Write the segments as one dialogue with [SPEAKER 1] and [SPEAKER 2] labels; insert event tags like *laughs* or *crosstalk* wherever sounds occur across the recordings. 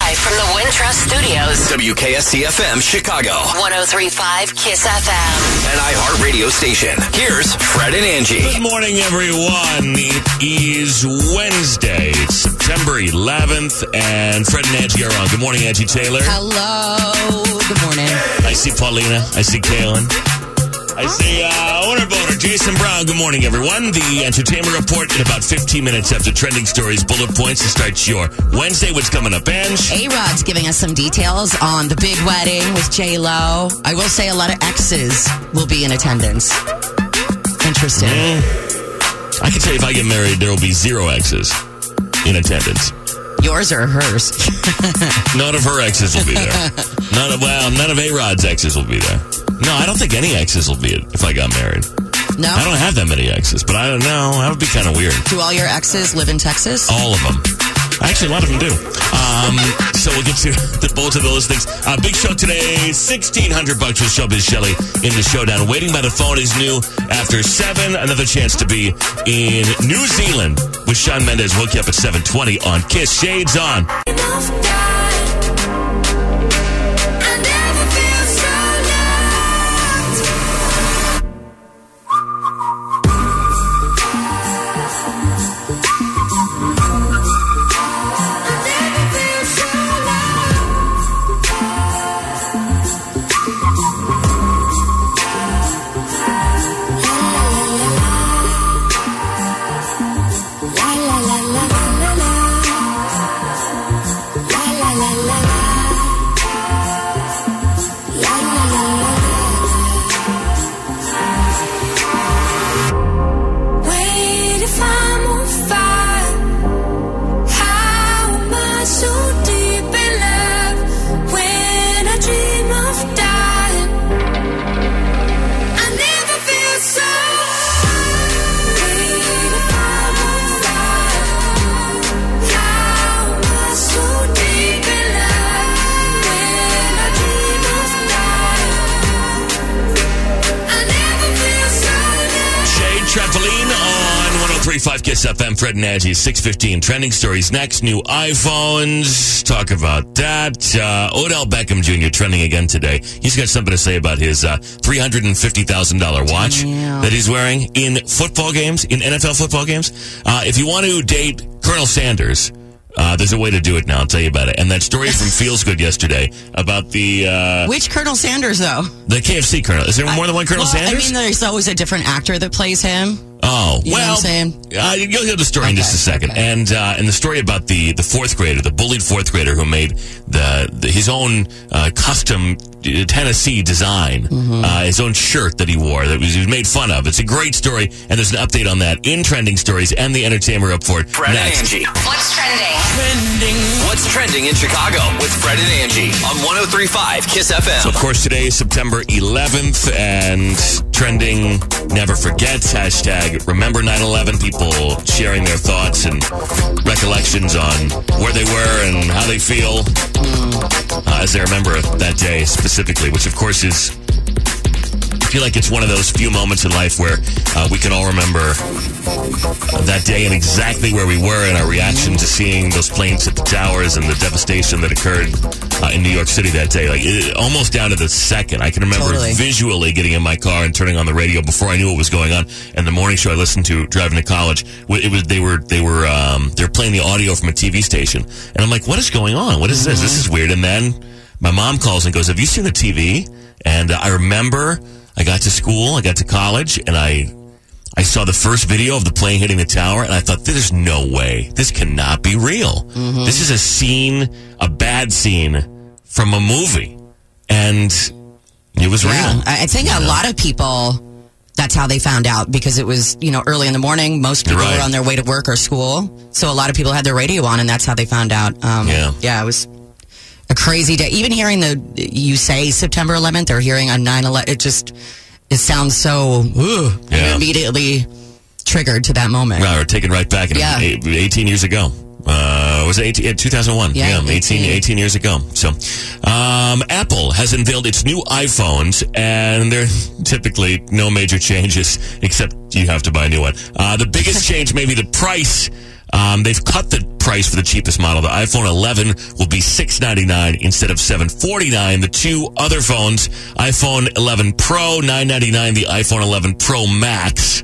[SPEAKER 1] from the Wintrust Studios.
[SPEAKER 2] WKSCFM Chicago
[SPEAKER 1] 1035 Kiss FM.
[SPEAKER 2] and iHeartRadio station. Here's Fred and Angie.
[SPEAKER 3] Good morning, everyone. It is Wednesday, it's September 11th, and Fred and Angie are on. Good morning, Angie Taylor.
[SPEAKER 4] Hello. Oh, Good morning.
[SPEAKER 3] I see Paulina. I see Kalen. I see uh, owner boater Jason Brown. Good morning, everyone. The entertainment report in about 15 minutes after trending stories, bullet points, and starts your Wednesday. What's coming up, Ange?
[SPEAKER 4] A Rod's giving us some details on the big wedding with J Lo. I will say a lot of exes will be in attendance. Interesting.
[SPEAKER 3] I can tell you if I get married, there will be zero exes in attendance.
[SPEAKER 4] Yours or hers? *laughs*
[SPEAKER 3] None of her exes will be there. none of well, none of A Rod's exes will be there. No, I don't think any exes will be it if I got married.
[SPEAKER 4] No.
[SPEAKER 3] I don't have that many exes, but I don't know. That would be kind of weird.
[SPEAKER 4] Do all your exes live in Texas?
[SPEAKER 3] All of them. Actually, a lot of them do. Um, so we'll get to *laughs* the both of those things. Uh, big show today, sixteen hundred bucks with Showbiz Shelley in the showdown. Waiting by the phone is new after seven. Another chance to be in New Zealand with Sean Mendes. We'll get up at seven twenty on Kiss Shades on.
[SPEAKER 5] Wait if I'm on fire. How am I so deep in love when I dream of dying? I never feel so Wait if I'm on fire. How am I so deep in love when I dream of dying? I never feel so
[SPEAKER 3] Jay Trampoline on 1035 Kiss FM. Fred and Angie, 615. Trending stories next. New iPhones. Talk about that. Uh, Odell Beckham Jr. trending again today. He's got something to say about his uh, $350,000 watch
[SPEAKER 4] Damn.
[SPEAKER 3] that he's wearing in football games, in NFL football games. Uh, if you want to date Colonel Sanders, uh, there's a way to do it now. I'll tell you about it. And that story
[SPEAKER 4] *laughs*
[SPEAKER 3] from Feels Good yesterday about the uh,
[SPEAKER 4] Which Colonel Sanders, though?
[SPEAKER 3] the KFC Colonel. Is there more than one Colonel
[SPEAKER 4] Well,
[SPEAKER 3] Sanders?
[SPEAKER 4] I mean, there's always a different actor that plays him.
[SPEAKER 3] Oh,
[SPEAKER 4] You know
[SPEAKER 3] well,
[SPEAKER 4] what I'm saying?
[SPEAKER 3] Uh, you'll hear the story in
[SPEAKER 4] Okay,
[SPEAKER 3] just a second,
[SPEAKER 4] okay.
[SPEAKER 3] and uh, and the story about the the fourth grader, the bullied fourth grader who made the, the his own uh, custom uh, Tennessee design,
[SPEAKER 4] Mm-hmm.
[SPEAKER 3] uh, his own shirt that he wore that was, he was made fun of. It's a great story, and there's an update on that in trending stories and the entertainment report
[SPEAKER 2] Fred and
[SPEAKER 3] next.
[SPEAKER 2] Angie.
[SPEAKER 1] What's trending?
[SPEAKER 2] What's trending in Chicago with Fred and Angie on 1035 Kiss
[SPEAKER 3] So,
[SPEAKER 2] FM.
[SPEAKER 3] of course, today is September 11th, and trending never forgets hashtag remember 9 11. People sharing their thoughts and recollections on where they were and how they feel uh, as they remember that day specifically, which, of course, is. I feel like it's one of those few moments in life where uh, we can all remember that day and exactly where we were and our reaction to seeing those planes hit the towers and the devastation that occurred uh, in New York City that day. Like it, almost down to the second, I can remember
[SPEAKER 4] Totally.
[SPEAKER 3] visually getting in my car and turning on the radio before I knew what was going on. And the morning show I listened to driving to college, w- it was they were they were um, they were playing the audio from a TV station, and I'm like, what is going on? What is this? This is weird. And then my mom calls and goes, "Have you seen the TV?" And uh, I remember I got to school, I got to college, and I I saw the first video of the plane hitting the tower, and I thought, "There's no way. This cannot be real. This is a scene, a bad scene from a movie." And it was real.
[SPEAKER 4] I I think a lot of people. That's how they found out because it was, you know, early in the morning. Most
[SPEAKER 3] You're
[SPEAKER 4] people
[SPEAKER 3] right.
[SPEAKER 4] were on their way to work or school. So a lot of people had their radio on and that's how they found out. Um,
[SPEAKER 3] Yeah.
[SPEAKER 4] Yeah, it was a crazy day. Even hearing the, you say September 11th or hearing on 9 11, it just, it sounds so, ooh,
[SPEAKER 3] Yeah.
[SPEAKER 4] you're immediately triggered to that moment.
[SPEAKER 3] Right, or taken right back in
[SPEAKER 4] Yeah.
[SPEAKER 3] eight- 18 years ago. Uh, was it 18, yeah, 2001?
[SPEAKER 4] Yeah,
[SPEAKER 3] 18,
[SPEAKER 4] 18.
[SPEAKER 3] 18 years ago. So, um, Apple has unveiled its new iPhones, and there are *laughs* typically no major changes *laughs*
[SPEAKER 4] *laughs*
[SPEAKER 3] except you have to buy a new one. Uh, the biggest change may be the price. Um, they've cut the price for the cheapest model. The iPhone 11 will be 699 instead of 749. The two other phones, iPhone 11 Pro 999, the iPhone 11 Pro Max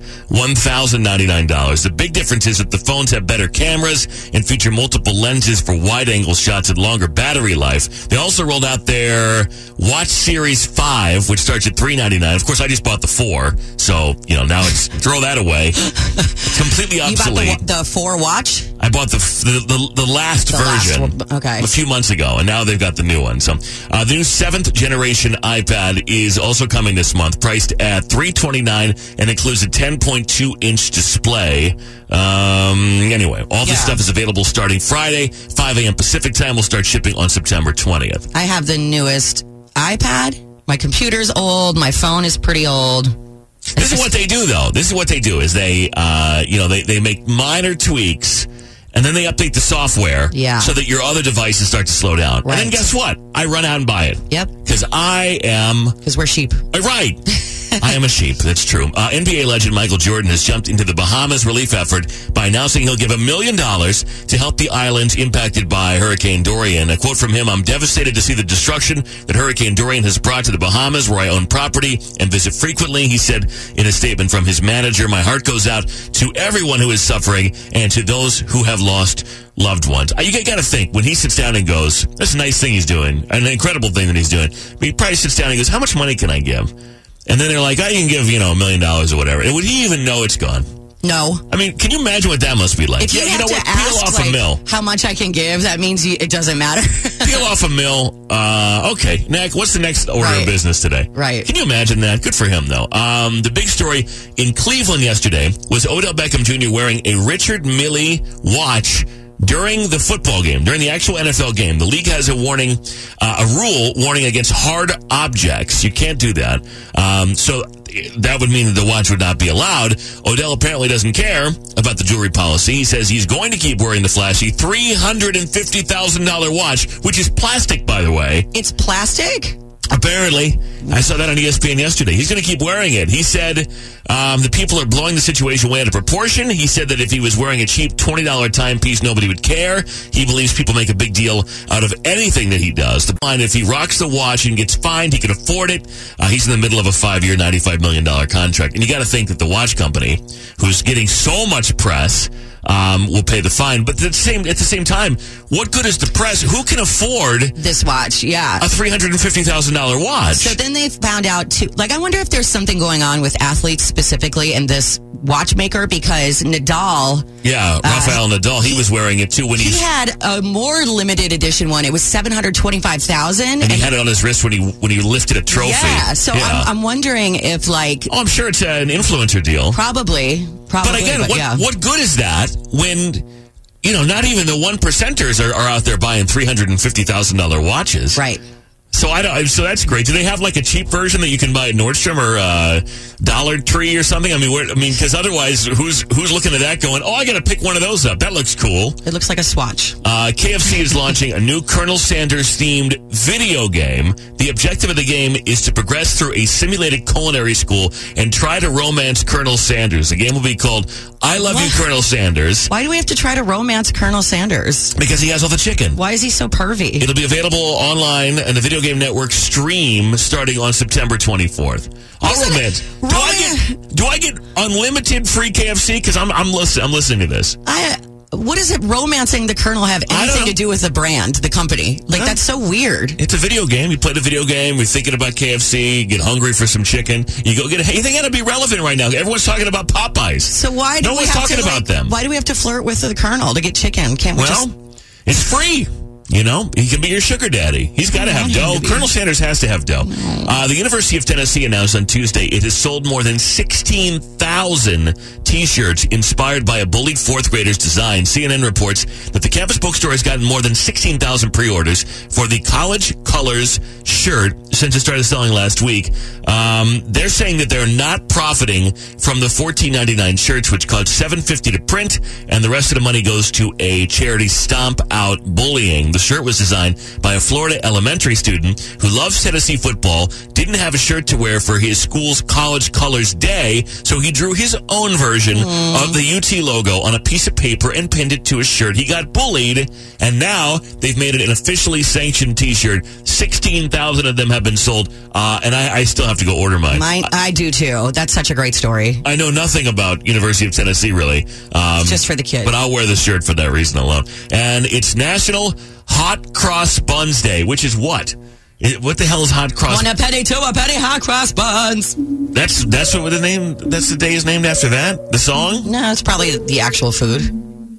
[SPEAKER 3] $1099. The big difference is that the phones have better cameras and feature multiple lenses for wide-angle shots and longer battery life. They also rolled out their Watch Series 5, which starts at $399. Of course, I just bought the 4, so, you know, now it's throw that
[SPEAKER 4] *laughs*
[SPEAKER 3] away. It's completely
[SPEAKER 4] You bought
[SPEAKER 3] obsolete.
[SPEAKER 4] the, the four watch?
[SPEAKER 3] I bought the the, the, the last
[SPEAKER 4] The last
[SPEAKER 3] version,
[SPEAKER 4] one, okay.
[SPEAKER 3] a few months ago, and now they've got the new one. So, uh, the new seventh generation iPad is also coming this month, priced at three twenty nine, and includes a ten point two inch display. Um, anyway, all this
[SPEAKER 4] Yeah.
[SPEAKER 3] stuff is available starting Friday, five a.m. Pacific time. Will start shipping on September twentieth.
[SPEAKER 4] I have the newest iPad. My computer's old. My phone is pretty old.
[SPEAKER 3] This is what they do, though. This is what they do: is they, uh, you know, they they make minor tweaks. And then they update the software
[SPEAKER 4] Yeah.
[SPEAKER 3] so that your other devices start to slow down. And then
[SPEAKER 4] Right.
[SPEAKER 3] guess what? I run out and buy it.
[SPEAKER 4] Yep.
[SPEAKER 3] Because I am Uh,
[SPEAKER 4] Because we're sheep.
[SPEAKER 3] right. *laughs* I am a sheep. That's true. Uh, NBA legend Michael Jordan has jumped into the Bahamas relief effort by announcing he'll give a million dollars to help the islands impacted by Hurricane Dorian. A quote from him I'm devastated to see the destruction that Hurricane Dorian has brought to the Bahamas, where I own property and visit frequently. He said in a statement from his manager My heart goes out to everyone who is suffering and to those who have lost loved ones. Uh, You got to think when he sits down and goes, "That's a nice thing he's doing, an incredible thing that he's doing." But he probably sits down and goes, "How much money can I give?" And then they're like, "I can give you know a million dollars or whatever." And would he even know it's gone?
[SPEAKER 4] No.
[SPEAKER 3] I mean, can you imagine what that must be like?
[SPEAKER 4] If you
[SPEAKER 3] yeah,
[SPEAKER 4] have
[SPEAKER 3] you know
[SPEAKER 4] to
[SPEAKER 3] what? Peel
[SPEAKER 4] ask
[SPEAKER 3] off a
[SPEAKER 4] like,
[SPEAKER 3] mill.
[SPEAKER 4] how much I can give, that means you, it doesn't matter.
[SPEAKER 3] Peel off a mill. Uh, okay, Nick, what's the next order of
[SPEAKER 4] Right.
[SPEAKER 3] business today?
[SPEAKER 4] Right.
[SPEAKER 3] Can you imagine that? Good for him, though. Um, the big story in Cleveland yesterday was Odell Beckham Jr. wearing a Richard Mille watch during the football game, during the actual NFL game. The league has a warning, uh, a rule warning against hard objects. You can't do that. Um, so that would mean that the watch would not be allowed. Odell apparently doesn't care about the jewelry policy. He says he's going to keep wearing the flashy $350,000 watch, which is plastic, by the way.
[SPEAKER 4] it's plastic?
[SPEAKER 3] Apparently, I saw that on E ESPN yesterday. He's going to keep wearing it. He said um, the people are blowing the situation way out of proportion. He said that if he was wearing a cheap twenty dollar timepiece, nobody would care. He believes people make a big deal out of anything that he does. The line: if he rocks the watch and gets fined, he can afford it. Uh, he's in the middle of a five year, ninety five million dollar contract, and you got to think that the watch company, who's getting so much press. Um, will pay the fine, but at the same at the same time, what good is the press? Who can afford
[SPEAKER 4] This watch, yeah.
[SPEAKER 3] a three hundred and fifty thousand dollar watch.
[SPEAKER 4] So then they found out too. Like, I wonder if there's something going on with athletes specifically and this watchmaker because Nadal,
[SPEAKER 3] yeah, Rafael Nadal, he was wearing it too when he,
[SPEAKER 4] Uh, he had a more limited edition one. It was seven hundred twenty-five thousand.
[SPEAKER 3] and he had it on his wrist when he when he lifted a trophy.
[SPEAKER 4] yeah. So
[SPEAKER 3] Yeah.
[SPEAKER 4] I'm, I'm wondering if, like,
[SPEAKER 3] oh, I'm sure it's an influencer deal.
[SPEAKER 4] probably, probably.
[SPEAKER 3] But again, what
[SPEAKER 4] yeah.
[SPEAKER 3] what good is that when you know not even the one percenters are, are out there buying three hundred and fifty thousand dollar watches,
[SPEAKER 4] right?
[SPEAKER 3] So I don't. So that's great. Do they have like a cheap version that you can buy at Nordstrom or uh, Dollar Tree or something? I mean, where, I mean, because otherwise, who's who's looking at that going? Oh, I got to pick one of those up. That looks cool.
[SPEAKER 4] It looks like a swatch.
[SPEAKER 3] Uh, KFC is *laughs* launching a new Colonel Sanders themed video game. The objective of the game is to progress through a simulated culinary school and try to romance Colonel Sanders. The game will be called I Love You,
[SPEAKER 4] What?
[SPEAKER 3] Colonel Sanders,
[SPEAKER 4] Why do we have to try to romance Colonel Sanders?
[SPEAKER 3] because he has all the chicken.
[SPEAKER 4] Why is he so pervy?
[SPEAKER 3] It'll be available online and the Video Game Network stream starting on September 24th. I'll
[SPEAKER 4] Isn't it-
[SPEAKER 3] romance. Do I
[SPEAKER 4] Roman-
[SPEAKER 3] get do I get unlimited free KFC? Because I'm I'm listening I'm listening to this.
[SPEAKER 4] I what is it romancing the colonel have
[SPEAKER 3] I don't
[SPEAKER 4] anything
[SPEAKER 3] know.
[SPEAKER 4] to do with the brand, the company? Like
[SPEAKER 3] No.
[SPEAKER 4] that's so weird.
[SPEAKER 3] It's a video game. You play the video game. You're thinking about KFC. You get hungry for some chicken. You go get. Hey, you think that'd be relevant right now? Everyone's talking about Popeyes.
[SPEAKER 4] So why do
[SPEAKER 3] no
[SPEAKER 4] we
[SPEAKER 3] one's
[SPEAKER 4] have
[SPEAKER 3] talking
[SPEAKER 4] to, like,
[SPEAKER 3] about them?
[SPEAKER 4] Why do we have to flirt with the colonel to get chicken? Can't we
[SPEAKER 3] well,
[SPEAKER 4] just
[SPEAKER 3] it's free. You know, he can be your sugar daddy. He's got to have dough. Colonel Sanders has to have dough. Uh, the University of Tennessee announced on Tuesday it has sold more than 16,000 T-shirts inspired by a bullied fourth grader's design. CNN reports that the campus bookstore has gotten more than 16,000 pre-orders for the College Colors shirt since it started selling last week. Um, they're saying that they're not profiting from the fourteen ninety nine shirts, which cost seven fifty to print, and the rest of the money goes to a charity, Stomp Out Bullying. The shirt was designed by a Florida elementary student who loves Tennessee football, didn't have a shirt to wear for his school's college colors day, so he drew his own version of the UT logo on a piece of paper and pinned it to his shirt. He got bullied, and now they've made it an officially sanctioned T-shirt. Sixteen thousand of them have been sold, uh, and I, I still have to go order mine.
[SPEAKER 4] Mine, I do too. That's such a great story.
[SPEAKER 3] I know nothing about University of Tennessee really, um,
[SPEAKER 4] Just for the kids.
[SPEAKER 3] but I'll wear the shirt for that reason alone. And it's National Hot Cross Buns Day, which is what? It- What the hell is hot cross?
[SPEAKER 4] One a penny, two a penny, hot cross buns.
[SPEAKER 3] That's that's what the name. That's the day is named after that. The song.
[SPEAKER 4] No, it's probably the actual food.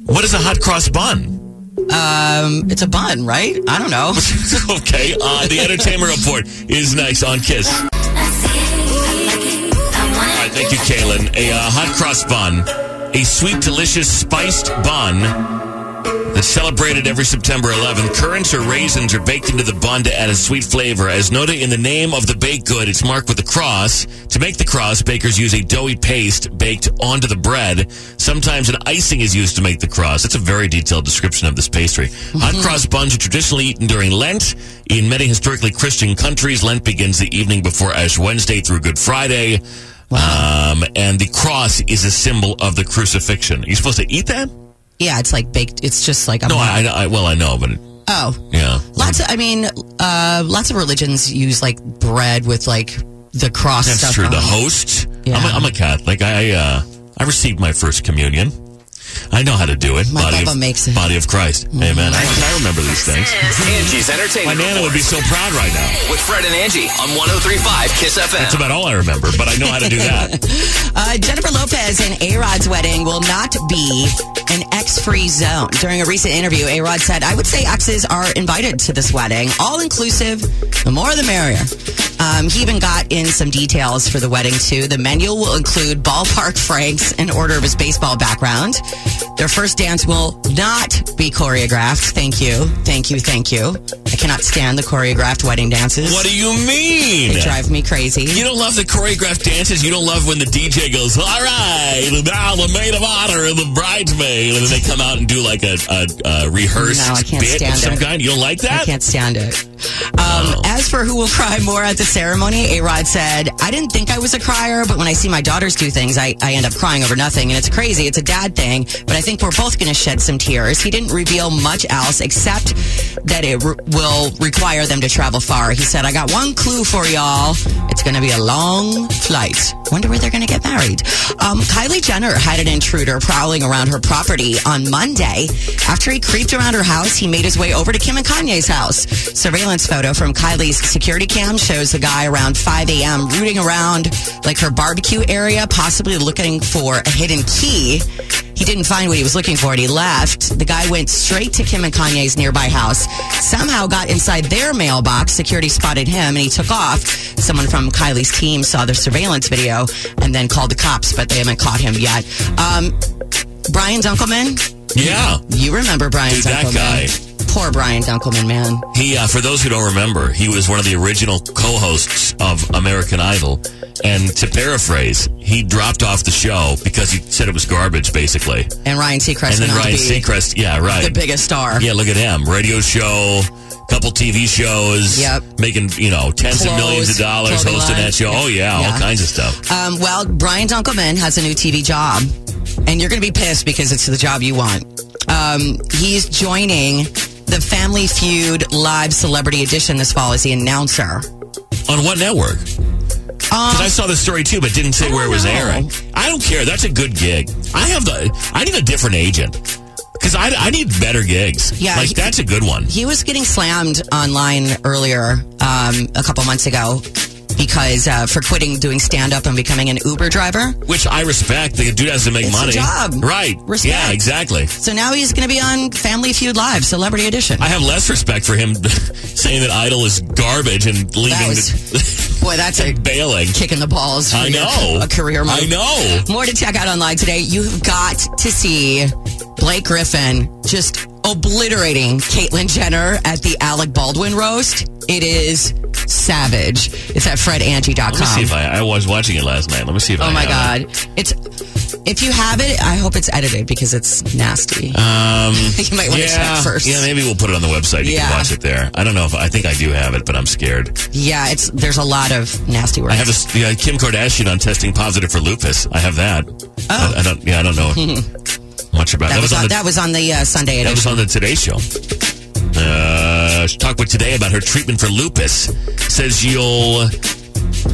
[SPEAKER 3] What is a hot cross bun?
[SPEAKER 4] Um, it's a bun, right? I don't know.
[SPEAKER 3] *laughs* okay, uh,
[SPEAKER 4] *laughs*
[SPEAKER 3] the entertainment report is next on Kiss. All right, thank you, Kaylin. A uh, hot cross bun, a sweet, delicious, spiced bun that's celebrated every September 11th. Currants or raisins are baked into the bun to add a sweet flavor. As noted in the name of the baked good, it's marked with a cross. To make the cross, bakers use a doughy paste baked onto the bread. Sometimes an icing is used to make the cross. That's a very detailed description of this pastry. Hot cross buns are traditionally eaten during Lent. In many historically Christian countries, Lent begins the evening before Ash Wednesday through Good Friday. Um, and the cross is a symbol of the crucifixion. Are you supposed to eat that?
[SPEAKER 4] Yeah, it's like baked. It's just like a
[SPEAKER 3] No,
[SPEAKER 4] bun.
[SPEAKER 3] I, I, I well, I know, but it,
[SPEAKER 4] oh,
[SPEAKER 3] yeah.
[SPEAKER 4] lots of. I mean, uh, lots of religions use like bread with like the cross
[SPEAKER 3] That's
[SPEAKER 4] stuff.
[SPEAKER 3] true.
[SPEAKER 4] on
[SPEAKER 3] The
[SPEAKER 4] it.
[SPEAKER 3] host.
[SPEAKER 4] Yeah.
[SPEAKER 3] I'm, a, I'm a Catholic. I uh, I received my first communion. I know how to do it.
[SPEAKER 4] My
[SPEAKER 3] body of,
[SPEAKER 4] Baba makes it. Mm-hmm.
[SPEAKER 3] Body of Christ. Amen. I, I remember these things.
[SPEAKER 2] Angie's
[SPEAKER 3] My
[SPEAKER 2] Entertainment
[SPEAKER 3] nana would be
[SPEAKER 2] Report
[SPEAKER 3] so proud right now.
[SPEAKER 2] with Fred and Angie on 1035 Kiss FM.
[SPEAKER 3] That's about all I remember, but I know how to do
[SPEAKER 2] *laughs*
[SPEAKER 3] that.
[SPEAKER 4] Uh, Jennifer Lopez and A Rod's wedding will not be an X free zone. During a recent interview, A Rod said, I would say exes are invited to this wedding, all inclusive, the more the merrier. Um, he even got in some details for the wedding, too. The menu will include ballpark Franks in order of his baseball background. Their first dance will not be choreographed. Thank you. Thank you. Thank you. I cannot stand the choreographed wedding dances.
[SPEAKER 3] What do you mean?
[SPEAKER 4] they drive me crazy.
[SPEAKER 3] You don't love the choreographed dances. You don't love when the DJ goes, all right, now the maid of honor and the bridesmaid. And then they come out and do like a, a, a rehearsed
[SPEAKER 4] No, I can't
[SPEAKER 3] bit of
[SPEAKER 4] stand
[SPEAKER 3] some
[SPEAKER 4] it.
[SPEAKER 3] kind. You don't like that?
[SPEAKER 4] I can't stand it. Um, As for who will cry more at the ceremony, A Rod said, I didn't think I was a crier, but when I see my daughters do things, I, I end up crying over nothing. And it's crazy. It's a dad thing, but I think we're both going to shed some tears. He didn't reveal much else except that it re- will require them to travel far. He said, I got one clue for y'all. It's going to be a long flight. Wonder where they're going to get married. Um, Kylie Jenner had an intruder prowling around her property on Monday. After he creeped around her house, he made his way over to Kim and Kanye's house. Surveillance photo from Kylie's security cam shows the guy around 5 a.m. rooting around like her barbecue area, possibly looking for a hidden key. He didn't find what he was looking for and he left. The guy went straight to Kim and Kanye's nearby house, somehow got inside their mailbox. Security spotted him and he took off. Someone from Kylie's team saw the surveillance video and then called the cops, but they haven't caught him yet. Um, Brian Dunkelman,
[SPEAKER 3] Yeah.
[SPEAKER 4] you remember Brian
[SPEAKER 3] Dude, that
[SPEAKER 4] Dunkelman. Poor Brian Dunkelman, man.
[SPEAKER 3] He, uh, for those who don't remember, he was one of the original co-hosts of American Idol, and to paraphrase, he dropped off the show because he said it was garbage, basically.
[SPEAKER 4] And Ryan
[SPEAKER 3] and
[SPEAKER 4] Seacrest
[SPEAKER 3] then
[SPEAKER 4] went on to
[SPEAKER 3] Ryan
[SPEAKER 4] be
[SPEAKER 3] Seacrest, yeah,
[SPEAKER 4] the
[SPEAKER 3] right,
[SPEAKER 4] biggest star.
[SPEAKER 3] yeah, look at him, radio show, couple TV shows,
[SPEAKER 4] Yep.
[SPEAKER 3] making you know tens of
[SPEAKER 4] Clothes,
[SPEAKER 3] millions of dollars
[SPEAKER 4] clothing
[SPEAKER 3] hosting
[SPEAKER 4] line.
[SPEAKER 3] that show. Oh yeah, all
[SPEAKER 4] Yeah.
[SPEAKER 3] kinds of stuff.
[SPEAKER 4] Um, well, Brian Dunkelman has a new TV job, and you're going to be pissed because it's the job you want. Um, he's joining the Family Feud Live Celebrity Edition this fall as the announcer.
[SPEAKER 3] On what network? Because I saw the story too, but didn't say where it was
[SPEAKER 4] Um, know.
[SPEAKER 3] airing. I don't care. That's a good gig. I have the. I need a different agent. Because I, I need better gigs.
[SPEAKER 4] Yeah,
[SPEAKER 3] like
[SPEAKER 4] he-
[SPEAKER 3] that's a good one.
[SPEAKER 4] He was getting slammed online earlier um, a couple months ago because uh, for quitting doing stand up and becoming an Uber driver.
[SPEAKER 3] Which I respect. The dude has to make
[SPEAKER 4] It's a
[SPEAKER 3] money.
[SPEAKER 4] job.
[SPEAKER 3] Right.
[SPEAKER 4] Respect.
[SPEAKER 3] Yeah, exactly.
[SPEAKER 4] So now he's going to be on Family Feud Live Celebrity Edition.
[SPEAKER 3] I have less respect for him *laughs* saying that Idol is garbage and leaving
[SPEAKER 4] was-
[SPEAKER 3] the
[SPEAKER 4] Boy, that's a
[SPEAKER 3] bailing.
[SPEAKER 4] kicking the balls. For
[SPEAKER 3] I
[SPEAKER 4] your-
[SPEAKER 3] know.
[SPEAKER 4] a career move.
[SPEAKER 3] I know.
[SPEAKER 4] More to check out online today. You've got to see Blake Griffin just obliterating Caitlyn Jenner at the Alec Baldwin roast. It is savage. It's at
[SPEAKER 3] *laughs*
[SPEAKER 4] fredangie.com.
[SPEAKER 3] Let me see if I, I was watching it last night. Let me see if I
[SPEAKER 4] Oh my
[SPEAKER 3] have
[SPEAKER 4] god. It's if you have it, I hope it's edited because it's nasty.
[SPEAKER 3] it. Um,
[SPEAKER 4] *laughs* you might want
[SPEAKER 3] yeah,
[SPEAKER 4] to check first.
[SPEAKER 3] Yeah, maybe we'll put it on the website. You
[SPEAKER 4] Yeah.
[SPEAKER 3] can watch it there. I don't know if I think I do have it, but I'm scared.
[SPEAKER 4] Yeah, it's there's a lot of
[SPEAKER 3] *laughs*
[SPEAKER 4] nasty words.
[SPEAKER 3] I have this yeah, Kim Kardashian on testing positive for lupus. I have that. Oh. I, I don't. Yeah, I don't know much about
[SPEAKER 4] that, was on,
[SPEAKER 3] the,
[SPEAKER 4] that was on the uh, Sunday
[SPEAKER 3] That
[SPEAKER 4] edition.
[SPEAKER 3] was on the Today Show. Uh, she talked with Today about her treatment for lupus. Says you'll.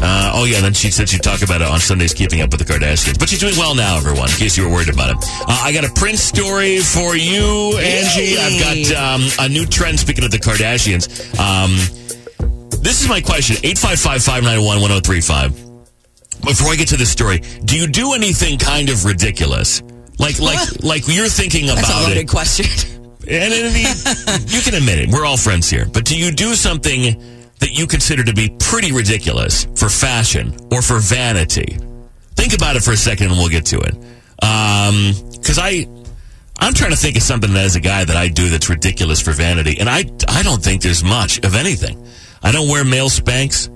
[SPEAKER 3] Uh, oh yeah, then she said she'd talk about it on Sundays, keeping up with the Kardashians. But she's doing well now, everyone. In case you were worried about it, uh, I got a Prince story for you, Angie.
[SPEAKER 4] Yay.
[SPEAKER 3] I've got um, a new trend. Speaking of the Kardashians, um, this is my question: eight five five five nine one one zero three five before I get to this story, do you do anything kind of ridiculous? Like, like, like you're thinking about
[SPEAKER 4] That's a loaded
[SPEAKER 3] it,
[SPEAKER 4] question.
[SPEAKER 3] and it'd be, you can admit it. We're all friends here, but do you do something that you consider to be pretty ridiculous for fashion or for vanity? Think about it for a second, and we'll get to it. Because Um, I, I'm trying to think of something that, as a guy that I do that's ridiculous for vanity, and I, I don't think there's much of anything. I don't wear male spanks.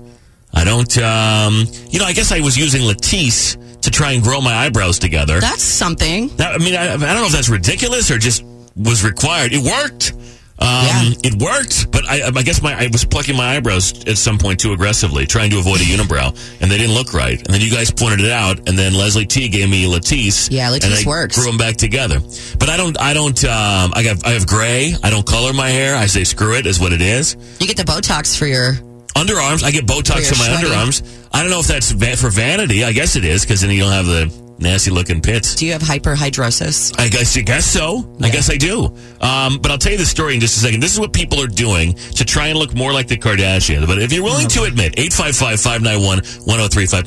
[SPEAKER 3] I don't. Um, you know, I guess I was using Latisse to try and grow my eyebrows together.
[SPEAKER 4] That's something.
[SPEAKER 3] That, I mean, I, I don't know if that's ridiculous or just was required. It worked. Um, It worked, but I, I guess my I was plucking my eyebrows at some point too aggressively, trying to avoid a unibrow, and they didn't look right. And then you guys pointed it out, and then Leslie T gave me Latisse.
[SPEAKER 4] Yeah,
[SPEAKER 3] and
[SPEAKER 4] Latisse
[SPEAKER 3] I
[SPEAKER 4] works.
[SPEAKER 3] Grew them back together, but I don't. I don't. Um, I have. I have gray. I don't color my hair. I say screw it is what it is.
[SPEAKER 4] You get the Botox for your
[SPEAKER 3] Underarms. I get
[SPEAKER 4] For
[SPEAKER 3] Botox
[SPEAKER 4] your
[SPEAKER 3] in my
[SPEAKER 4] sweaty.
[SPEAKER 3] underarms. I don't know if that's va- for vanity. I guess it is because then you don't have the nasty looking pits.
[SPEAKER 4] do you have hyperhidrosis?
[SPEAKER 3] I guess, I guess so. I guess I do. Um, but I'll tell you the story in just a second. This is what people are doing to try and look more like the Kardashians. But if you're willing to admit, 855 591 1035,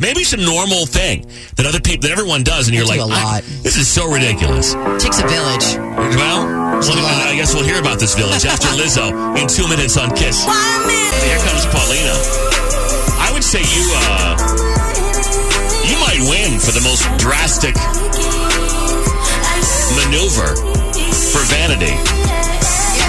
[SPEAKER 3] maybe it's a normal thing that other people, that everyone does, and you're
[SPEAKER 4] do
[SPEAKER 3] like,
[SPEAKER 4] a
[SPEAKER 3] I-
[SPEAKER 4] lot.
[SPEAKER 3] this is so ridiculous.
[SPEAKER 4] Takes a village.
[SPEAKER 3] Well, well,
[SPEAKER 4] lot.
[SPEAKER 3] I guess we'll hear about this village after
[SPEAKER 4] *laughs*
[SPEAKER 3] Lizzo in two minutes on Kiss. Here comes Paulina. I would say you, uh, you might win for the most drastic maneuver for vanity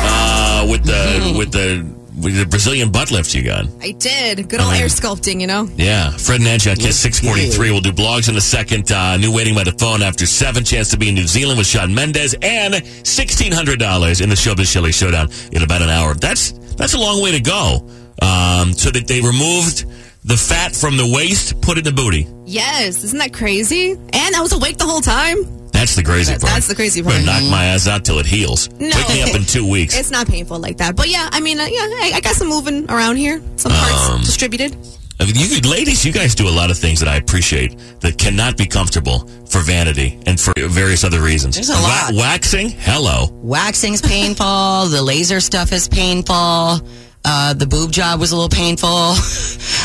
[SPEAKER 3] uh, with the with the with the Brazilian butt lift you got.
[SPEAKER 6] I did. Good old air sculpting, you know?
[SPEAKER 3] Yeah, Fred and Angie on Kiss six forty three. We'll do blogs in a second. Uh, new waiting by the phone after seven. Chance to be in New Zealand with Sean Mendez and sixteen hundred dollars in the Showbiz Shelley Showdown in about an hour. That's that's a long way to go. Um, so that they removed the fat from the waist, put it in the booty.
[SPEAKER 6] Yes. Isn't that crazy? And I was awake the whole time.
[SPEAKER 3] That's the crazy
[SPEAKER 6] That-
[SPEAKER 3] part.
[SPEAKER 6] that's the crazy part.
[SPEAKER 3] Better knock my ass out till it heals.
[SPEAKER 6] No.
[SPEAKER 3] Wake me up in
[SPEAKER 6] *laughs*
[SPEAKER 3] two weeks.
[SPEAKER 6] It's not painful like that. But yeah, I mean, uh, yeah, I, I got some moving around here,
[SPEAKER 3] Hmm.
[SPEAKER 6] some parts
[SPEAKER 3] Um,
[SPEAKER 6] distributed.
[SPEAKER 3] I mean, you ladies, you guys do a lot of things that I appreciate that cannot be comfortable for vanity and for various other reasons.
[SPEAKER 4] There's a
[SPEAKER 3] Wa-
[SPEAKER 4] lot.
[SPEAKER 3] waxing, hello.
[SPEAKER 4] Waxing's painful. *laughs* the laser stuff is painful. Uh, the boob job was a little painful.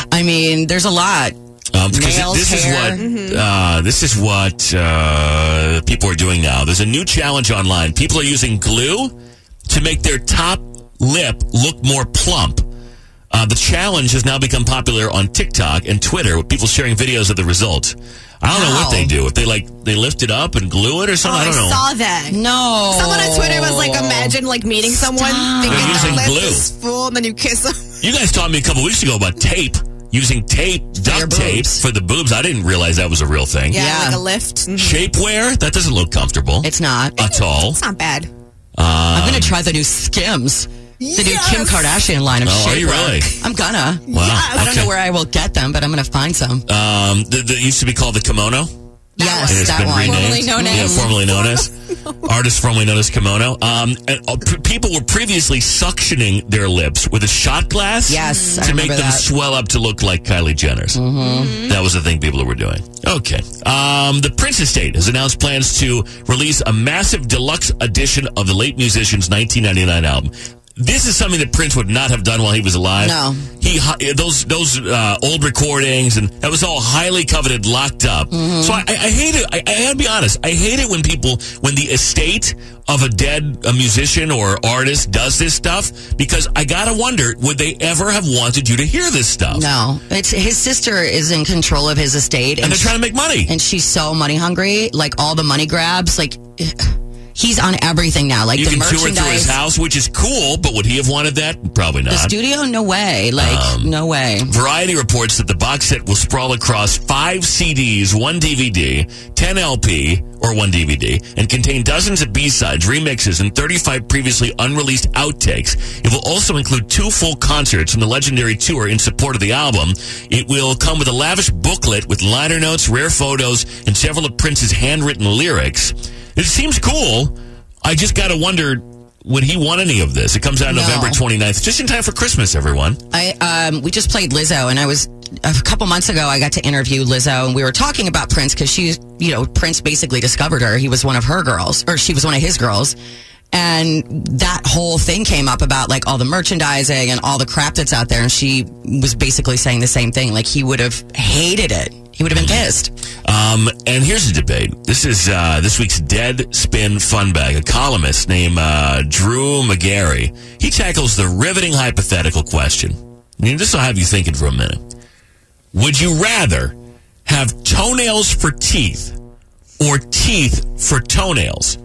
[SPEAKER 4] *laughs* I mean, there's a lot.
[SPEAKER 3] Um, because
[SPEAKER 4] Nails,
[SPEAKER 3] this, is
[SPEAKER 4] hair.
[SPEAKER 3] what,
[SPEAKER 4] Mm-hmm.
[SPEAKER 3] uh, this is what uh, people are doing now. There's a new challenge online. People are using glue to make their top lip look more plump. Uh, the challenge has now become popular on TikTok and Twitter with people sharing videos of the results. I don't know
[SPEAKER 4] Wow.
[SPEAKER 3] what they do. If they like, they lift it up and glue it or
[SPEAKER 6] Oh,
[SPEAKER 3] something.
[SPEAKER 6] I,
[SPEAKER 3] I don't know.
[SPEAKER 6] saw that.
[SPEAKER 4] No.
[SPEAKER 6] Someone on Twitter was like, imagine like meeting someone, thinking
[SPEAKER 3] They're using
[SPEAKER 6] their lip
[SPEAKER 3] glue.
[SPEAKER 6] is full, and then you kiss them. *laughs*
[SPEAKER 3] You guys taught me a couple weeks ago about tape, using tape,
[SPEAKER 4] your
[SPEAKER 3] duct tape
[SPEAKER 4] boobs.
[SPEAKER 3] for the boobs. I didn't realize that was a real thing.
[SPEAKER 6] Yeah,
[SPEAKER 4] Yeah.
[SPEAKER 6] like a lift. Mhm.
[SPEAKER 3] Shapewear, that doesn't look comfortable
[SPEAKER 4] It's not.
[SPEAKER 3] at all.
[SPEAKER 6] It's not
[SPEAKER 3] um,
[SPEAKER 6] bad.
[SPEAKER 4] I'm gonna try the new Skims. The
[SPEAKER 6] Yes!
[SPEAKER 4] new Kim Kardashian line of
[SPEAKER 3] Oh, are you
[SPEAKER 4] shapewear.
[SPEAKER 3] really?
[SPEAKER 4] I'm gonna.
[SPEAKER 3] Wow.
[SPEAKER 4] I don't
[SPEAKER 3] okay.
[SPEAKER 4] know where I will get them, but I'm gonna find some.
[SPEAKER 3] Um, that that used to be called the kimono.
[SPEAKER 4] yes,
[SPEAKER 3] It has
[SPEAKER 4] that
[SPEAKER 3] been
[SPEAKER 4] one.
[SPEAKER 3] renamed.
[SPEAKER 6] Formerly known
[SPEAKER 3] yeah,
[SPEAKER 6] as.
[SPEAKER 3] formerly known as.
[SPEAKER 6] *laughs*
[SPEAKER 3] Artist formerly known as kimono. Um, and, uh, p- people were previously suctioning their lips with a shot glass.
[SPEAKER 4] Yes, I
[SPEAKER 3] to make
[SPEAKER 4] remember
[SPEAKER 3] them
[SPEAKER 4] that. Mm-hmm.
[SPEAKER 3] swell up to look like Kylie Jenner's. That was the thing people were doing. Okay. Um, the Prince Estate has announced plans to release a massive deluxe edition of the late musician's 1999 album. This is something that Prince would not have done while he was alive.
[SPEAKER 4] No.
[SPEAKER 3] He hi- eh, those those uh, old recordings and that was all highly coveted, locked up. So I, I I hate it. I, I gotta be honest. I hate it when people when the estate of a dead a musician or artist does this stuff because I gotta wonder would they ever have wanted you to hear this stuff?
[SPEAKER 4] No, it's his sister is in control of his estate,
[SPEAKER 3] And
[SPEAKER 4] and
[SPEAKER 3] they're trying to make money.
[SPEAKER 4] and she's so money hungry. Like all the money grabs, like. he's on everything now. Like
[SPEAKER 3] You
[SPEAKER 4] the
[SPEAKER 3] can tour
[SPEAKER 4] merchandise.
[SPEAKER 3] through his house, which is cool, but would he have wanted that? Probably
[SPEAKER 4] The
[SPEAKER 3] not.
[SPEAKER 4] studio? No way. Like,
[SPEAKER 3] Um,
[SPEAKER 4] no way.
[SPEAKER 3] Variety reports that the box set will sprawl across five CDs, one DVD, 10 LP, or one DVD, and contain dozens of B-sides, remixes, and 35 previously unreleased outtakes. It will also include two full concerts from the legendary tour in support of the album. It will come with a lavish booklet with liner notes, rare photos, and several of Prince's handwritten lyrics. It seems cool. I just got to wonder, would he want any of this? It comes out
[SPEAKER 4] No.
[SPEAKER 3] November 29th, just in time for Christmas, everyone.
[SPEAKER 4] I um, we just played Lizzo, and I was a couple months ago. I got to interview Lizzo, and we were talking about Prince because she, you know, Prince basically discovered her. He was one of her girls, or she was one of his girls. And that whole thing came up about like all the merchandising and all the crap that's out there. And she was basically saying the same thing. Like he would have hated it. He would have been pissed.
[SPEAKER 3] Um, and here's a debate. This is uh, this week's Dead Spin Fun Bag. A columnist named uh, Drew McGarry. He tackles the riveting hypothetical question. I mean, this will have you thinking for a minute. Would you rather have toenails for teeth or teeth for toenails?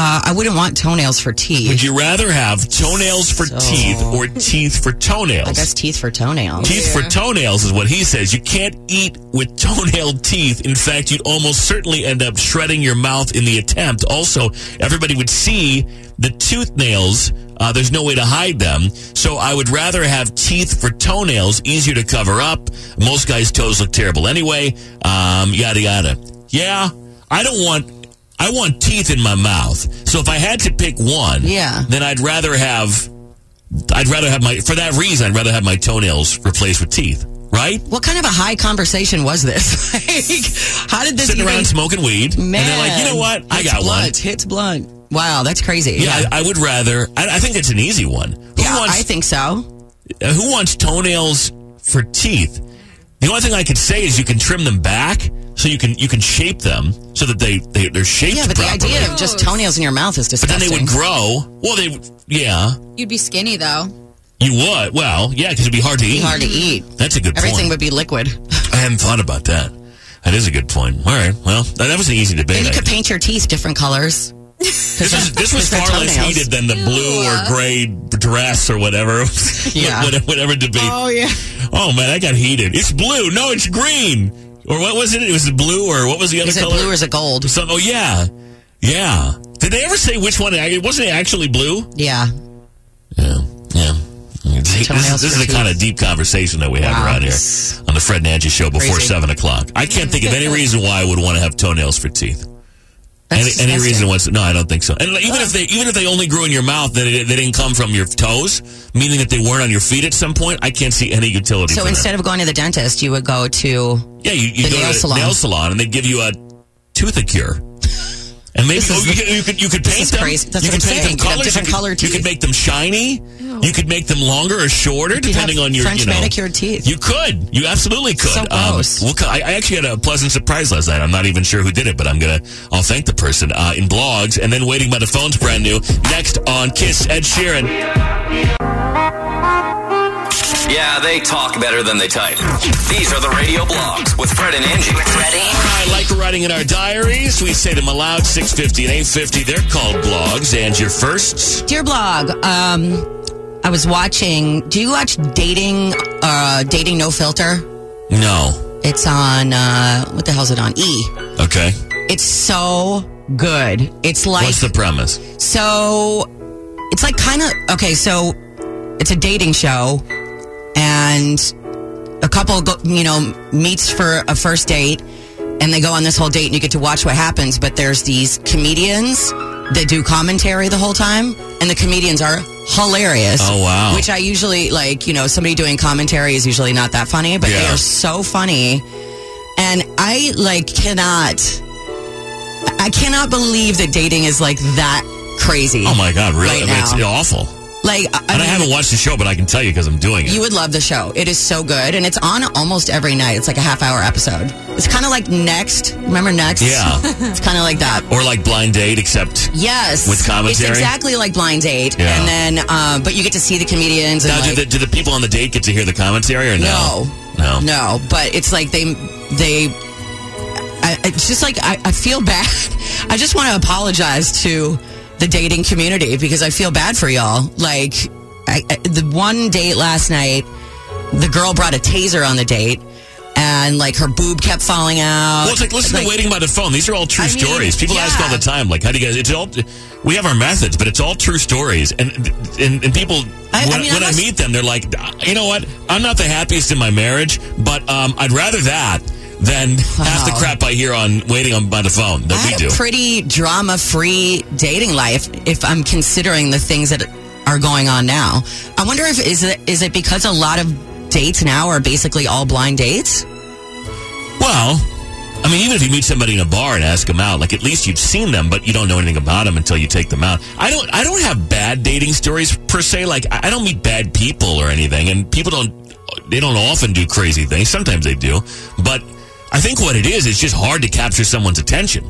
[SPEAKER 4] Uh, I wouldn't want toenails for teeth.
[SPEAKER 3] Would you rather have toenails for
[SPEAKER 4] So-
[SPEAKER 3] teeth or teeth for toenails?
[SPEAKER 4] I guess teeth for toenails.
[SPEAKER 3] Teeth for toenails is what he says. You can't eat with *laughs* toenail teeth. In fact, you'd almost certainly end up shredding your mouth in the attempt. Also, everybody would see the tooth nails. Uh, there's no way to hide them. So I would rather have teeth for toenails, easier to cover up. Most guys' toes look terrible anyway. Um, yada yada. Yeah, I don't want. I want teeth in my mouth. So if I had to pick one,
[SPEAKER 4] Yeah.
[SPEAKER 3] then I'd rather have I'd rather have my for that reason. I'd rather have my toenails replaced with teeth. Right?
[SPEAKER 4] What kind of a high conversation was this? *laughs* like, how did this
[SPEAKER 3] Sitting
[SPEAKER 4] even
[SPEAKER 3] around smoking weed,
[SPEAKER 4] Man,
[SPEAKER 3] and they're like, you know what? I
[SPEAKER 4] Hits
[SPEAKER 3] got one.
[SPEAKER 4] blunt, Hits blunt. Wow, that's crazy.
[SPEAKER 3] Yeah, I, I would rather. I, I think it's an easy one. Who
[SPEAKER 4] Yeah,
[SPEAKER 3] wants
[SPEAKER 4] I think so.
[SPEAKER 3] uh, who wants toenails for teeth? The only thing I could say is you can trim them back, so you can you can shape them so that they, they they're shaped
[SPEAKER 4] Yeah, but
[SPEAKER 3] properly.
[SPEAKER 4] the idea of just toenails in your mouth is
[SPEAKER 3] but then
[SPEAKER 4] disgusting.
[SPEAKER 3] they would grow. Well, they would- yeah,
[SPEAKER 7] You'd be skinny though.
[SPEAKER 3] you would. Well, yeah, because it'd be hard to eat.
[SPEAKER 4] hard to eat.
[SPEAKER 3] That's a good
[SPEAKER 4] Everything
[SPEAKER 3] point.
[SPEAKER 4] would be liquid.
[SPEAKER 3] *laughs* I hadn't thought about that. That is a good point. All right. Well, that, that was an easy debate.
[SPEAKER 4] And you
[SPEAKER 3] I
[SPEAKER 4] could paint your teeth different colors.
[SPEAKER 3] This was this was
[SPEAKER 4] Just their
[SPEAKER 3] far less
[SPEAKER 4] toenails.
[SPEAKER 3] heated than the blue or gray dress or whatever. *laughs*
[SPEAKER 4] Yeah.
[SPEAKER 3] What- whatever debate. Oh yeah. Oh man, I got heated. It's blue. No, it's green. Or what was it? It was blue or what was the other
[SPEAKER 4] Is it
[SPEAKER 3] color?
[SPEAKER 4] blue or is it gold?
[SPEAKER 3] Some- oh yeah, yeah. Did they ever say which one? It wasn't actually blue.
[SPEAKER 4] Yeah.
[SPEAKER 3] Yeah, yeah. This, is-
[SPEAKER 4] Toenails
[SPEAKER 3] this
[SPEAKER 4] for
[SPEAKER 3] is the kind of deep conversation that we have
[SPEAKER 4] Wow.
[SPEAKER 3] around here on the Fred and Angie show before
[SPEAKER 4] Crazy.
[SPEAKER 3] seven o'clock. I can't think of any reason why I would want to have toenails for teeth.
[SPEAKER 4] That's
[SPEAKER 3] Any, any
[SPEAKER 4] disgusting.
[SPEAKER 3] reason what's no, I don't think so. And like, even if they even if they only grew in your mouth, that it, they didn't come from your toes, meaning that they weren't on your feet at some point. I can't see any utility.
[SPEAKER 4] So
[SPEAKER 3] for
[SPEAKER 4] instead of going to the dentist, you would go to.
[SPEAKER 3] that. yeah, you, you
[SPEAKER 4] the
[SPEAKER 3] go
[SPEAKER 4] nail
[SPEAKER 3] to
[SPEAKER 4] salon.
[SPEAKER 3] nail salon and they give you a toothicure, and maybe
[SPEAKER 4] This
[SPEAKER 3] oh,
[SPEAKER 4] is-
[SPEAKER 3] you, could, you could you could
[SPEAKER 4] this
[SPEAKER 3] paint
[SPEAKER 4] is
[SPEAKER 3] them.
[SPEAKER 4] crazy. That's
[SPEAKER 3] you
[SPEAKER 4] what
[SPEAKER 3] could
[SPEAKER 4] I'm
[SPEAKER 3] paint them
[SPEAKER 4] saying. You could have
[SPEAKER 3] colors. you,
[SPEAKER 4] different
[SPEAKER 3] could,
[SPEAKER 4] colored
[SPEAKER 3] you could
[SPEAKER 4] teeth.
[SPEAKER 3] make them shiny. You could make them longer or shorter,
[SPEAKER 4] could have
[SPEAKER 3] depending on your
[SPEAKER 4] French
[SPEAKER 3] you know.
[SPEAKER 4] manicure teeth.
[SPEAKER 3] You could. You absolutely could. Um,
[SPEAKER 4] So gross.
[SPEAKER 3] we'll co- I, I actually had a pleasant surprise last night. I'm not even sure who did it, but I'm gonna. I'll thank the person uh, in blogs, and then waiting by the phone's brand new. Next on Kiss Ed Sheeran.
[SPEAKER 2] Yeah, they talk better than they type. These are the radio blogs with Fred and Angie.
[SPEAKER 1] Ready?
[SPEAKER 3] I like writing in our diaries. We say them aloud. 650 and 850. They're called blogs, and your firsts.
[SPEAKER 4] Dear blog, um, I was watching. Do you watch dating? Uh, dating no filter.
[SPEAKER 3] No.
[SPEAKER 4] It's on. Uh, what the hell is it on? E.
[SPEAKER 3] Okay.
[SPEAKER 4] It's so good. It's like
[SPEAKER 3] What's the premise?
[SPEAKER 4] so it's like kind of okay, so it's a dating show and a couple go, you know meets for a first date and they go on this whole date and you get to watch what happens, but there's these comedians that do commentary the whole time and the comedians are hilarious.
[SPEAKER 3] Oh, wow.
[SPEAKER 4] Which I usually like, you know, somebody doing commentary is usually not that funny, but they
[SPEAKER 3] Yeah.
[SPEAKER 4] are so funny. And I like cannot I cannot believe that dating is like that crazy.
[SPEAKER 3] Oh my God! Really?
[SPEAKER 4] Right
[SPEAKER 3] I mean, it's
[SPEAKER 4] now.
[SPEAKER 3] awful.
[SPEAKER 4] Like I,
[SPEAKER 3] And I
[SPEAKER 4] mean,
[SPEAKER 3] haven't watched the show, but I can tell you because I'm doing it.
[SPEAKER 4] you would love the show. It is so good, and it's on almost every night. It's like a half hour episode. It's kind of like Next. Remember Next?
[SPEAKER 3] Yeah.
[SPEAKER 4] *laughs* it's kind of like that.
[SPEAKER 3] or like Blind Date, except
[SPEAKER 4] Yes,
[SPEAKER 3] With commentary?
[SPEAKER 4] It's exactly like Blind Date,
[SPEAKER 3] Yeah.
[SPEAKER 4] and then uh, but you get to see the comedians. And
[SPEAKER 3] now,
[SPEAKER 4] like,
[SPEAKER 3] do, the, do the people on the date get to hear the commentary or no? No.
[SPEAKER 4] No. No, but it's like they they. I, it's just like I, I feel bad. *laughs* I just want to apologize to the dating community because I feel bad for y'all. Like I, I, the one date last night, the girl brought a taser on the date, and like her boob kept falling out.
[SPEAKER 3] Well, it's like listen to waiting by the phone. These are all true
[SPEAKER 4] I mean,
[SPEAKER 3] stories. People ask
[SPEAKER 4] yeah.
[SPEAKER 3] all the time, like, how do you guys? It's all. We have our methods, but it's all true stories. And and, and people,
[SPEAKER 4] I- I
[SPEAKER 3] when,
[SPEAKER 4] mean, I
[SPEAKER 3] when I
[SPEAKER 4] must-
[SPEAKER 3] meet them, they're like, you know what? I'm not the happiest in my marriage, but um, I'd rather that than half the
[SPEAKER 4] Wow.
[SPEAKER 3] crap I hear on waiting on by the phone that
[SPEAKER 4] I
[SPEAKER 3] we
[SPEAKER 4] had
[SPEAKER 3] do.
[SPEAKER 4] a pretty drama-free dating life if I'm considering the things that are going on now. I wonder if is it is it because a lot of dates now are basically all blind dates?
[SPEAKER 3] Well, I mean, even if you meet somebody in a bar and ask them out, like at least you've seen them, but you don't know anything about them until you take them out. I don't. I don't have bad dating stories per se. Like I I don't meet bad people or anything, and people don't. They don't often do crazy things. Sometimes they do, but I think what it is, it's just hard to capture someone's attention.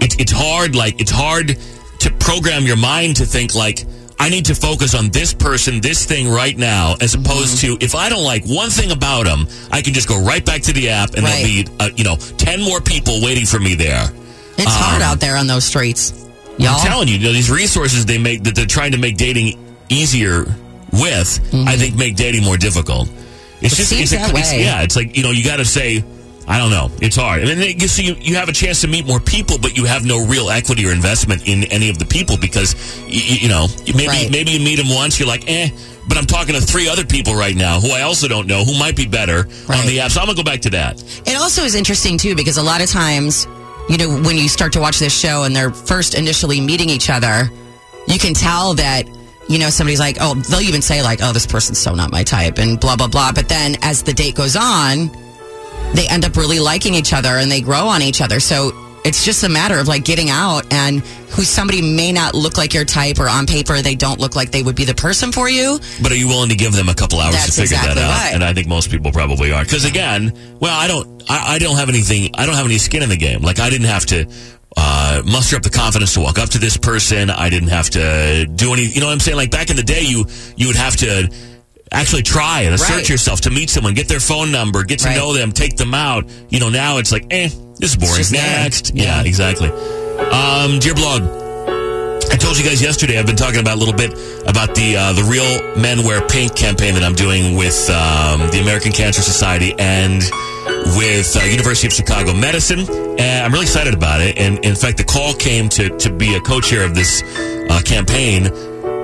[SPEAKER 3] It's it's hard. Like it's hard to program your mind to think like. I need to focus on this person, this thing right now, as opposed to if I don't like one thing about them, I can just go right back to the app and
[SPEAKER 4] Right.
[SPEAKER 3] there'll be uh, you know, 10 more people waiting for me there.
[SPEAKER 4] It's hard out there on those streets, y'all.
[SPEAKER 3] Um, I'm telling you, you know, these resources they make that they're trying to make dating easier with, I think make dating more difficult. It's
[SPEAKER 4] Mm-hmm. It seems
[SPEAKER 3] it's
[SPEAKER 4] that
[SPEAKER 3] it's-
[SPEAKER 4] way.
[SPEAKER 3] yeah, it's like, you know, you got to say, I don't know, it's hard. And then they, you, so you, you have a chance to meet more people, but you have no real equity or investment in any of the people because, you, you know, you- maybe,
[SPEAKER 4] Right.
[SPEAKER 3] maybe you meet them once, you're like, eh, but I'm talking to three other people right now who I also don't know who might be better on
[SPEAKER 4] Right.
[SPEAKER 3] the app. So I'm going to go back to that.
[SPEAKER 4] It also is interesting too because a lot of times, you know, when you start to watch this show and they're first initially meeting each other, you can tell that you know somebody's like, oh, they'll even say like, oh, this person's so not my type and blah blah blah. But then as the date goes on, they end up really liking each other and they grow on each other. So it's just a matter of like getting out and who somebody may not look like your type or on paper they don't look like they would be the person for you.
[SPEAKER 3] But are you willing to give them a couple hours
[SPEAKER 4] That's
[SPEAKER 3] to figure
[SPEAKER 4] exactly
[SPEAKER 3] that out?
[SPEAKER 4] right.
[SPEAKER 3] And I think most people probably are. Because again, well, I don't, I, I don't have anything, I don't have any skin in the game. Like I didn't have to uh, muster up the confidence to walk up to this person. I didn't have to do any. You know what I'm saying? Like back in the day, you you would have to actually try and assert
[SPEAKER 4] Right.
[SPEAKER 3] yourself to meet someone, get their phone number, get to
[SPEAKER 4] Right.
[SPEAKER 3] know them, take them out. You know, now it's like, eh, this is boring.
[SPEAKER 4] just there.
[SPEAKER 3] Next, yeah, exactly. Um, dear blog. I told you guys yesterday. I've been talking about a little bit about the uh, the Real Men Wear Pink campaign that I'm doing with um, the American Cancer Society and with uh, University of Chicago Medicine. And I'm really excited about it. And in fact, the call came to to be a co-chair of this uh, campaign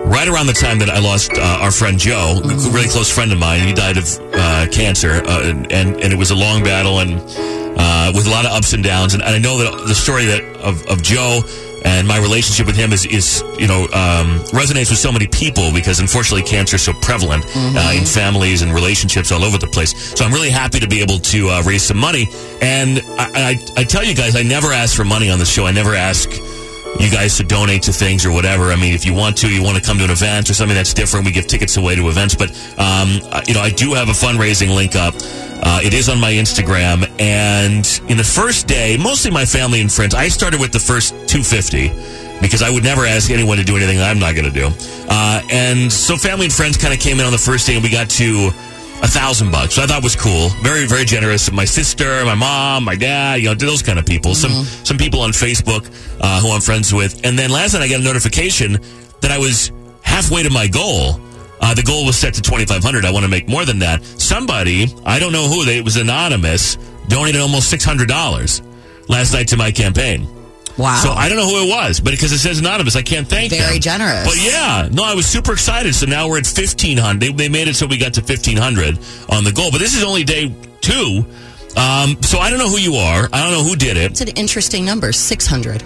[SPEAKER 3] right around the time that I lost uh, our friend Joe, a really close friend of mine. He died of uh, cancer, uh, and and it was a long battle and uh, with a lot of ups and downs. And, and I know that the story that of, of Joe and my relationship with him is is you know um, resonates with so many people because unfortunately cancer is so prevalent uh, in families and relationships all over the place. So I'm really happy to be able to uh, raise some money. And I, I I tell you guys, I never ask for money on the show. I never ask you guys to donate to things or whatever. I mean, if you want to, you want to come to an event or something that's different, we give tickets away to events. But, um, uh, you know, I do have a fundraising link up. Uh, it is on my Instagram. And in the first day, mostly my family and friends, I started with the first 250 because I would never ask anyone to do anything that I'm not going to do. Uh, and so family and friends kind of came in on the first day and we got to a thousand bucks. So I thought was cool. Very, very generous. My sister, my mom, my dad, you know, to those kind of people. Some
[SPEAKER 4] Mm-hmm.
[SPEAKER 3] some people on Facebook uh, who I'm friends with. And then last night I got a notification that I was halfway to my goal. Uh, the goal was set to 2,500. I want to make more than that. Somebody, I don't know who, they, it was anonymous, donated almost $600 last night to my campaign.
[SPEAKER 4] Wow.
[SPEAKER 3] So I don't know who it was, but because it says anonymous, I can't thank
[SPEAKER 4] Very
[SPEAKER 3] them.
[SPEAKER 4] generous.
[SPEAKER 3] But yeah, no, I was super excited. So now we're at fifteen hundred. They, they made it so we got to fifteen hundred on the goal. But this is only day two. Um, so I don't know who you are. I don't know who did it.
[SPEAKER 4] it's an interesting number, 600.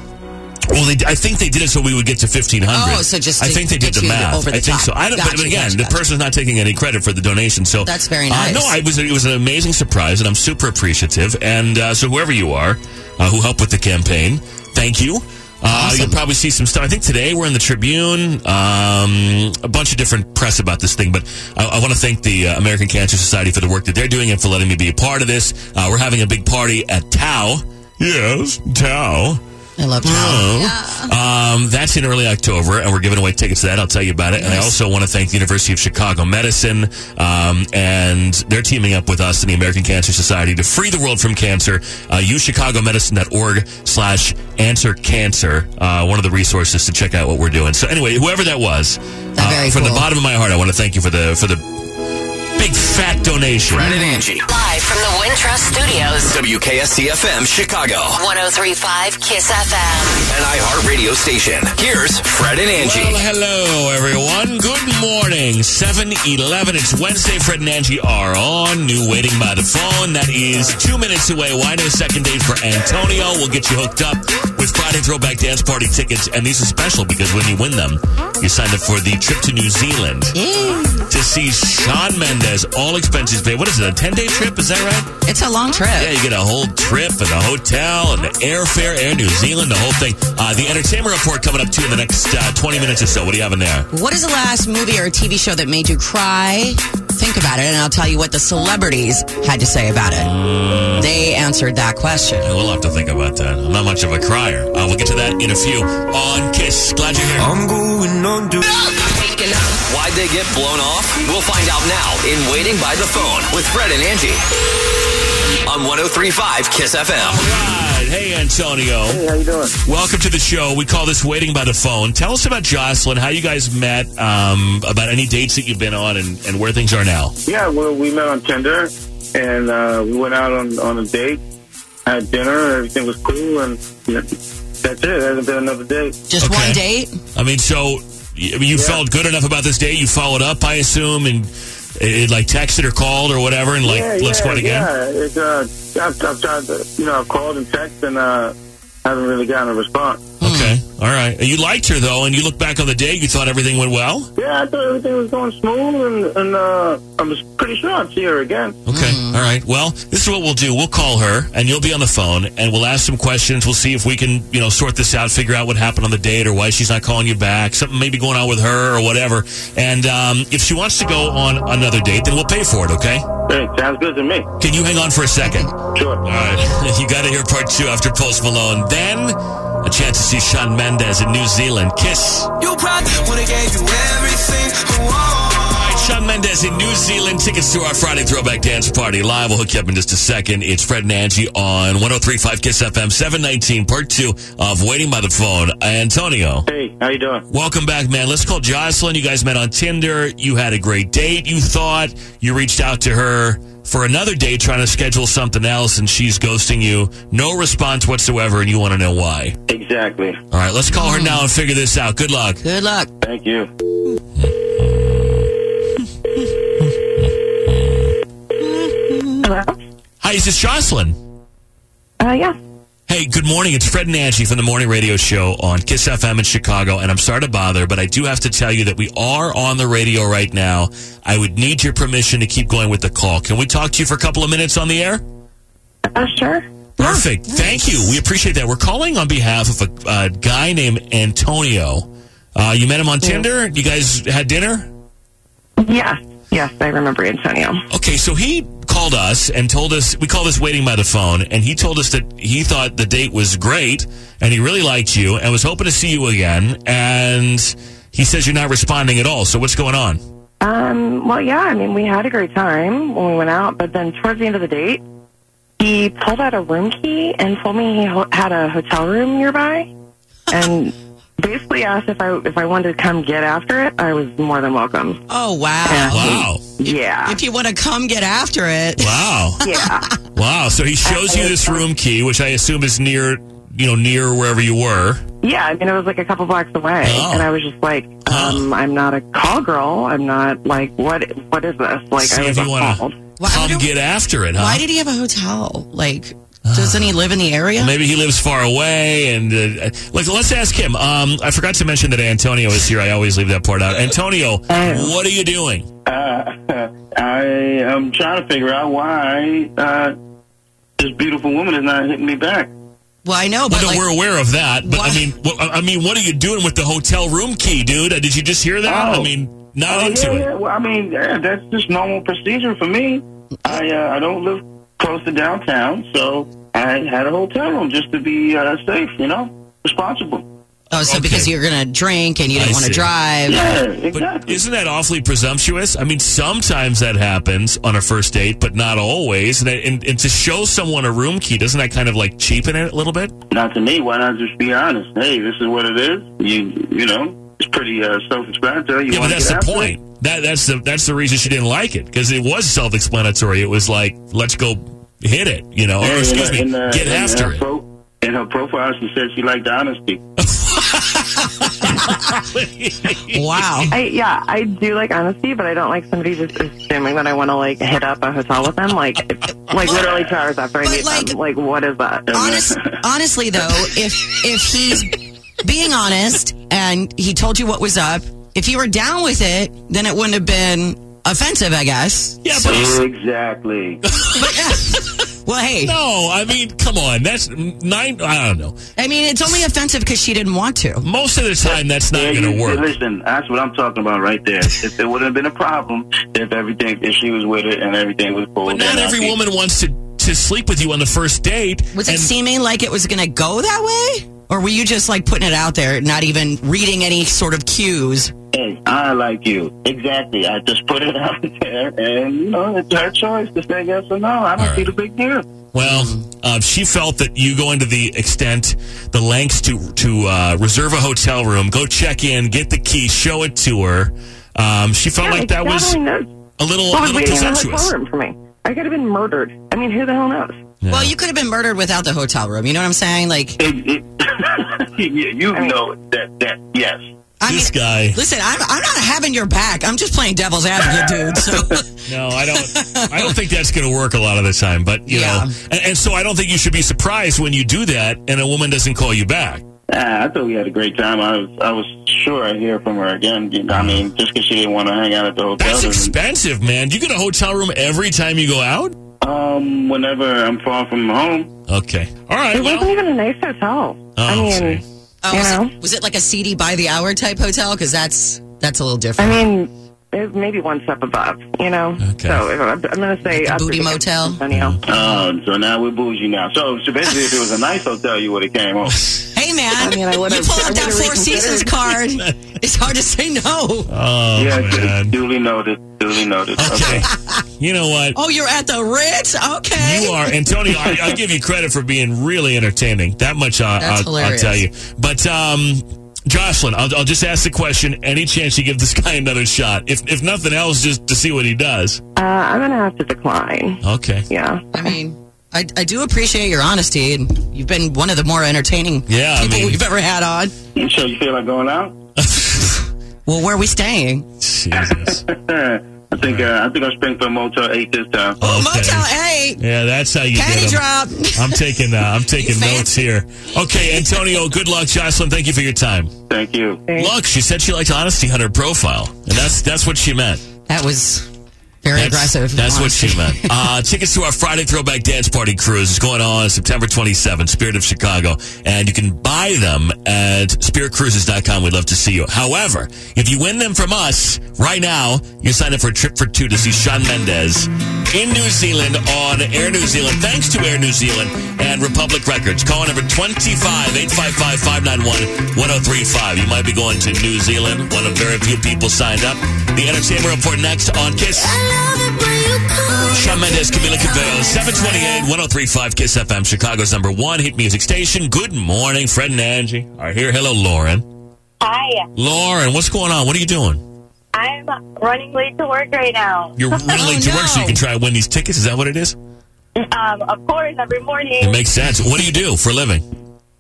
[SPEAKER 3] Well, they, I think they did it so we would get to fifteen hundred.
[SPEAKER 4] Oh, so just
[SPEAKER 3] I
[SPEAKER 4] to
[SPEAKER 3] think they did
[SPEAKER 4] get
[SPEAKER 3] the
[SPEAKER 4] you
[SPEAKER 3] math.
[SPEAKER 4] over the
[SPEAKER 3] I think
[SPEAKER 4] top.
[SPEAKER 3] so. I don't. but- but,
[SPEAKER 4] Gotcha,
[SPEAKER 3] again,
[SPEAKER 4] gotcha,
[SPEAKER 3] the
[SPEAKER 4] gotcha.
[SPEAKER 3] person's not taking any credit for the donation. So
[SPEAKER 4] That's very
[SPEAKER 3] uh,
[SPEAKER 4] nice.
[SPEAKER 3] no, I was. It was an amazing surprise, and I'm super appreciative. And uh, so whoever you are uh, who helped with the campaign, thank you. Uh,
[SPEAKER 4] Awesome.
[SPEAKER 3] You'll probably see some stuff. I think today we're in the Tribune, um, a bunch of different press about this thing. But I, I want to thank the uh, American Cancer Society for the work that they're doing and for letting me be a part of this. Uh, we're having a big party at Tau. Yes, Tau.
[SPEAKER 4] I love Tao.
[SPEAKER 3] Um, that's in early October, and we're giving away tickets to that. I'll tell you about it. And I also want to thank the University of Chicago Medicine, um, and they're teaming up with us and the American Cancer Society to free the world from cancer. Uh, UseChicagoMedicine.org slash answer cancer. Uh, one of the resources to check out what we're doing. So anyway, whoever that was, uh,
[SPEAKER 4] very
[SPEAKER 3] from the
[SPEAKER 4] cool.
[SPEAKER 3] bottom of my heart, I want to thank you for the for the big fat donation.
[SPEAKER 2] Brad and Angie.
[SPEAKER 1] Live from the Wintrust Studios.
[SPEAKER 2] WKSCFM Chicago.
[SPEAKER 1] 1035 Kiss FM.
[SPEAKER 2] An iHeartRadio station. Here's Fred and Angie.
[SPEAKER 3] Well, hello, everyone. Good morning. 7 11. It's Wednesday. Fred and Angie are on. New Waiting by the Phone. That is two minutes away. Why no second date for Antonio? We'll get you hooked up with Friday Throwback Dance Party tickets. And these are special because when you win them, you sign up for the trip to New Zealand to see Sean Mendez, all expenses paid. What is it, a 10 day trip? Is that right?
[SPEAKER 4] It's a long trip.
[SPEAKER 3] Yeah, you get a whole trip and a hotel and the airfare, Air New Zealand, the whole thing. Uh, the entertainment report coming up too in the next uh, 20 minutes or so. What do you have in there?
[SPEAKER 4] What is the last movie or TV show that made you cry? Think about it, and I'll tell you what the celebrities had to say about it. They answered that question.
[SPEAKER 3] Yeah, We'll have to think about that. I'm not much of a crier. Uh, we'll get to that in a few. On Kiss. Glad you're here.
[SPEAKER 7] I'm going on to
[SPEAKER 2] Why'd they get blown off? We'll find out now in Waiting by the Phone with Fred and Angie. On 1035 Kiss FM.
[SPEAKER 3] Right. Hey, Antonio. Hey, how you doing? Welcome to the show. We call this Waiting by the Phone. Tell us about Jocelyn, how you guys met, um, about any dates that you've been on, and, and where things are now.
[SPEAKER 8] Yeah, well, we met on Tinder, and uh, we went out on, on a date, had dinner, everything was cool, and yeah, that's it. It hasn't been another date.
[SPEAKER 4] Just
[SPEAKER 3] Okay.
[SPEAKER 4] one date?
[SPEAKER 3] I mean, so y- I mean, you felt good enough about this date. You followed up, I assume, and it, like texted or called or whatever, and like
[SPEAKER 8] yeah,
[SPEAKER 3] let's
[SPEAKER 8] yeah,
[SPEAKER 3] go out again.
[SPEAKER 8] Yeah, it's, uh, I've, I've tried to, you know, I've called and texted, and uh, haven't really gotten a response.
[SPEAKER 3] Okay,
[SPEAKER 4] Hmm.
[SPEAKER 3] all right. You liked her though, and you look back on the date. You thought everything went well.
[SPEAKER 8] Yeah, I thought everything was going smooth, and, and uh, I was pretty sure I'd see her again.
[SPEAKER 3] Okay, all right. Well, this is what we'll do. We'll call her, and you'll be on the phone, and we'll ask some questions. We'll see if we can, you know, sort this out, figure out what happened on the date, or why she's not calling you back. Something maybe going on with her, or whatever. And um, if she wants to go on another date, then we'll pay for it. Okay?
[SPEAKER 8] Hey, sounds good to me.
[SPEAKER 3] Can you hang on for a second?
[SPEAKER 8] Sure.
[SPEAKER 3] All right. *laughs* You got to hear part two after Post Malone. Then a chance to see Sean Mendez in New Zealand. Kiss. All
[SPEAKER 7] You probably would have gave you everything. Oh,
[SPEAKER 3] right, Sean Mendez in New Zealand. Tickets to our Friday Throwback Dance Party live. We'll hook you up in just a second. It's Fred and Angie on 103.5 Kiss FM 719, part two of Waiting by the Phone. Antonio.
[SPEAKER 8] Hey, how you doing?
[SPEAKER 3] Welcome back, man. Let's call Jocelyn. You guys met on Tinder. You had a great date, you thought. You reached out to her for another date, trying to schedule something else, and she's ghosting you. No response whatsoever, and you want to know why.
[SPEAKER 8] Exactly.
[SPEAKER 3] All right, let's call her now and figure this out. Good luck.
[SPEAKER 4] Good luck.
[SPEAKER 8] Thank you.
[SPEAKER 9] Hello?
[SPEAKER 3] Hi, is this Jocelyn?
[SPEAKER 9] Uh, yeah.
[SPEAKER 3] Hey, good morning. It's Fred and Angie from the morning radio show on Kiss FM in Chicago, and I'm sorry to bother, but I do have to tell you that we are on the radio right now. I would need your permission to keep going with the call. Can we talk to you for a couple of minutes on the air?
[SPEAKER 9] Uh, sure.
[SPEAKER 3] Perfect. Thank you. We appreciate that. We're calling on behalf of a uh, guy named Antonio. Uh, you met him on Tinder. You guys had dinner.
[SPEAKER 9] Yes. Yes, I remember Antonio.
[SPEAKER 3] Okay, so he called us and told us we call this waiting by the phone, and he told us that he thought the date was great and he really liked you and was hoping to see you again. And he says you're not responding at all. So what's going
[SPEAKER 9] *laughs*
[SPEAKER 3] on?
[SPEAKER 9] Um, well, yeah, I mean, we had a great time when we went out, but then towards the end of the date, he pulled out a room key and told me he ho- had a hotel room nearby
[SPEAKER 3] *laughs*
[SPEAKER 9] and basically asked if I if I wanted to come get after it. I was more than welcome.
[SPEAKER 4] Oh, wow.
[SPEAKER 9] Yeah.
[SPEAKER 3] Wow,
[SPEAKER 9] Yeah.
[SPEAKER 4] If you want to come get after it.
[SPEAKER 3] wow,
[SPEAKER 9] Yeah.
[SPEAKER 3] *laughs* wow. So he shows you this room key, which I assume is near, you know, near wherever you were.
[SPEAKER 9] Yeah, I mean, it was like a couple blocks away,
[SPEAKER 3] Oh.
[SPEAKER 9] and I was just like, um, "I'm not a call girl. I'm not like what? What is this? Like,
[SPEAKER 3] See
[SPEAKER 9] I
[SPEAKER 3] if
[SPEAKER 9] was
[SPEAKER 3] you want
[SPEAKER 9] appalled.
[SPEAKER 3] to
[SPEAKER 4] Why
[SPEAKER 3] come
[SPEAKER 4] would-
[SPEAKER 3] get after it. Huh?
[SPEAKER 4] Why did he have a hotel? Like, doesn't he live in the area?
[SPEAKER 3] Maybe he lives far away, and uh, like let's ask him. Um, I forgot to mention that Antonio is here. I always leave that part out. Antonio,
[SPEAKER 9] Oh.
[SPEAKER 3] what are you doing?
[SPEAKER 8] Uh, *laughs* I am trying to figure out why uh, this beautiful woman is not hitting me back.
[SPEAKER 4] Well, I know,
[SPEAKER 3] Well,
[SPEAKER 4] but
[SPEAKER 3] no,
[SPEAKER 4] like,
[SPEAKER 3] we're aware of that, but I
[SPEAKER 4] Why-
[SPEAKER 3] mean, what, I mean, what are you doing with the hotel room key, dude? Uh, Did you just hear that?
[SPEAKER 8] Oh.
[SPEAKER 3] I mean, not
[SPEAKER 8] Oh,
[SPEAKER 3] into
[SPEAKER 8] yeah,
[SPEAKER 3] it.
[SPEAKER 8] yeah. Well, I mean, yeah, that's just normal procedure for me. I uh, I don't live close to downtown, so I had a hotel room just to be uh, safe, you know. responsible.
[SPEAKER 4] Oh, so
[SPEAKER 3] Okay.
[SPEAKER 4] because you're going to drink and you
[SPEAKER 3] I
[SPEAKER 4] don't want
[SPEAKER 3] see.
[SPEAKER 4] to drive.
[SPEAKER 8] Yeah,
[SPEAKER 3] But
[SPEAKER 8] exactly.
[SPEAKER 3] isn't that awfully presumptuous? I mean, sometimes that happens on a first date, but not always. And, and, and to show someone a room key, doesn't that kind of like cheapen it a little bit?
[SPEAKER 8] Not to me. Why not just be honest? Hey, this is what it is. You you know, it's pretty uh, self-explanatory. You
[SPEAKER 3] yeah, but
[SPEAKER 8] wanna
[SPEAKER 3] that's
[SPEAKER 8] get
[SPEAKER 3] the
[SPEAKER 8] after it?
[SPEAKER 3] point. That that's the that's the reason she didn't like it because it was self-explanatory. It was like, let's go hit it, you know, or
[SPEAKER 8] Yeah,
[SPEAKER 3] Oh, excuse
[SPEAKER 8] in
[SPEAKER 3] me,
[SPEAKER 8] the- in the-
[SPEAKER 3] get
[SPEAKER 8] in
[SPEAKER 3] after
[SPEAKER 8] her
[SPEAKER 3] it.
[SPEAKER 8] pro- in her profile, she said she liked honesty.
[SPEAKER 3] *laughs*
[SPEAKER 4] Wow.
[SPEAKER 9] I yeah, I do like honesty, but I don't like somebody just assuming that I want to like hit up a hotel with them, like like literally two hours after I
[SPEAKER 4] But,
[SPEAKER 9] meet
[SPEAKER 4] like-
[SPEAKER 9] them. Like what is that?
[SPEAKER 4] Honest, honestly, though, if if he's being honest and he told you what was up, if you were down with it, then it wouldn't have been offensive, I guess.
[SPEAKER 3] yeah, but it's-
[SPEAKER 8] Exactly.
[SPEAKER 4] *laughs*
[SPEAKER 8] *laughs*
[SPEAKER 4] Well, hey,
[SPEAKER 3] no, I mean, come on, that's nine. I don't know.
[SPEAKER 4] I mean, it's only offensive because she didn't want to.
[SPEAKER 3] Most of the time, that's not
[SPEAKER 8] Yeah,
[SPEAKER 3] going to
[SPEAKER 8] you-
[SPEAKER 3] work.
[SPEAKER 8] Listen, that's what I'm talking about right there. If there wouldn't have been a problem if everything, if she was with it and everything was cool.
[SPEAKER 3] But not
[SPEAKER 8] then I
[SPEAKER 3] every
[SPEAKER 8] think-
[SPEAKER 3] woman wants to to sleep with you on the first date.
[SPEAKER 4] Was it
[SPEAKER 3] and-
[SPEAKER 4] seeming like it was going to go that way? Or were you just like putting it out there, not even reading any sort of cues?
[SPEAKER 8] Hey, I like you. Exactly. I just put it *laughs* out there, and you know, it's her choice to say yes or no. I don't
[SPEAKER 3] All
[SPEAKER 8] see
[SPEAKER 3] right.
[SPEAKER 8] the big deal. *laughs*
[SPEAKER 3] Well,
[SPEAKER 4] Mm-hmm.
[SPEAKER 3] uh, she felt that you going to the extent, the lengths to to uh, reserve a hotel room, go check in, get the key, show it to her. Um, she felt like that was
[SPEAKER 9] I
[SPEAKER 3] a little, a
[SPEAKER 9] was
[SPEAKER 3] little
[SPEAKER 9] waiting in the
[SPEAKER 3] presumptuous.
[SPEAKER 9] hotel room for me. I could have been murdered. I mean, who the hell knows?
[SPEAKER 3] Yeah.
[SPEAKER 4] Well, you could have been murdered without the hotel room. You know what I'm saying? Like,
[SPEAKER 8] It, it, you you know that that yes.
[SPEAKER 4] I mean,
[SPEAKER 3] this guy.
[SPEAKER 4] listen, I'm, I'm not having your back. I'm just playing devil's advocate, dude. So.
[SPEAKER 3] *laughs*
[SPEAKER 4] *laughs*
[SPEAKER 3] No, I don't. I don't think that's going to work a lot of the time. But you
[SPEAKER 4] Yeah.
[SPEAKER 3] know, and, and so I don't think you should be surprised when you do that and a woman doesn't call you back.
[SPEAKER 8] Ah, I thought we had a great time. I was I was sure I'd hear from her again. You know, I mean, just because she didn't want to hang out at the hotel.
[SPEAKER 3] That's
[SPEAKER 8] doesn't-
[SPEAKER 3] expensive, man. Do you get a hotel room every time you go out?
[SPEAKER 8] Um, whenever I'm far from home,
[SPEAKER 3] Okay. All right.
[SPEAKER 9] It wasn't
[SPEAKER 3] Well,
[SPEAKER 9] even a nice hotel. I
[SPEAKER 3] Oh,
[SPEAKER 9] mean,
[SPEAKER 3] see.
[SPEAKER 4] Oh,
[SPEAKER 9] You
[SPEAKER 4] was,
[SPEAKER 9] know?
[SPEAKER 4] it, was it like a CD by the hour type hotel? Because that's that's a little
[SPEAKER 9] I
[SPEAKER 4] different.
[SPEAKER 9] mean, it maybe one step above. You know.
[SPEAKER 3] Okay.
[SPEAKER 9] So if- I'm, I'm going to say
[SPEAKER 4] Like the
[SPEAKER 9] up to
[SPEAKER 4] booty
[SPEAKER 9] San
[SPEAKER 4] motel?
[SPEAKER 9] Antonio.
[SPEAKER 8] um, so now we're bougie now. So, so basically, if it was a nice hotel, you would have came home.
[SPEAKER 4] hey, man,
[SPEAKER 9] I mean, I
[SPEAKER 4] you pull
[SPEAKER 9] would've- I
[SPEAKER 4] out that
[SPEAKER 9] would've
[SPEAKER 4] Four Seasons card.
[SPEAKER 3] *laughs*
[SPEAKER 4] it's hard to say no.
[SPEAKER 3] *laughs* oh
[SPEAKER 8] yeah,
[SPEAKER 3] man.
[SPEAKER 8] duly noted. Duly noted.
[SPEAKER 3] Okay. you know what?
[SPEAKER 4] Oh, you're at the Ritz. Okay.
[SPEAKER 3] You are, Antonio. I,
[SPEAKER 10] *laughs*
[SPEAKER 3] I give you credit for being really entertaining. That much I,
[SPEAKER 4] That's
[SPEAKER 3] I'll, I'll
[SPEAKER 4] hilarious.
[SPEAKER 3] tell you. But um, Jocelyn, I'll, I'll just ask the question. Any chance you give this guy *laughs* another shot? If if nothing else, just to see what he does.
[SPEAKER 9] Uh, I'm going to have to decline.
[SPEAKER 3] Okay.
[SPEAKER 9] Yeah.
[SPEAKER 4] I mean, I, I do appreciate your honesty, and you've been one of the more entertaining
[SPEAKER 3] Yeah, I
[SPEAKER 4] people
[SPEAKER 3] mean-
[SPEAKER 4] we've ever had on.
[SPEAKER 8] You sure you feel like going out?
[SPEAKER 4] Well, where are we staying?
[SPEAKER 3] Jesus.
[SPEAKER 8] Eh, *laughs* I think uh, I think I'm spring for Motel Eight this time.
[SPEAKER 4] Oh,
[SPEAKER 3] Okay.
[SPEAKER 4] Motel Eight.
[SPEAKER 3] Yeah, that's how you
[SPEAKER 4] Penny
[SPEAKER 3] get him.
[SPEAKER 4] drop.
[SPEAKER 3] *laughs* I'm taking uh, I'm taking
[SPEAKER 4] You
[SPEAKER 3] notes
[SPEAKER 4] fancy?
[SPEAKER 3] here. Okay, Antonio. Good luck, Jocelyn. Thank you for your time.
[SPEAKER 8] Thank you.
[SPEAKER 3] Look, she said she liked honesty on her profile, and that's that's what she meant.
[SPEAKER 4] That was very
[SPEAKER 3] That's-
[SPEAKER 4] aggressive.
[SPEAKER 3] That's what she meant. Uh, tickets to our Friday Throwback Dance Party Cruise is going on September 27th, Spirit of Chicago. And you can buy them at spiritcruises.com. We'd love to see you. However, if you win them from us right now, you sign up for a trip for two to see Sean Mendez in New Zealand on Air New Zealand. Thanks to Air New Zealand and Republic Records. Call number 25 855 591 1035. You might be going to New Zealand. One of very few people signed up. The Entertainment Report next on KISS. Shawn Mendes, Camila Cabello, 728 1035 Kiss FM, Chicago's number one hit music station. Good morning, Fred and Angie are here. Hello, Lauren.
[SPEAKER 11] Hi,
[SPEAKER 3] Lauren, what's going on? What are you doing?
[SPEAKER 11] I'm running late to work right now. *laughs*
[SPEAKER 4] *laughs*
[SPEAKER 3] You're running late to
[SPEAKER 4] no.
[SPEAKER 3] work so you can try to win these tickets. Is that what it is?
[SPEAKER 11] Um, of course, every
[SPEAKER 3] It
[SPEAKER 11] morning
[SPEAKER 3] makes sense. What do you do for a living?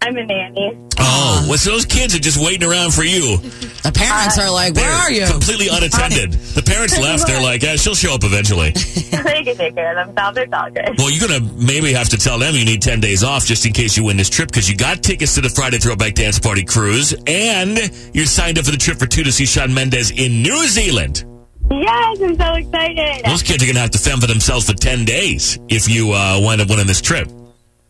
[SPEAKER 11] I'm a nanny.
[SPEAKER 4] Uh,
[SPEAKER 3] Oh, well, so those kids are just waiting around for you.
[SPEAKER 4] The parents are like, "Where
[SPEAKER 3] They're
[SPEAKER 4] are you?"
[SPEAKER 3] Completely unattended. The
[SPEAKER 4] *laughs*
[SPEAKER 3] parents left. They're like, eh, she'll show up
[SPEAKER 11] *laughs*
[SPEAKER 3] eventually.
[SPEAKER 11] they can take care of themselves. It's all good.
[SPEAKER 3] Well, you're going to maybe have to tell them you need 10 days off just in case you win this trip because you got tickets to the Friday Throwback Dance Party cruise and you're signed up for the trip for two to see Sean Mendez in New Zealand.
[SPEAKER 11] Yes, I'm so excited.
[SPEAKER 3] Those kids are going to have to fend for themselves for 10 days if you uh, wind up winning this trip.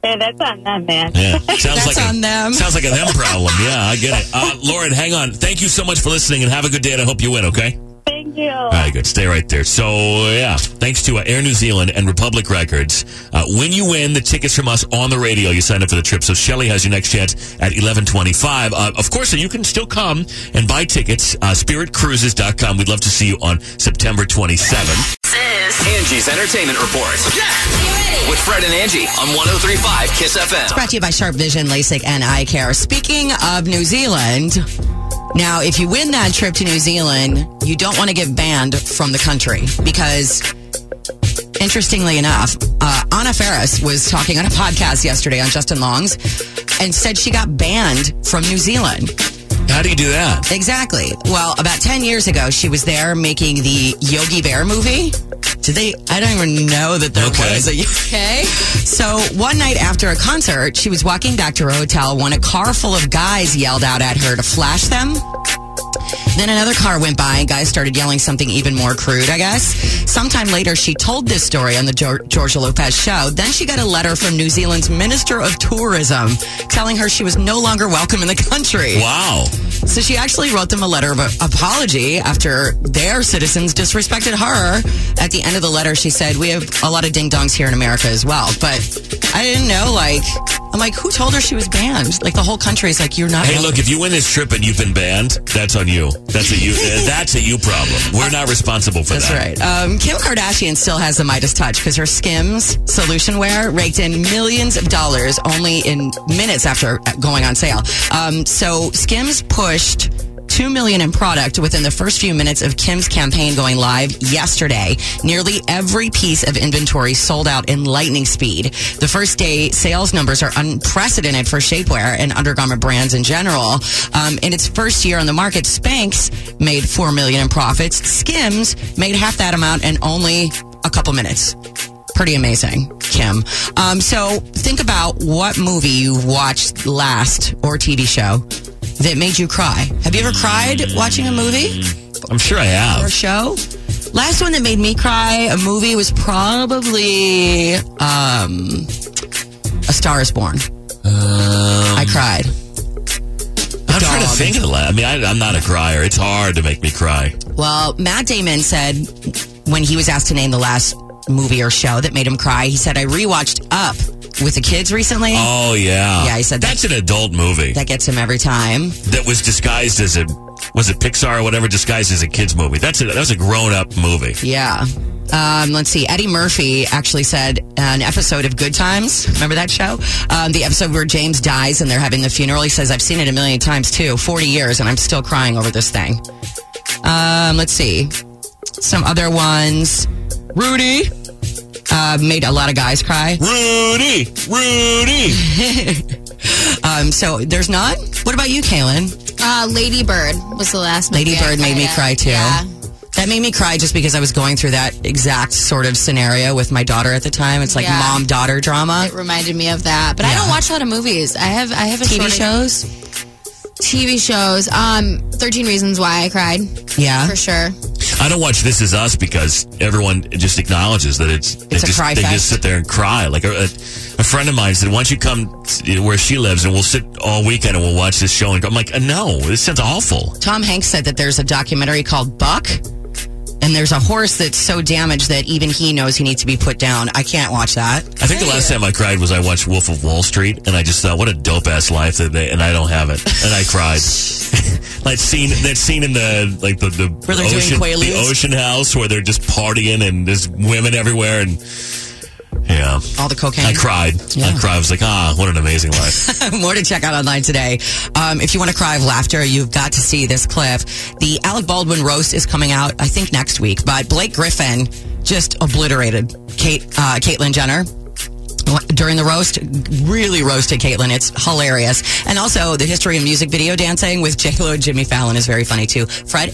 [SPEAKER 11] Yeah, that's on them, man.
[SPEAKER 3] Yeah. *laughs*
[SPEAKER 11] *laughs*
[SPEAKER 3] Sounds
[SPEAKER 4] That's
[SPEAKER 3] like a,
[SPEAKER 4] on
[SPEAKER 3] *laughs*
[SPEAKER 4] them.
[SPEAKER 3] Sounds like a them problem. Yeah, I get it. Uh, Lauren, hang on. Thank you so much for listening and have a good day and I hope you win, okay?
[SPEAKER 11] Thank Thank you.
[SPEAKER 3] All right, good. Stay right there. So, yeah, thanks to uh, Air New Zealand and Republic Records. Uh, when you win the tickets from us on the radio, you sign up for the trip. So Shelly has your next chance at 1125. Uh, of course, you can still come and buy tickets. Uh, spiritcruises.com. We'd love to see you on September 27th.
[SPEAKER 2] Angie's Entertainment Report. With Fred and Angie on 1035 Kiss FM.
[SPEAKER 4] It's brought to you by Sharp Vision, LASIK, and Eye Care. Speaking of New Zealand, now if you win that trip to New Zealand, you don't want to get banned from the country because, interestingly enough, uh, Anna Ferris was talking on a *laughs* podcast yesterday on Justin Long's and said she got banned from New Zealand.
[SPEAKER 3] How do you do that?
[SPEAKER 4] Exactly. Well, about 10 years ago, she was there making the Yogi Bear movie. Did they? I don't even know that there
[SPEAKER 3] Okay.
[SPEAKER 4] was a UK. So one night after a concert, she was walking back to her hotel when a car full of guys yelled out at her to flash them. Then another car went by and guys started yelling something even more crude, I guess. Sometime later, she told this story on the Geor- Georgia Lopez show. Then she got a letter from New Zealand's Minister of Tourism telling her she was no longer welcome in the country.
[SPEAKER 3] Wow.
[SPEAKER 4] So she actually wrote them a letter of apology after their citizens disrespected her. At the end of the letter, she said, We have a lot of ding dongs here in America as well. But I didn't know, like, I'm like, who told her she was banned? Like, the whole country is like, You're not.
[SPEAKER 3] Hey,
[SPEAKER 4] welcome."
[SPEAKER 3] look, if you win this trip and you've been banned, that's on you. That's a you. uh, that's a you problem. We're not responsible for
[SPEAKER 4] That's
[SPEAKER 3] that.
[SPEAKER 4] right. Um, Kim Kardashian still has the Midas touch because her Skims solution wear raked in millions of dollars only in minutes after going on sale. Um, so Skims pushed. 2 million in product within the first few minutes of Kim's campaign going live yesterday. Nearly every piece of inventory sold out in lightning speed. The first day sales numbers are unprecedented for shapewear and undergarment brands in general. Um, in its first year on the market, Spanx made 4 million in profits. Skims made half that amount in only a couple minutes. Pretty amazing, Kim. Um, so think about what movie you watched last or TV show that made you cry. Have you ever cried watching a movie?
[SPEAKER 3] I'm sure I
[SPEAKER 4] or
[SPEAKER 3] have.
[SPEAKER 4] show. Last one that made me cry, a movie was probably um, A Star Is Born. I
[SPEAKER 3] Um,
[SPEAKER 4] cried.
[SPEAKER 3] I'm trying to
[SPEAKER 4] Dog.
[SPEAKER 3] think of the last. I mean, I, I'm not a crier. It's hard to make me cry.
[SPEAKER 4] Well, Matt Damon said when he was asked to name the last movie or show that made him cry, he said, "I rewatched Up with the kids recently.
[SPEAKER 3] Oh yeah.
[SPEAKER 4] Eh. Yeah, I said that-
[SPEAKER 3] that's an adult movie that,
[SPEAKER 4] That gets him every time."
[SPEAKER 3] was disguised as a was it Pixar or whatever disguised as a kids movie. That's a that was a grown up movie.
[SPEAKER 4] Yeah. Um, let's see. Eddie Murphy actually said an episode of Good Times. Remember that show? Um, the episode where James dies and they're having the funeral. He says, I've seen it a million times too, 40 years, and I'm still crying over this thing. Um, let's see. Some other ones. Rudy uh, made a lot of guys cry.
[SPEAKER 3] Rudy, Rudy.
[SPEAKER 4] *laughs* Um, so there's not. What about you, Kaylin?
[SPEAKER 6] Uh, Lady Bird was the last.
[SPEAKER 4] Lady
[SPEAKER 6] movie I
[SPEAKER 4] Bird made me
[SPEAKER 6] cried
[SPEAKER 4] cry
[SPEAKER 6] at.
[SPEAKER 4] too.
[SPEAKER 6] Yeah.
[SPEAKER 4] That made me cry just because I was going through that exact sort of scenario with my daughter at the time. It's like
[SPEAKER 6] Yeah.
[SPEAKER 4] mom daughter drama.
[SPEAKER 6] It reminded me of that. But I don't watch a lot of movies. I have I have a
[SPEAKER 4] TV
[SPEAKER 6] shortage-
[SPEAKER 4] shows?
[SPEAKER 6] TV shows. Um, Thirteen Reasons Why I cried
[SPEAKER 4] Yeah.
[SPEAKER 6] for sure.
[SPEAKER 3] I don't watch This Is Us because everyone just acknowledges that it's they
[SPEAKER 4] It's a
[SPEAKER 3] just
[SPEAKER 4] cry
[SPEAKER 3] they
[SPEAKER 4] fest.
[SPEAKER 3] just sit there and cry. Like a, a, a friend of mine said, "Why don't you come to where she lives and we'll sit all weekend and we'll watch this show?" And go. I'm like, "No, this sounds awful."
[SPEAKER 4] Tom Hanks said that there's a documentary called Buck, and there's a horse that's so damaged that even he knows he needs to be put down. I can't watch that.
[SPEAKER 3] I think the last time I cried was I watched Wolf of Wall Street, and I just thought, what a dope ass life that they, and I don't have it, and I cried. *laughs* that scene, that scene in the like the the
[SPEAKER 4] Where they're doing
[SPEAKER 3] ocean, the
[SPEAKER 4] Quaaludes?
[SPEAKER 3] ocean house where they're just partying and there's women everywhere, and yeah,
[SPEAKER 4] All the cocaine.
[SPEAKER 3] I cried. I cried. I was like, ah, what an amazing life.
[SPEAKER 4] *laughs* More to check out online today. Um, if you want to cry of laughter, you've got to see this clip. The Alec Baldwin roast is coming out, I think, next week. But Blake Griffin just obliterated Kate, uh, Caitlyn Jenner. During the roast, really roasted Caitlyn. It's hilarious. And also, the history of music video dancing with J-Lo and Jimmy Fallon is very funny too.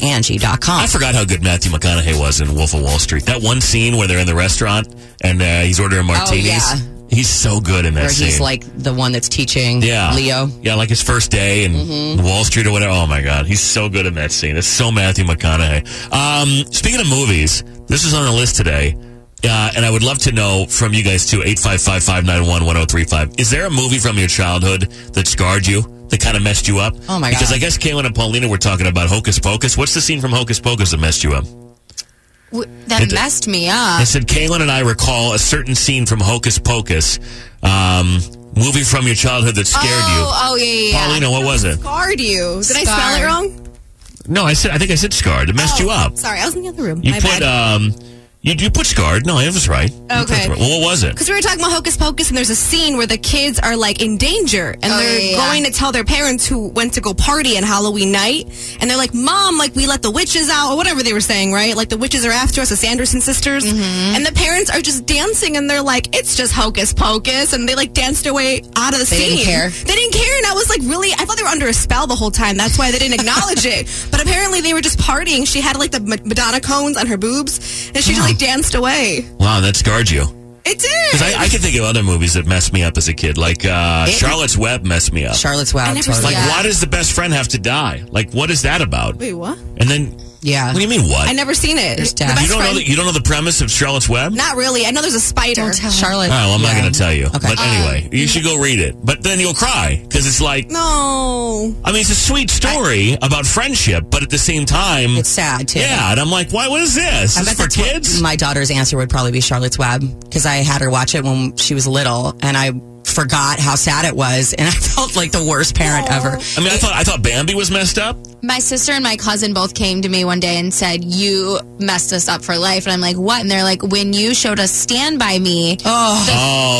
[SPEAKER 4] FredAngie.com.
[SPEAKER 3] I forgot how good Matthew McConaughey was in Wolf of Wall Street. That one scene where they're in the restaurant and uh, he's ordering martinis.
[SPEAKER 4] Oh, yeah.
[SPEAKER 3] He's so good in that
[SPEAKER 4] Where
[SPEAKER 3] scene.
[SPEAKER 4] he's like the one that's teaching
[SPEAKER 3] Yeah.
[SPEAKER 4] Leo. Mm-hmm.
[SPEAKER 3] Yeah, like his first day and Wall Street or whatever. Oh my God, he's so good in that scene. It's so Matthew McConaughey. Um, speaking of movies, this is on the list today. Uh, and I would love to know from you guys too, 855 591 1035. Is there a movie from your childhood that scarred you, that kind of messed you up?
[SPEAKER 4] Oh my
[SPEAKER 3] Because
[SPEAKER 4] God.
[SPEAKER 3] I guess Kaylin and Paulina were talking about Hocus Pocus. What's the scene from Hocus Pocus that messed you up?
[SPEAKER 6] w- that
[SPEAKER 3] It-
[SPEAKER 6] messed me up.
[SPEAKER 4] Uh,
[SPEAKER 3] They said Kaylin and I recall a certain scene from Hocus Pocus, um, movie from your childhood that scared
[SPEAKER 6] oh, oh, yeah, yeah,
[SPEAKER 3] you.
[SPEAKER 6] yeah.
[SPEAKER 3] Paulina, what was it?
[SPEAKER 6] Scarred you. Did I spell
[SPEAKER 5] Scarred.
[SPEAKER 6] it wrong?
[SPEAKER 3] No, I said I think I said scarred. It messed
[SPEAKER 6] Oh,
[SPEAKER 3] you up.
[SPEAKER 6] Sorry, I was in the other room.
[SPEAKER 3] You
[SPEAKER 6] My
[SPEAKER 3] put
[SPEAKER 6] bad.
[SPEAKER 3] um, you you put scarred. No, it was right. You put
[SPEAKER 6] Okay.
[SPEAKER 3] it right. Well, what was it?
[SPEAKER 6] Because we were talking about Hocus Pocus, and there's a scene where the kids are like in danger, and
[SPEAKER 5] Oh,
[SPEAKER 6] they're
[SPEAKER 5] yeah, yeah, yeah.
[SPEAKER 6] going to tell their parents who went to go party on Halloween night, and they're like, "Mom, like we let the witches out, or whatever they were saying, right? Like the witches are after us, the Sanderson sisters." And the parents are just dancing, and they're like, "It's just Hocus Pocus," and they like danced their way out of the
[SPEAKER 4] They
[SPEAKER 6] scene.
[SPEAKER 4] didn't care.
[SPEAKER 6] They didn't care, and I was like, "Really?" I thought they were under a spell the whole time. That's why they didn't acknowledge it. But apparently, they were just partying. She had like the Ma- Madonna cones on her boobs, and she just like danced away.
[SPEAKER 3] Wow, that scarred you.
[SPEAKER 6] It did.
[SPEAKER 3] Because I, I can think of other movies that messed me up as a kid, like uh, Charlotte's Web messed me up.
[SPEAKER 4] Charlotte's Web.
[SPEAKER 6] I never
[SPEAKER 4] totally.
[SPEAKER 3] like,
[SPEAKER 6] Yeah.
[SPEAKER 3] why does the best friend have to die? Like, what is that about?
[SPEAKER 6] Wait, what?
[SPEAKER 3] And then,
[SPEAKER 4] Yeah.
[SPEAKER 3] what do you mean, what?
[SPEAKER 6] I never seen it.
[SPEAKER 4] There's
[SPEAKER 6] The
[SPEAKER 4] death.
[SPEAKER 6] best
[SPEAKER 3] you don't know
[SPEAKER 6] friend-
[SPEAKER 3] the, you don't know the premise of Charlotte's Web?
[SPEAKER 6] Not really. I know there's a spider.
[SPEAKER 4] Charlotte.
[SPEAKER 3] Oh, well, I'm not
[SPEAKER 4] yeah.
[SPEAKER 3] going to tell you.
[SPEAKER 4] Okay.
[SPEAKER 3] But anyway,
[SPEAKER 6] Um,
[SPEAKER 3] you should go read it. But then you'll cry because it's like,
[SPEAKER 6] No.
[SPEAKER 3] I mean, it's a sweet story about friendship, but at the same time,
[SPEAKER 4] It's sad too.
[SPEAKER 3] yeah. And I'm like, why? What is this?
[SPEAKER 4] I
[SPEAKER 3] This is
[SPEAKER 4] bet
[SPEAKER 3] for
[SPEAKER 4] that's what-
[SPEAKER 3] kids?
[SPEAKER 4] my daughter's answer would probably be Charlotte's Web because I had her watch it when she was little, and I forgot how sad it was, and I felt like the worst parent ever.
[SPEAKER 3] I mean, I thought I thought Bambi was messed up.
[SPEAKER 10] My sister and my cousin both came to me one day and said, You messed us up for life. And I'm like, What? And they're like, When you showed us Stand By Me,
[SPEAKER 4] Oh,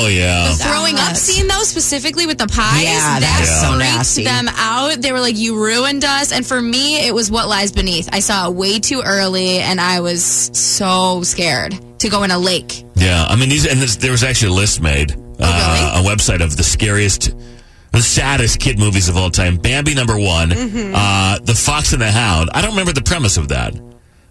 [SPEAKER 3] Oh yeah.
[SPEAKER 10] throwing up
[SPEAKER 4] Yes.
[SPEAKER 10] scene, though, specifically with the pies, that
[SPEAKER 4] Yeah, that's so
[SPEAKER 10] freaked
[SPEAKER 4] nasty.
[SPEAKER 10] them out. They were like, You ruined us. And for me, it was What Lies Beneath. I saw it way too early and I was so scared to go in a lake.
[SPEAKER 3] Yeah, I mean these, and this, there was actually a list
[SPEAKER 4] Oh,
[SPEAKER 3] made, uh, a website of the scariest, the saddest kid movies of all time. Bambi number one,
[SPEAKER 4] Mm-hmm.
[SPEAKER 3] uh, The Fox and the Hound. I don't remember the premise of that.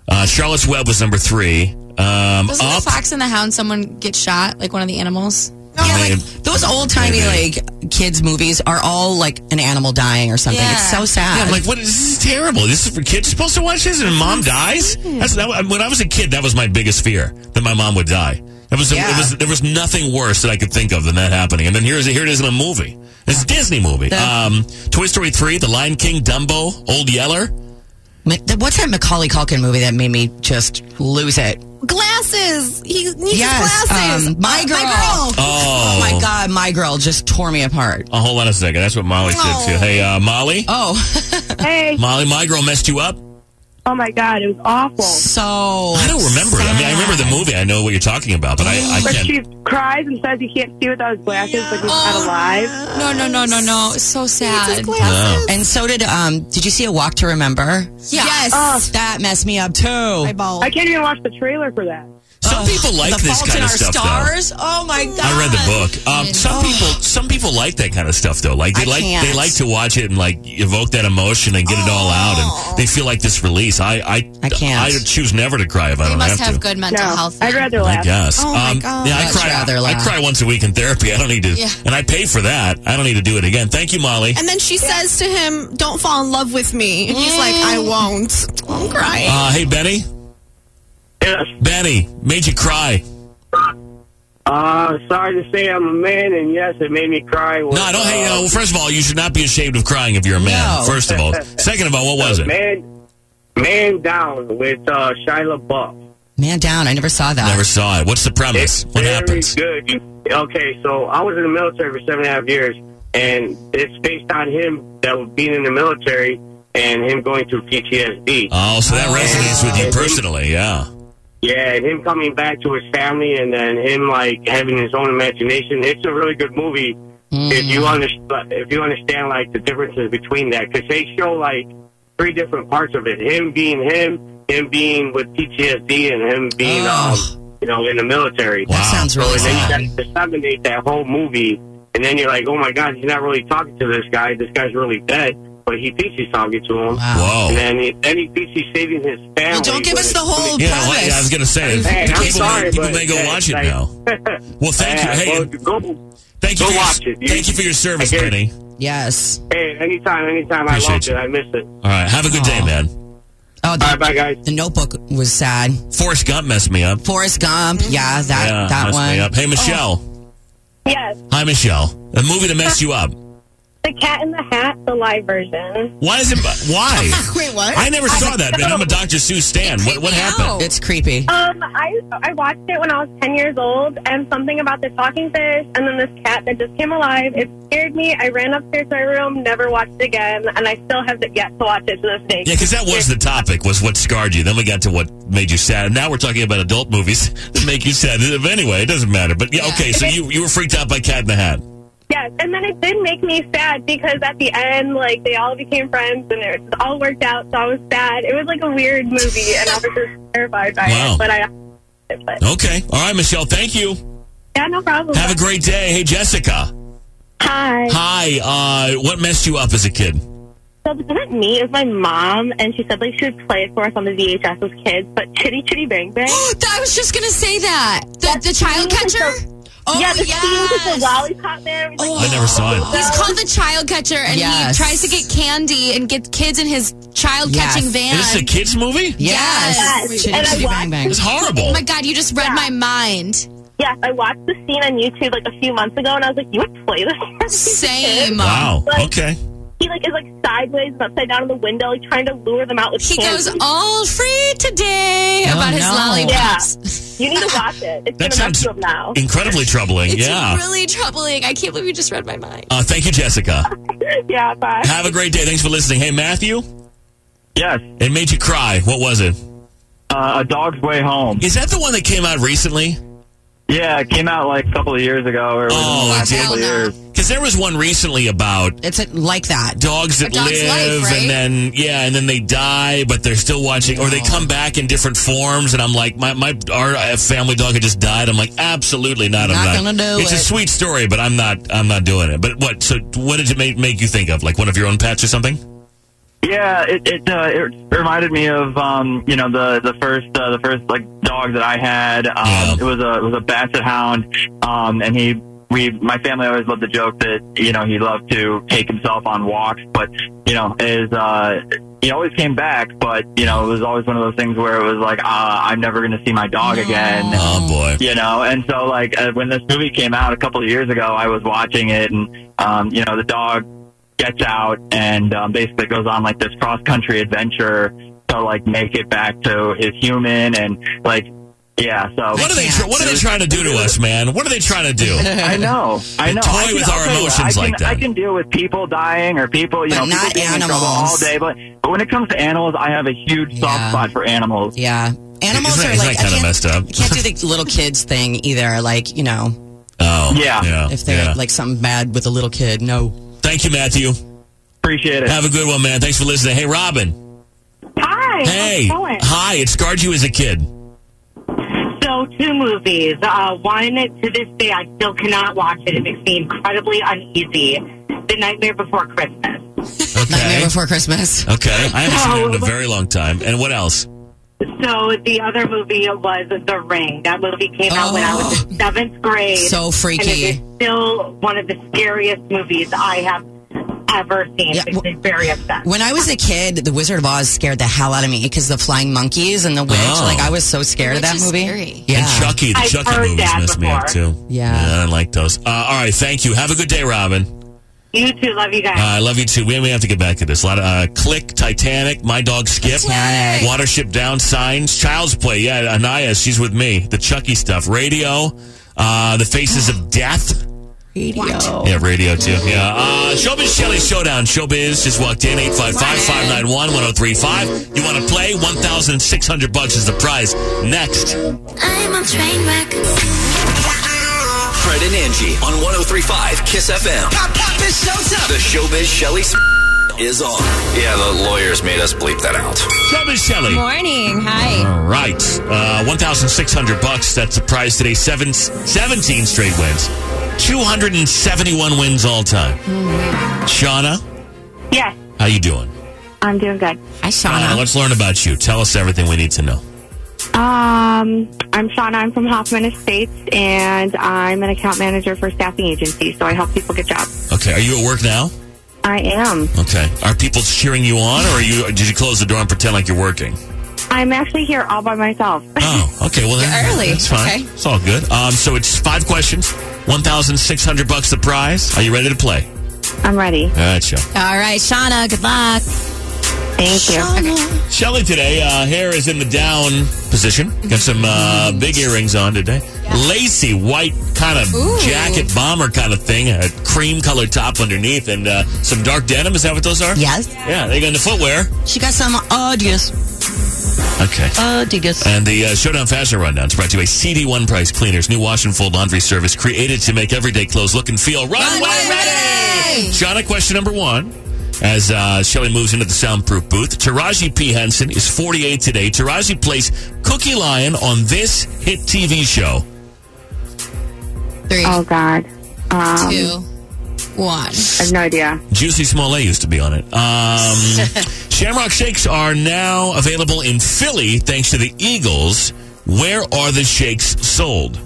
[SPEAKER 3] Uh, Charlotte's Web was number three. Um,
[SPEAKER 10] Wasn't
[SPEAKER 3] up,
[SPEAKER 10] the fox and the hound someone get shot, like one of the animals?
[SPEAKER 4] Yeah,
[SPEAKER 3] I mean,
[SPEAKER 4] like those old timey
[SPEAKER 3] maybe.
[SPEAKER 4] like kids movies are all like an animal dying or something.
[SPEAKER 10] Yeah.
[SPEAKER 4] It's so sad.
[SPEAKER 3] I'm like, what is this? Is terrible. This is for kids supposed to watch this, and mom dies. That's that, when I was a kid. That was my biggest fear that my mom would die. That was, it
[SPEAKER 4] Yeah.
[SPEAKER 3] was there was nothing worse that I could think of than that happening. And then here's here it is in a movie. It's a Disney movie.
[SPEAKER 4] The-
[SPEAKER 3] um, Toy Story three, The Lion King, Dumbo, Old Yeller.
[SPEAKER 4] Ma- the- what's that Macaulay Culkin movie that made me just lose it?
[SPEAKER 6] Glasses. He needs his
[SPEAKER 4] Yes,
[SPEAKER 6] glasses.
[SPEAKER 4] um, my
[SPEAKER 6] Uh,
[SPEAKER 4] girl.
[SPEAKER 3] Oh,
[SPEAKER 4] Oh my god, my girl just tore me
[SPEAKER 3] *laughs*
[SPEAKER 4] apart.
[SPEAKER 3] Oh, hold on a second. That's what Molly
[SPEAKER 6] Oh.
[SPEAKER 3] said too. Hey, uh, Molly,
[SPEAKER 4] Oh, *laughs*
[SPEAKER 5] Hey.
[SPEAKER 3] Molly, my girl messed you up.
[SPEAKER 5] Oh my God, it was awful.
[SPEAKER 4] so
[SPEAKER 3] I don't remember. it. I mean, I remember the
[SPEAKER 4] sad.
[SPEAKER 3] movie. I know what you're talking about, but I, I
[SPEAKER 5] But
[SPEAKER 3] can't.
[SPEAKER 5] she cries and says he can't see without his glasses, like he's not alive.
[SPEAKER 10] Oh, No, no, no, no, no. It's so sad.
[SPEAKER 3] No.
[SPEAKER 4] And so did um. Did you see a Walk to Remember?
[SPEAKER 10] Yeah. Yes.
[SPEAKER 4] That messed me up too.
[SPEAKER 6] My ball.
[SPEAKER 5] Oh. I can't even watch the trailer for that.
[SPEAKER 3] Some people like
[SPEAKER 4] uh, the
[SPEAKER 3] this
[SPEAKER 4] Fault in
[SPEAKER 3] kind
[SPEAKER 4] Our
[SPEAKER 3] of stuff, though.
[SPEAKER 4] Stars. Oh my god!
[SPEAKER 3] I read the book. Um, some people, some people like that kind of stuff though. Like they
[SPEAKER 4] I
[SPEAKER 3] like
[SPEAKER 4] can't.
[SPEAKER 3] they like to watch it and like evoke that emotion and get it all out, and they feel like this release. I I
[SPEAKER 4] I can't.
[SPEAKER 3] I choose never to cry if I
[SPEAKER 10] You
[SPEAKER 3] don't
[SPEAKER 10] must have,
[SPEAKER 3] to.
[SPEAKER 10] good
[SPEAKER 5] No,
[SPEAKER 10] mental health.
[SPEAKER 5] I'd rather
[SPEAKER 3] I
[SPEAKER 5] laugh.
[SPEAKER 3] guess.
[SPEAKER 6] Oh, my
[SPEAKER 2] um,
[SPEAKER 6] God.
[SPEAKER 3] Yeah, I
[SPEAKER 4] Much
[SPEAKER 3] cry.
[SPEAKER 4] rather
[SPEAKER 3] I
[SPEAKER 4] laugh.
[SPEAKER 3] cry once a week in therapy. I don't need to,
[SPEAKER 10] Yeah.
[SPEAKER 3] and I pay for that. I don't need to do it again. Thank you, Molly.
[SPEAKER 6] And then she says to him, "Don't fall in love with me." And he's
[SPEAKER 3] Mm.
[SPEAKER 6] like, "I won't." I'm crying.
[SPEAKER 3] Uh, hey, Benny.
[SPEAKER 12] Yes.
[SPEAKER 3] Benny made you cry.
[SPEAKER 12] Uh, sorry to say I'm a man, and yes, it made me cry.
[SPEAKER 3] No, I don't. Hey, uh, well, first of all, you should not be ashamed of crying if you're a man.
[SPEAKER 4] No.
[SPEAKER 3] First
[SPEAKER 12] *laughs*
[SPEAKER 3] of all, second of all, what was it?
[SPEAKER 12] Uh, Man, man down with uh, Shia LaBeouf.
[SPEAKER 4] Man down. I never saw that.
[SPEAKER 3] Never saw it. What's the premise?
[SPEAKER 12] It's
[SPEAKER 3] what
[SPEAKER 12] very
[SPEAKER 3] happens?
[SPEAKER 12] good. You- Okay, so I was in the military for seven and a half years, and it's based on him that was being in the military and him going through PTSD.
[SPEAKER 3] Oh, so that resonates with you personally, yeah.
[SPEAKER 12] yeah, and him coming back to his family, and then him like having his own imagination. It's a really good movie if you understand if you understand like the differences between that because they show like three different parts of it. Him being him, him being with PTSD, and him being
[SPEAKER 4] Ugh.
[SPEAKER 12] um, you know in the military.
[SPEAKER 4] That sounds really
[SPEAKER 12] And then
[SPEAKER 4] sad.
[SPEAKER 12] you got to disseminate that whole movie, and then you're like, oh my god, he's not really talking to this guy. This guy's really dead, but he thinks he's talking to him.
[SPEAKER 4] Wow.
[SPEAKER 3] Whoa.
[SPEAKER 12] And then he, then he thinks he's saving his family.
[SPEAKER 4] Well, don't give
[SPEAKER 12] but
[SPEAKER 4] us the
[SPEAKER 12] it's-
[SPEAKER 4] whole
[SPEAKER 3] Yeah, well,
[SPEAKER 4] premise.
[SPEAKER 3] yeah, I was gonna say
[SPEAKER 12] Hey,
[SPEAKER 3] people,
[SPEAKER 12] I'm sorry,
[SPEAKER 3] may, people
[SPEAKER 12] but
[SPEAKER 3] may go
[SPEAKER 12] hey,
[SPEAKER 3] watch it
[SPEAKER 12] like- *laughs*
[SPEAKER 3] now. Well, thank
[SPEAKER 12] Yeah,
[SPEAKER 3] you. Hey,
[SPEAKER 12] well,
[SPEAKER 3] and
[SPEAKER 12] go,
[SPEAKER 3] thank
[SPEAKER 12] go
[SPEAKER 3] you. for your-
[SPEAKER 12] watch it. You-
[SPEAKER 3] Thank you for your service,
[SPEAKER 12] I guess-
[SPEAKER 3] Penny.
[SPEAKER 4] yes.
[SPEAKER 12] hey, anytime, anytime. I
[SPEAKER 3] Appreciate
[SPEAKER 12] loved
[SPEAKER 3] you.
[SPEAKER 12] it. I missed it.
[SPEAKER 3] All right, have a good
[SPEAKER 9] Uh,
[SPEAKER 3] day,
[SPEAKER 4] Aw.
[SPEAKER 3] man.
[SPEAKER 4] Oh,
[SPEAKER 12] All
[SPEAKER 4] the,
[SPEAKER 12] right, bye, guys.
[SPEAKER 4] the Notebook was sad.
[SPEAKER 3] Forrest Gump messed me up.
[SPEAKER 4] Forrest Gump. Yeah, that
[SPEAKER 3] yeah,
[SPEAKER 4] that
[SPEAKER 3] messed
[SPEAKER 4] one. Oh.
[SPEAKER 3] me up. Hey, Michelle.
[SPEAKER 5] Yes.
[SPEAKER 3] Hi, Michelle. A movie to mess you up.
[SPEAKER 13] The Cat in the Hat, the live version.
[SPEAKER 3] Why is it? Why?
[SPEAKER 4] *laughs*
[SPEAKER 13] Wait, what?
[SPEAKER 3] I never saw that, man. I'm a Dr. Seuss stan. What, what happened?
[SPEAKER 4] It's creepy.
[SPEAKER 13] Um, I I watched it when I was ten years old, and something about the talking fish, and then this cat that just came alive. It scared me. I ran upstairs to my room, never watched it again, and I still have yet to watch it to this day.
[SPEAKER 3] Yeah, because that was the topic, was what scarred you. Then we got to what made you sad. And now we're talking about adult movies *laughs* that make you sad. Anyway, it doesn't matter. But yeah, okay,
[SPEAKER 4] *laughs*
[SPEAKER 3] so you, you were freaked out by Cat in the Hat.
[SPEAKER 13] Yes, and then it did make me sad because at the end, like they all became friends and it all worked out. So I was sad. It was like a weird movie, and I was
[SPEAKER 3] *laughs*
[SPEAKER 13] just terrified by
[SPEAKER 3] Wow.
[SPEAKER 13] it. But I,
[SPEAKER 3] Okay. All right, Michelle, thank you.
[SPEAKER 13] yeah, no problem.
[SPEAKER 3] Have a great day. Hey, Jessica.
[SPEAKER 14] Hi.
[SPEAKER 3] Hi. Uh, what messed you up as a kid?
[SPEAKER 14] So it wasn't me, it was my mom, and she said like she would play it for us on the VHS as kids, but Chitty Chitty Bang Bang.
[SPEAKER 10] I was just gonna say that the, the child catcher. Oh
[SPEAKER 14] yeah, the scene with the
[SPEAKER 10] yes. Oh,
[SPEAKER 14] lollipop man.
[SPEAKER 3] I never saw it.
[SPEAKER 10] He's called the child catcher, and
[SPEAKER 3] Yes.
[SPEAKER 10] he tries to get candy and get kids in his child catching van.
[SPEAKER 3] This is a kids movie?
[SPEAKER 10] Yes.
[SPEAKER 14] And I watched-
[SPEAKER 3] It's horrible.
[SPEAKER 10] Oh my god, you just read my mind.
[SPEAKER 14] Yes, I watched the scene on YouTube like a few months ago, and I was like, "You would play this?" *laughs* as a
[SPEAKER 10] Same.
[SPEAKER 14] kid?"
[SPEAKER 3] Wow.
[SPEAKER 14] Like,
[SPEAKER 3] Okay.
[SPEAKER 14] He like is like sideways and upside down in the window, like trying to lure them out with.
[SPEAKER 10] He
[SPEAKER 14] candy.
[SPEAKER 10] goes all free today
[SPEAKER 3] Oh,
[SPEAKER 10] about his
[SPEAKER 3] no.
[SPEAKER 10] lollipops. *laughs*
[SPEAKER 14] Yeah. You need to watch it. It's gonna
[SPEAKER 3] That
[SPEAKER 14] mess
[SPEAKER 3] sounds
[SPEAKER 14] you up now.
[SPEAKER 3] incredibly troubling.
[SPEAKER 10] It's
[SPEAKER 3] yeah.
[SPEAKER 10] really troubling. I can't believe you just read my mind.
[SPEAKER 3] uh, thank you, Jessica.
[SPEAKER 14] yeah, bye.
[SPEAKER 3] Have a great day. Thanks for listening. Hey, Matthew.
[SPEAKER 15] Yes.
[SPEAKER 3] It made you cry. What was it?
[SPEAKER 15] Uh, a Dog's Way Home.
[SPEAKER 3] Is that the one that came out recently?
[SPEAKER 15] Yeah, it came out like a couple of years ago. Or
[SPEAKER 3] Oh,
[SPEAKER 15] oh,
[SPEAKER 3] it did.
[SPEAKER 15] couple of years.
[SPEAKER 3] Because there was one recently about
[SPEAKER 4] It's a, like that.
[SPEAKER 3] dogs that
[SPEAKER 4] A dog's
[SPEAKER 3] live,
[SPEAKER 4] life, right? Oh.
[SPEAKER 3] and then yeah, and then they die, but they're still watching, or they come back in different forms. And I'm like, my my our uh, family dog had just died. I'm like, absolutely not.
[SPEAKER 4] Not
[SPEAKER 3] I'm
[SPEAKER 4] gonna do
[SPEAKER 3] It's a
[SPEAKER 4] it.
[SPEAKER 3] sweet story, but I'm not. I'm not doing it. But what? So what did it make, make you think of? Like one of your own pets or something?
[SPEAKER 15] Yeah, it it, uh, it reminded me of um, you know the the first uh, the first like dog that I had. Um, It was a it was a basset hound, um, and he we my family always loved the joke that you know he loved to take himself on walks, but you know is uh, he always came back, but you know it was always one of those things where it was like uh, I'm never going to see my dog again.
[SPEAKER 3] Oh boy,
[SPEAKER 15] you know, and so like uh, when this movie came out a couple of years ago, I was watching it, and um, you know the dog gets out and um, basically goes on like this cross country adventure to like make it back to his human and like yeah so
[SPEAKER 3] What are they? Tr- what are they trying to do to us, man? What are they trying to do?
[SPEAKER 15] *laughs* I know. I
[SPEAKER 3] They
[SPEAKER 15] know.
[SPEAKER 3] Toy
[SPEAKER 15] I can-
[SPEAKER 3] with
[SPEAKER 15] I'll tell
[SPEAKER 3] our
[SPEAKER 15] you what,
[SPEAKER 3] emotions
[SPEAKER 15] I can,
[SPEAKER 3] like that.
[SPEAKER 15] I can deal with people dying or people, you know, people being in trouble all day. But, but when it comes to animals, I have a huge soft spot for animals.
[SPEAKER 4] Yeah. Animals
[SPEAKER 15] Isn't that-
[SPEAKER 4] are
[SPEAKER 15] isn't
[SPEAKER 4] like
[SPEAKER 15] that kinda
[SPEAKER 4] I can't-
[SPEAKER 15] messed up?
[SPEAKER 4] You can't do the little kids thing either. Like you know.
[SPEAKER 3] Oh
[SPEAKER 15] Yeah. yeah,
[SPEAKER 4] If they're
[SPEAKER 3] yeah.
[SPEAKER 4] like something bad with a little kid, no.
[SPEAKER 3] Thank you, Matthew.
[SPEAKER 15] Appreciate it.
[SPEAKER 3] Have a good one, man. Thanks for listening. Hey, Robin.
[SPEAKER 16] Hi.
[SPEAKER 3] Hey.
[SPEAKER 16] How's it going?
[SPEAKER 3] Hi. It scarred you as a kid.
[SPEAKER 16] So, two movies. Uh, one, to this day, I still cannot watch it. It makes me incredibly uneasy. The Nightmare Before Christmas.
[SPEAKER 4] Nightmare Before Christmas.
[SPEAKER 3] Okay. I haven't seen it in a
[SPEAKER 16] No.
[SPEAKER 3] very long time. And what else?
[SPEAKER 16] So, the other movie was The Ring. That movie came out when I was in seventh grade.
[SPEAKER 4] So freaky.
[SPEAKER 16] And it is still one of the scariest movies I have ever seen. It makes me very upset.
[SPEAKER 4] When I was a kid, The Wizard of Oz scared the hell out of me because the flying monkeys and the witch.
[SPEAKER 3] Oh.
[SPEAKER 4] Like I was so scared of
[SPEAKER 10] The
[SPEAKER 4] that
[SPEAKER 10] witch is
[SPEAKER 4] movie.
[SPEAKER 10] scary.
[SPEAKER 4] Yeah.
[SPEAKER 3] And Chucky. The
[SPEAKER 4] I've
[SPEAKER 3] Chucky
[SPEAKER 4] heard
[SPEAKER 3] movies
[SPEAKER 4] that
[SPEAKER 3] messed me up,
[SPEAKER 4] before.
[SPEAKER 3] too.
[SPEAKER 4] Yeah.
[SPEAKER 3] I don't like those. Uh, all right. Thank you. Have a good day, Robin.
[SPEAKER 16] You too. Love you guys.
[SPEAKER 3] Uh, I love you too. We, we have to get back to this. A lot of uh, Click, Titanic, My Dog Skip,
[SPEAKER 4] Titanic.
[SPEAKER 3] Watership Down, Signs, Child's Play. Yeah, Anaya, she's with me. The Chucky stuff, Radio, uh, The Faces of Death.
[SPEAKER 4] Radio.
[SPEAKER 3] Yeah, radio too. Yeah. Uh, Showbiz Shelly Showdown. Showbiz just walked in 855 591 1035. You want to play? 1,600 bucks is the prize. Next.
[SPEAKER 5] I'm on train wreck.
[SPEAKER 2] Fred and Angie on 1035 Kiss FM. Pop, pop, it shows up. The showbiz Shelly is on. Yeah, the lawyers made us bleep that out.
[SPEAKER 3] Showbiz Shelly.
[SPEAKER 17] Morning. Hi.
[SPEAKER 3] All right. Uh, 1,600 bucks. That's the prize today. Seven, 17 straight wins. 271 wins all time. Shauna,
[SPEAKER 14] Yes,
[SPEAKER 3] how you doing?
[SPEAKER 14] I'm doing good.
[SPEAKER 4] Hi,
[SPEAKER 3] Shauna, let's learn about you. Tell us everything we need to know.
[SPEAKER 14] Um, I'm Shauna. I'm from Hoffman Estates, and I'm an account manager for a staffing agency. So I help people get jobs.
[SPEAKER 3] Okay. Are you at work now?
[SPEAKER 14] I am.
[SPEAKER 3] Okay. Are people cheering you on, or are you? Did you close the door and pretend like you're working?
[SPEAKER 14] I'm actually here all by myself.
[SPEAKER 3] Oh, okay. Well, then,
[SPEAKER 14] You're early.
[SPEAKER 3] That's fine.
[SPEAKER 14] Okay.
[SPEAKER 3] It's all good. Um, so it's five questions, one thousand six hundred bucks the prize. Are you ready to play?
[SPEAKER 14] I'm ready.
[SPEAKER 3] All right, Shell.
[SPEAKER 10] All right, Shauna, good luck.
[SPEAKER 14] Thank you.
[SPEAKER 3] Shelly today, uh, hair is in the down position. Got some uh, big earrings on today. Lacy white kind of
[SPEAKER 5] Ooh.
[SPEAKER 3] jacket bomber kind of thing, a cream colored top underneath, and uh, some dark denim. Is that what those are?
[SPEAKER 4] Yes.
[SPEAKER 3] Yeah, they got in the footwear.
[SPEAKER 4] She got some audius.
[SPEAKER 3] Okay.
[SPEAKER 4] Audius.
[SPEAKER 3] And the uh, Showdown Fashion Rundown is brought to you by CD1 Price Cleaners, new wash and fold laundry service created to make everyday clothes look and feel runway, ready. Shauna, question number one. As uh, Shelly moves into the soundproof booth, Taraji P. Henson is 48 today. Taraji plays Cookie Lion on this hit TV show.
[SPEAKER 10] Three.
[SPEAKER 14] *laughs* Oh God. Um,
[SPEAKER 10] Two. One.
[SPEAKER 14] I have no idea.
[SPEAKER 3] Juicy Smollett used to be on it. Um, Shamrock Shakes are now available in Philly thanks to the Eagles. Where are the shakes sold?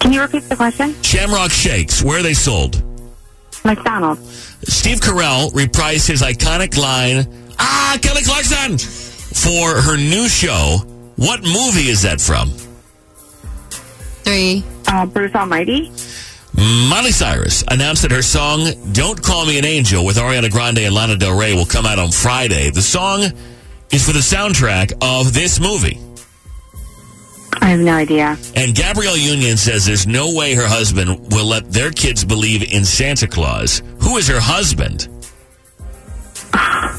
[SPEAKER 14] Can you repeat the question?
[SPEAKER 3] Shamrock Shakes, where are they sold?
[SPEAKER 14] McDonald's.
[SPEAKER 3] Steve Carell reprised his iconic line, Ah, Kelly Clarkson, for her new show. What movie is that from?
[SPEAKER 10] Three.
[SPEAKER 14] Uh, Bruce Almighty.
[SPEAKER 3] Miley Cyrus announced that her song Don't Call Me an Angel with Ariana Grande and Lana Del Rey will come out on Friday. The song is for the soundtrack of this movie.
[SPEAKER 14] I have no idea.
[SPEAKER 3] And Gabrielle Union says there's no way her husband will let their kids believe in Santa Claus. Who is her husband?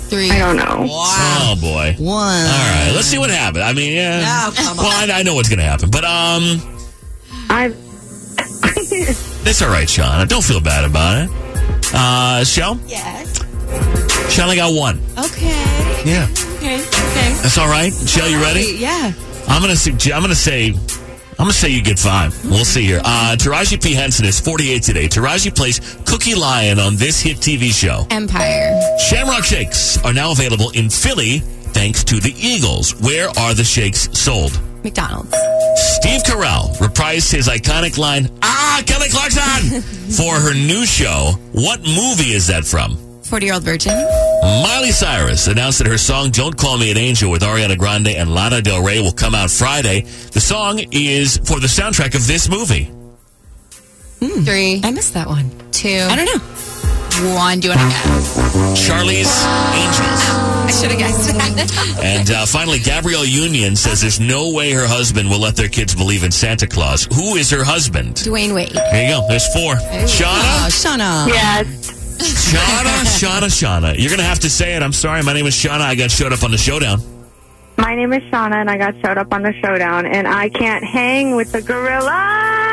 [SPEAKER 10] Three.
[SPEAKER 14] I don't know.
[SPEAKER 3] Oh boy. One. All right, let's see what happens. I mean, yeah.
[SPEAKER 14] No, come
[SPEAKER 3] well, I, I know what's going to happen, but um, *laughs*
[SPEAKER 14] I've.
[SPEAKER 3] that's all right, Shauna. Don't feel bad about it. Uh, Shell,
[SPEAKER 5] Yes. Oh.
[SPEAKER 3] Shell, I got one.
[SPEAKER 5] Okay.
[SPEAKER 3] Yeah,
[SPEAKER 5] Okay. Okay.
[SPEAKER 3] that's all right. Shell, you ready?
[SPEAKER 5] Yeah.
[SPEAKER 3] I'm gonna suggest. I'm gonna say. I'm gonna say you get five. We'll see here. Uh, Taraji P Henson is 48 today. Taraji plays Cookie Lion on this hit TV show.
[SPEAKER 10] Empire.
[SPEAKER 3] Shamrock Shakes are now available in Philly thanks to the Eagles. Where are the shakes sold?
[SPEAKER 10] McDonald's.
[SPEAKER 3] Steve Carell reprised his iconic line, Ah, Kelly Clarkson, for her new show. What movie is that from?
[SPEAKER 10] 40 year old virgin.
[SPEAKER 3] Miley Cyrus announced that her song Don't Call Me an Angel with Ariana Grande and Lana Del Rey will come out Friday. The song is for the soundtrack of this movie. Hmm.
[SPEAKER 10] Three. I missed that one. Two. I don't know. One. Do you want to guess?
[SPEAKER 3] Charlie's Angels.
[SPEAKER 10] I should have guessed that.
[SPEAKER 3] And uh, finally, Gabrielle Union says there's no way her husband will let their kids believe in Santa Claus. Who is her husband?
[SPEAKER 10] Dwayne Wade.
[SPEAKER 3] There you go. There's four. Shauna,
[SPEAKER 10] Oh, Shauna. Yes.
[SPEAKER 3] Shauna, Shauna, Shauna. You're going to have to say it. I'm sorry. My name is Shauna. I got showed up on the showdown.
[SPEAKER 14] My name is Shauna, and I got showed up on the showdown, and I can't hang with the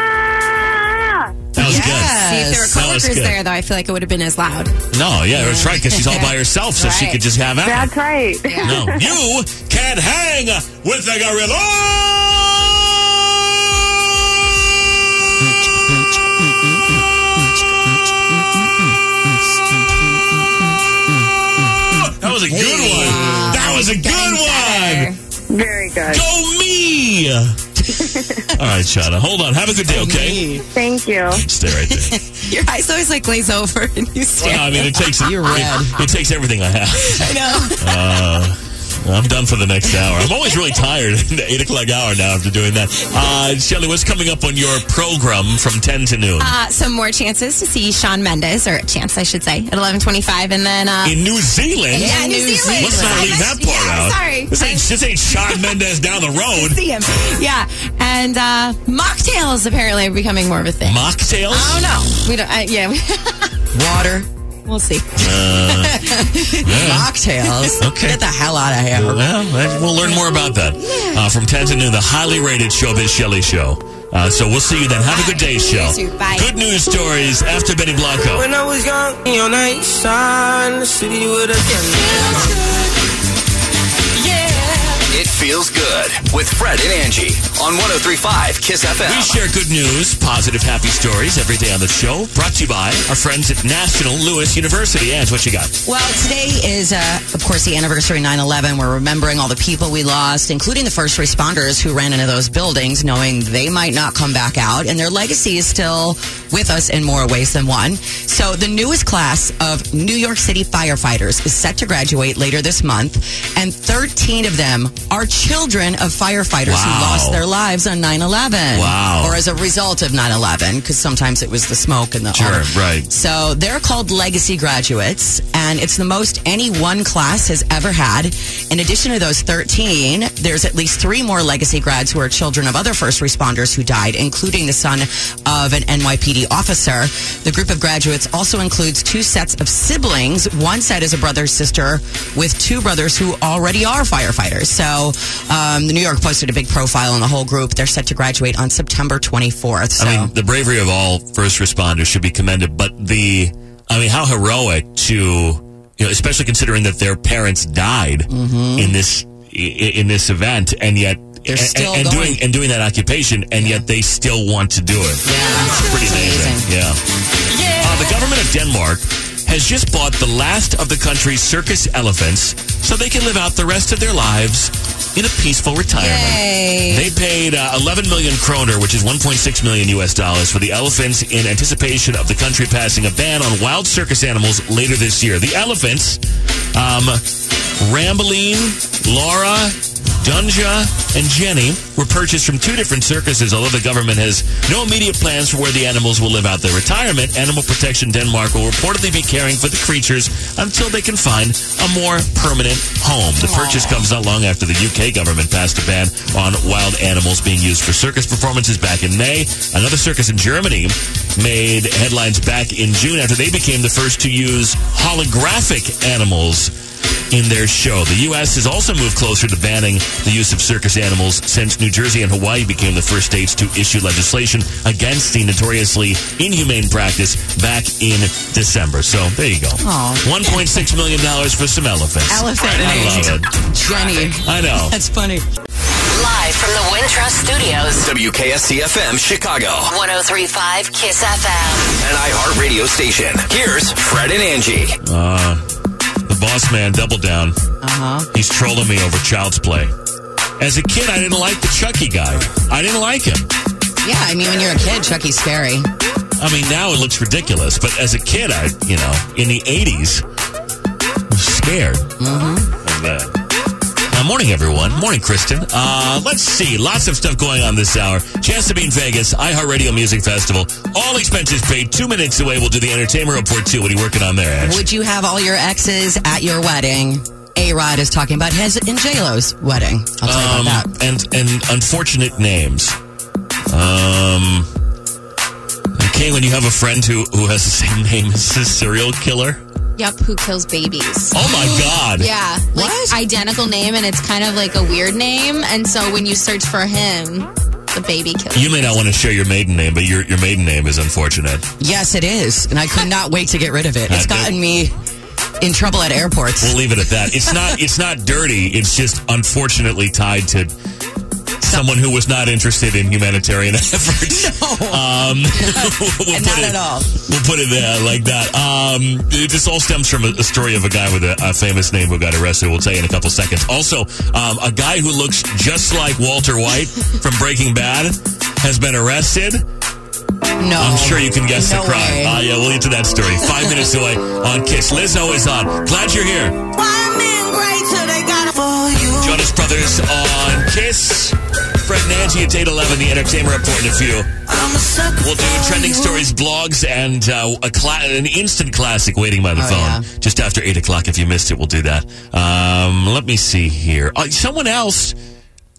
[SPEAKER 14] gorilla.
[SPEAKER 3] That
[SPEAKER 10] *laughs*
[SPEAKER 3] was
[SPEAKER 10] See, if there were
[SPEAKER 3] That was
[SPEAKER 10] coworkers
[SPEAKER 3] good.
[SPEAKER 10] there, though, I feel like it would have been as loud. *laughs*
[SPEAKER 3] good. No, yeah, that's right, because she's all by herself, so she
[SPEAKER 10] Right.
[SPEAKER 3] could just have out.
[SPEAKER 14] That's right.
[SPEAKER 3] No, you can't hang with the
[SPEAKER 14] *laughs*
[SPEAKER 3] gorilla. That was a good one. That was a good one.
[SPEAKER 14] Very good.
[SPEAKER 3] Go me. All right, Shauna, hold on. Have a good day, okay?
[SPEAKER 14] Thank you.
[SPEAKER 3] Stay right there.
[SPEAKER 10] Your eyes always like glaze over and you stare.
[SPEAKER 3] Well, no, I mean, it takes
[SPEAKER 10] *laughs* You're red.
[SPEAKER 3] It, it takes everything I have.
[SPEAKER 10] I know.
[SPEAKER 3] Uh, I'm done for the next hour. I'm always really tired *laughs* in the 8 o'clock hour now after doing that. Uh, Shelly, what's coming up on your program from 10 to noon?
[SPEAKER 10] Uh, some more chances to see Sean Mendes, or a chance, I should say, at 11.25. And then... Uh,
[SPEAKER 3] in New Zealand?
[SPEAKER 10] Yeah, New Zealand.
[SPEAKER 3] Let's not
[SPEAKER 10] I
[SPEAKER 3] leave that
[SPEAKER 10] must-
[SPEAKER 3] part
[SPEAKER 10] yeah,
[SPEAKER 3] out.
[SPEAKER 10] sorry.
[SPEAKER 3] This ain't, this ain't Sean Mendez down the road.
[SPEAKER 10] *laughs* see him. Yeah. And uh, mocktails apparently are becoming more of a thing.
[SPEAKER 3] Mocktails?
[SPEAKER 10] I don't know. We don't. I, yeah. *laughs*
[SPEAKER 4] Water.
[SPEAKER 10] we'll see.
[SPEAKER 3] Uh,
[SPEAKER 10] *laughs*
[SPEAKER 4] Mocktails.
[SPEAKER 3] Okay.
[SPEAKER 4] Get the hell out of here.
[SPEAKER 3] Well, that- we'll learn more about that uh, from 10 to noon, the highly rated Showbiz Shelly Show. Uh, so we'll see you then. Have a good day, Shell. Good news stories after Benny Blanco.
[SPEAKER 7] When I was young, on the east side, in the city with a
[SPEAKER 2] It feels good with Fred and Angie on 1035 Kiss FM.
[SPEAKER 3] We share good news, positive, happy stories every day on the show. Brought to you by our friends at National Lewis University. And what you got?
[SPEAKER 4] Well, today is, uh, of course, the anniversary of 9 11. We're remembering all the people we lost, including the first responders who ran into those buildings, knowing they might not come back out. And their legacy is still with us in more ways than one. So, the newest class of New York City firefighters is set to graduate later this month, and 13 of them are children of firefighters
[SPEAKER 5] Wow.
[SPEAKER 4] who lost their lives on 9-11.
[SPEAKER 5] Wow.
[SPEAKER 4] Or as a result of 9-11, because sometimes it was the smoke and the
[SPEAKER 5] Sure,
[SPEAKER 4] all-
[SPEAKER 5] right.
[SPEAKER 4] So they're called legacy graduates, and it's the most any one class has ever had. In addition to those 13, there's at least three more legacy grads who are children of other first responders who died, including the son of an NYPD officer. The group of graduates also includes two sets of siblings. One set is a brother sister with two brothers who already are firefighters. So um, the New York posted a big profile on the whole group. They're set to graduate on September 24th. So.
[SPEAKER 3] I mean, the bravery of all first responders should be commended, but the, I mean, how heroic to, you know, especially considering that their parents died in this i- in this event, and yet
[SPEAKER 5] They're
[SPEAKER 3] and,
[SPEAKER 5] still
[SPEAKER 3] and
[SPEAKER 5] going.
[SPEAKER 3] doing and doing that occupation, and yet they still want to do it. Yeah, it's pretty amazing. Yeah. Uh, the government of Denmark has just bought the last of the country's circus elephants, so they can live out the rest of their lives in a peaceful retirement. They *laughs* paid uh, 11 million kroner, which is 1.6 million US dollars, for the elephants in anticipation of the country passing a ban on wild circus animals later this year. The elephants, um, Ramboline, Laura, Dunja, and Jenny were purchased from two different circuses, although the government has no immediate plans for where the animals will live out their retirement. Animal Protection Denmark will reportedly be caring for the creatures until they can find a more permanent home. The purchase comes not long after the UK government passed a ban on wild animals being used for circus performances back in May. Another circus in Germany made headlines back in June after they became the first to use holographic animals in their show. The U.S. has also moved closer to banning the use of circus animals since New Jersey and Hawaii became the first states to issue legislation against the notoriously inhumane practice back in December. So there you go.
[SPEAKER 5] Aw.
[SPEAKER 3] $1.6 million for some elephants.
[SPEAKER 4] Elephant
[SPEAKER 3] I love it.
[SPEAKER 4] named Jenny.
[SPEAKER 3] I know.
[SPEAKER 4] That's funny.
[SPEAKER 1] Live from the Wintrust Studios.
[SPEAKER 2] WKSCFM Chicago,
[SPEAKER 1] 1035 Kiss FM.
[SPEAKER 2] an iHeartRadio station. Here's Fred and Angie.
[SPEAKER 3] Uh, the boss man, double down.
[SPEAKER 4] Uh huh.
[SPEAKER 3] He's trolling me over child's play. As a kid, I didn't like the Chucky guy. I didn't like him.
[SPEAKER 4] Yeah, I mean, when you're a kid, Chucky's scary.
[SPEAKER 3] I mean, now it looks ridiculous, but as a kid, I, you know, in the 80s, I was scared of that. Now, morning, everyone. Morning, Kristen. Uh, let's see. Lots of stuff going on this hour. Chance to be in Vegas, iHeartRadio Music Festival. All expenses paid. Two minutes away. We'll do the entertainment report, too. What are you working on there, Ash?
[SPEAKER 4] Would you have all your exes at your wedding? A Rod is talking about his and J Lo's wedding. I'll tell you about that.
[SPEAKER 3] Um, and, and unfortunate names. Um, okay, when you have a friend who, who has the same *laughs* name as the serial killer.
[SPEAKER 10] Yep, who kills babies.
[SPEAKER 3] Oh, my God.
[SPEAKER 10] Yeah, like identical name, and it's kind of like a weird name. And so when you search for him, the baby killer.
[SPEAKER 3] You may not want to share your maiden name, but your your maiden name is unfortunate.
[SPEAKER 4] Yes, it is. And I could not wait to get rid of it. It's
[SPEAKER 3] I do.
[SPEAKER 4] gotten me in trouble at airports.
[SPEAKER 3] We'll leave it at that. It's not it's not dirty. It's just unfortunately tied to someone who was not interested in humanitarian *laughs*
[SPEAKER 4] *laughs*
[SPEAKER 3] efforts. No. Um, we'll not at all. We'll put it there like that. Um, it- this all stems from a, a story of a guy with a, a famous name who got arrested. We'll tell you in a couple seconds. Also, um, a guy who looks just like Walter White from Breaking Bad has been arrested.
[SPEAKER 4] No.
[SPEAKER 3] I'm sure you can guess
[SPEAKER 5] No
[SPEAKER 3] the crime.
[SPEAKER 5] way.
[SPEAKER 3] Ah, yeah, we'll get to that story. Five minutes away on Kiss. Lizzo is on. Glad you're here. Jonas Brothers on Kiss. Fred and Angie at 8 11, the entertainment report in a few. We'll do trending stories, blogs, and uh, a cla- an instant classic waiting by the
[SPEAKER 5] Oh,
[SPEAKER 3] phone.
[SPEAKER 5] yeah.
[SPEAKER 3] Just after 8 o'clock, if you missed it, we'll do that. Um, let me see here. Uh, someone else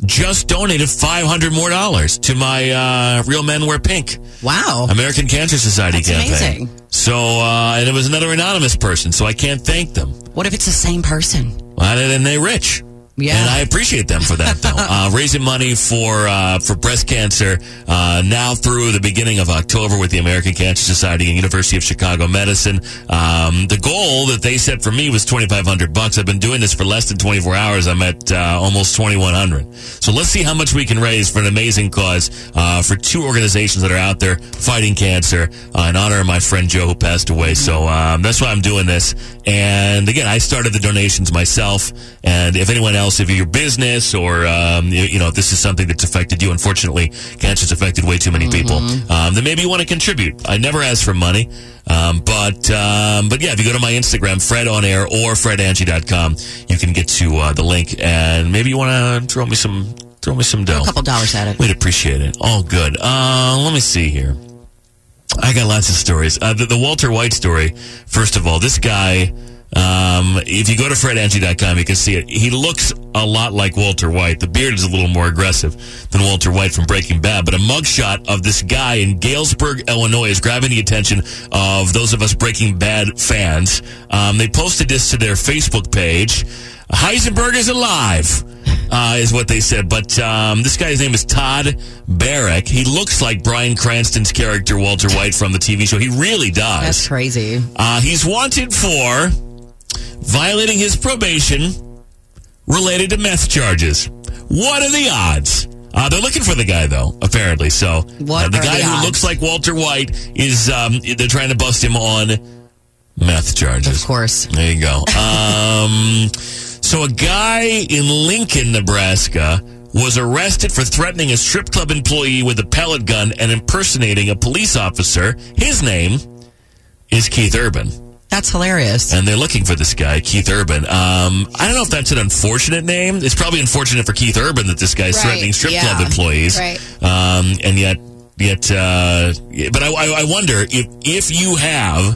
[SPEAKER 3] just donated 500 more dollars to my uh, Real Men Wear Pink.
[SPEAKER 4] Wow.
[SPEAKER 3] American Cancer Society
[SPEAKER 4] That's
[SPEAKER 3] campaign.
[SPEAKER 4] amazing.
[SPEAKER 3] So, uh, and it was another anonymous person, so I can't thank them.
[SPEAKER 4] What if it's the same person?
[SPEAKER 3] Well, and they're rich.
[SPEAKER 4] Yeah.
[SPEAKER 3] And I appreciate them for that, though. uh, raising money for uh, for breast cancer uh, now through the beginning of October with the American Cancer Society and University of Chicago Medicine. Um, the goal that they set for me was twenty five hundred bucks. I've been doing this for less than twenty four hours. I'm at uh, almost twenty one hundred. So let's see how much we can raise for an amazing cause uh, for two organizations that are out there fighting cancer uh, in honor of my friend Joe who passed away. So um, that's why I'm doing this. And again, I started the donations myself. And if anyone else else, if your business or um, you, you know if this is something that's affected you, unfortunately, cancer's affected way too many people. Um, then maybe you want to contribute. I never ask for money, um, but um, but yeah, if you go to my Instagram, Fred on Air or FredAngie.com, you can get to uh, the link, and maybe you want to throw me some throw me some dough,
[SPEAKER 4] a couple dollars at it.
[SPEAKER 3] We'd appreciate it. All good. Uh, let me see here. I got lots of stories. Uh, the, the Walter White story, first of all, this guy, um, if you go to fredangie.com, you can see it. He looks a lot like Walter White. The beard is a little more aggressive than Walter White from Breaking Bad, but a mugshot of this guy in Galesburg, Illinois is grabbing the attention of those of us Breaking Bad fans. Um, they posted this to their Facebook page. Heisenberg is alive uh, is what they said. But um, this guy's name is Todd Barrick. He looks like Brian Cranston's character Walter White from the TV show. He really does.
[SPEAKER 4] That's crazy.
[SPEAKER 3] Uh, he's wanted for violating his probation related to meth charges. What are the odds? Uh, they're looking for the guy, though, apparently. So
[SPEAKER 4] What
[SPEAKER 3] uh, the
[SPEAKER 4] are
[SPEAKER 3] guy
[SPEAKER 4] the
[SPEAKER 3] who
[SPEAKER 4] odds?
[SPEAKER 3] looks like Walter White is, um, they're trying to bust him on meth charges. Of
[SPEAKER 4] course.
[SPEAKER 3] There you
[SPEAKER 4] *laughs*
[SPEAKER 3] go. Um, so a guy in Lincoln, Nebraska was arrested for threatening a strip club employee with a pellet gun and impersonating a police officer. His name is Keith Urban.
[SPEAKER 4] That's hilarious.
[SPEAKER 3] And they're looking for this guy, Keith Urban. Um, I don't know if that's an unfortunate name. It's probably unfortunate for Keith Urban that this guy's
[SPEAKER 10] Right,
[SPEAKER 3] threatening strip
[SPEAKER 10] yeah,
[SPEAKER 3] club employees.
[SPEAKER 10] right.
[SPEAKER 3] Um, and yet, yet, uh, but I, I I wonder if if you have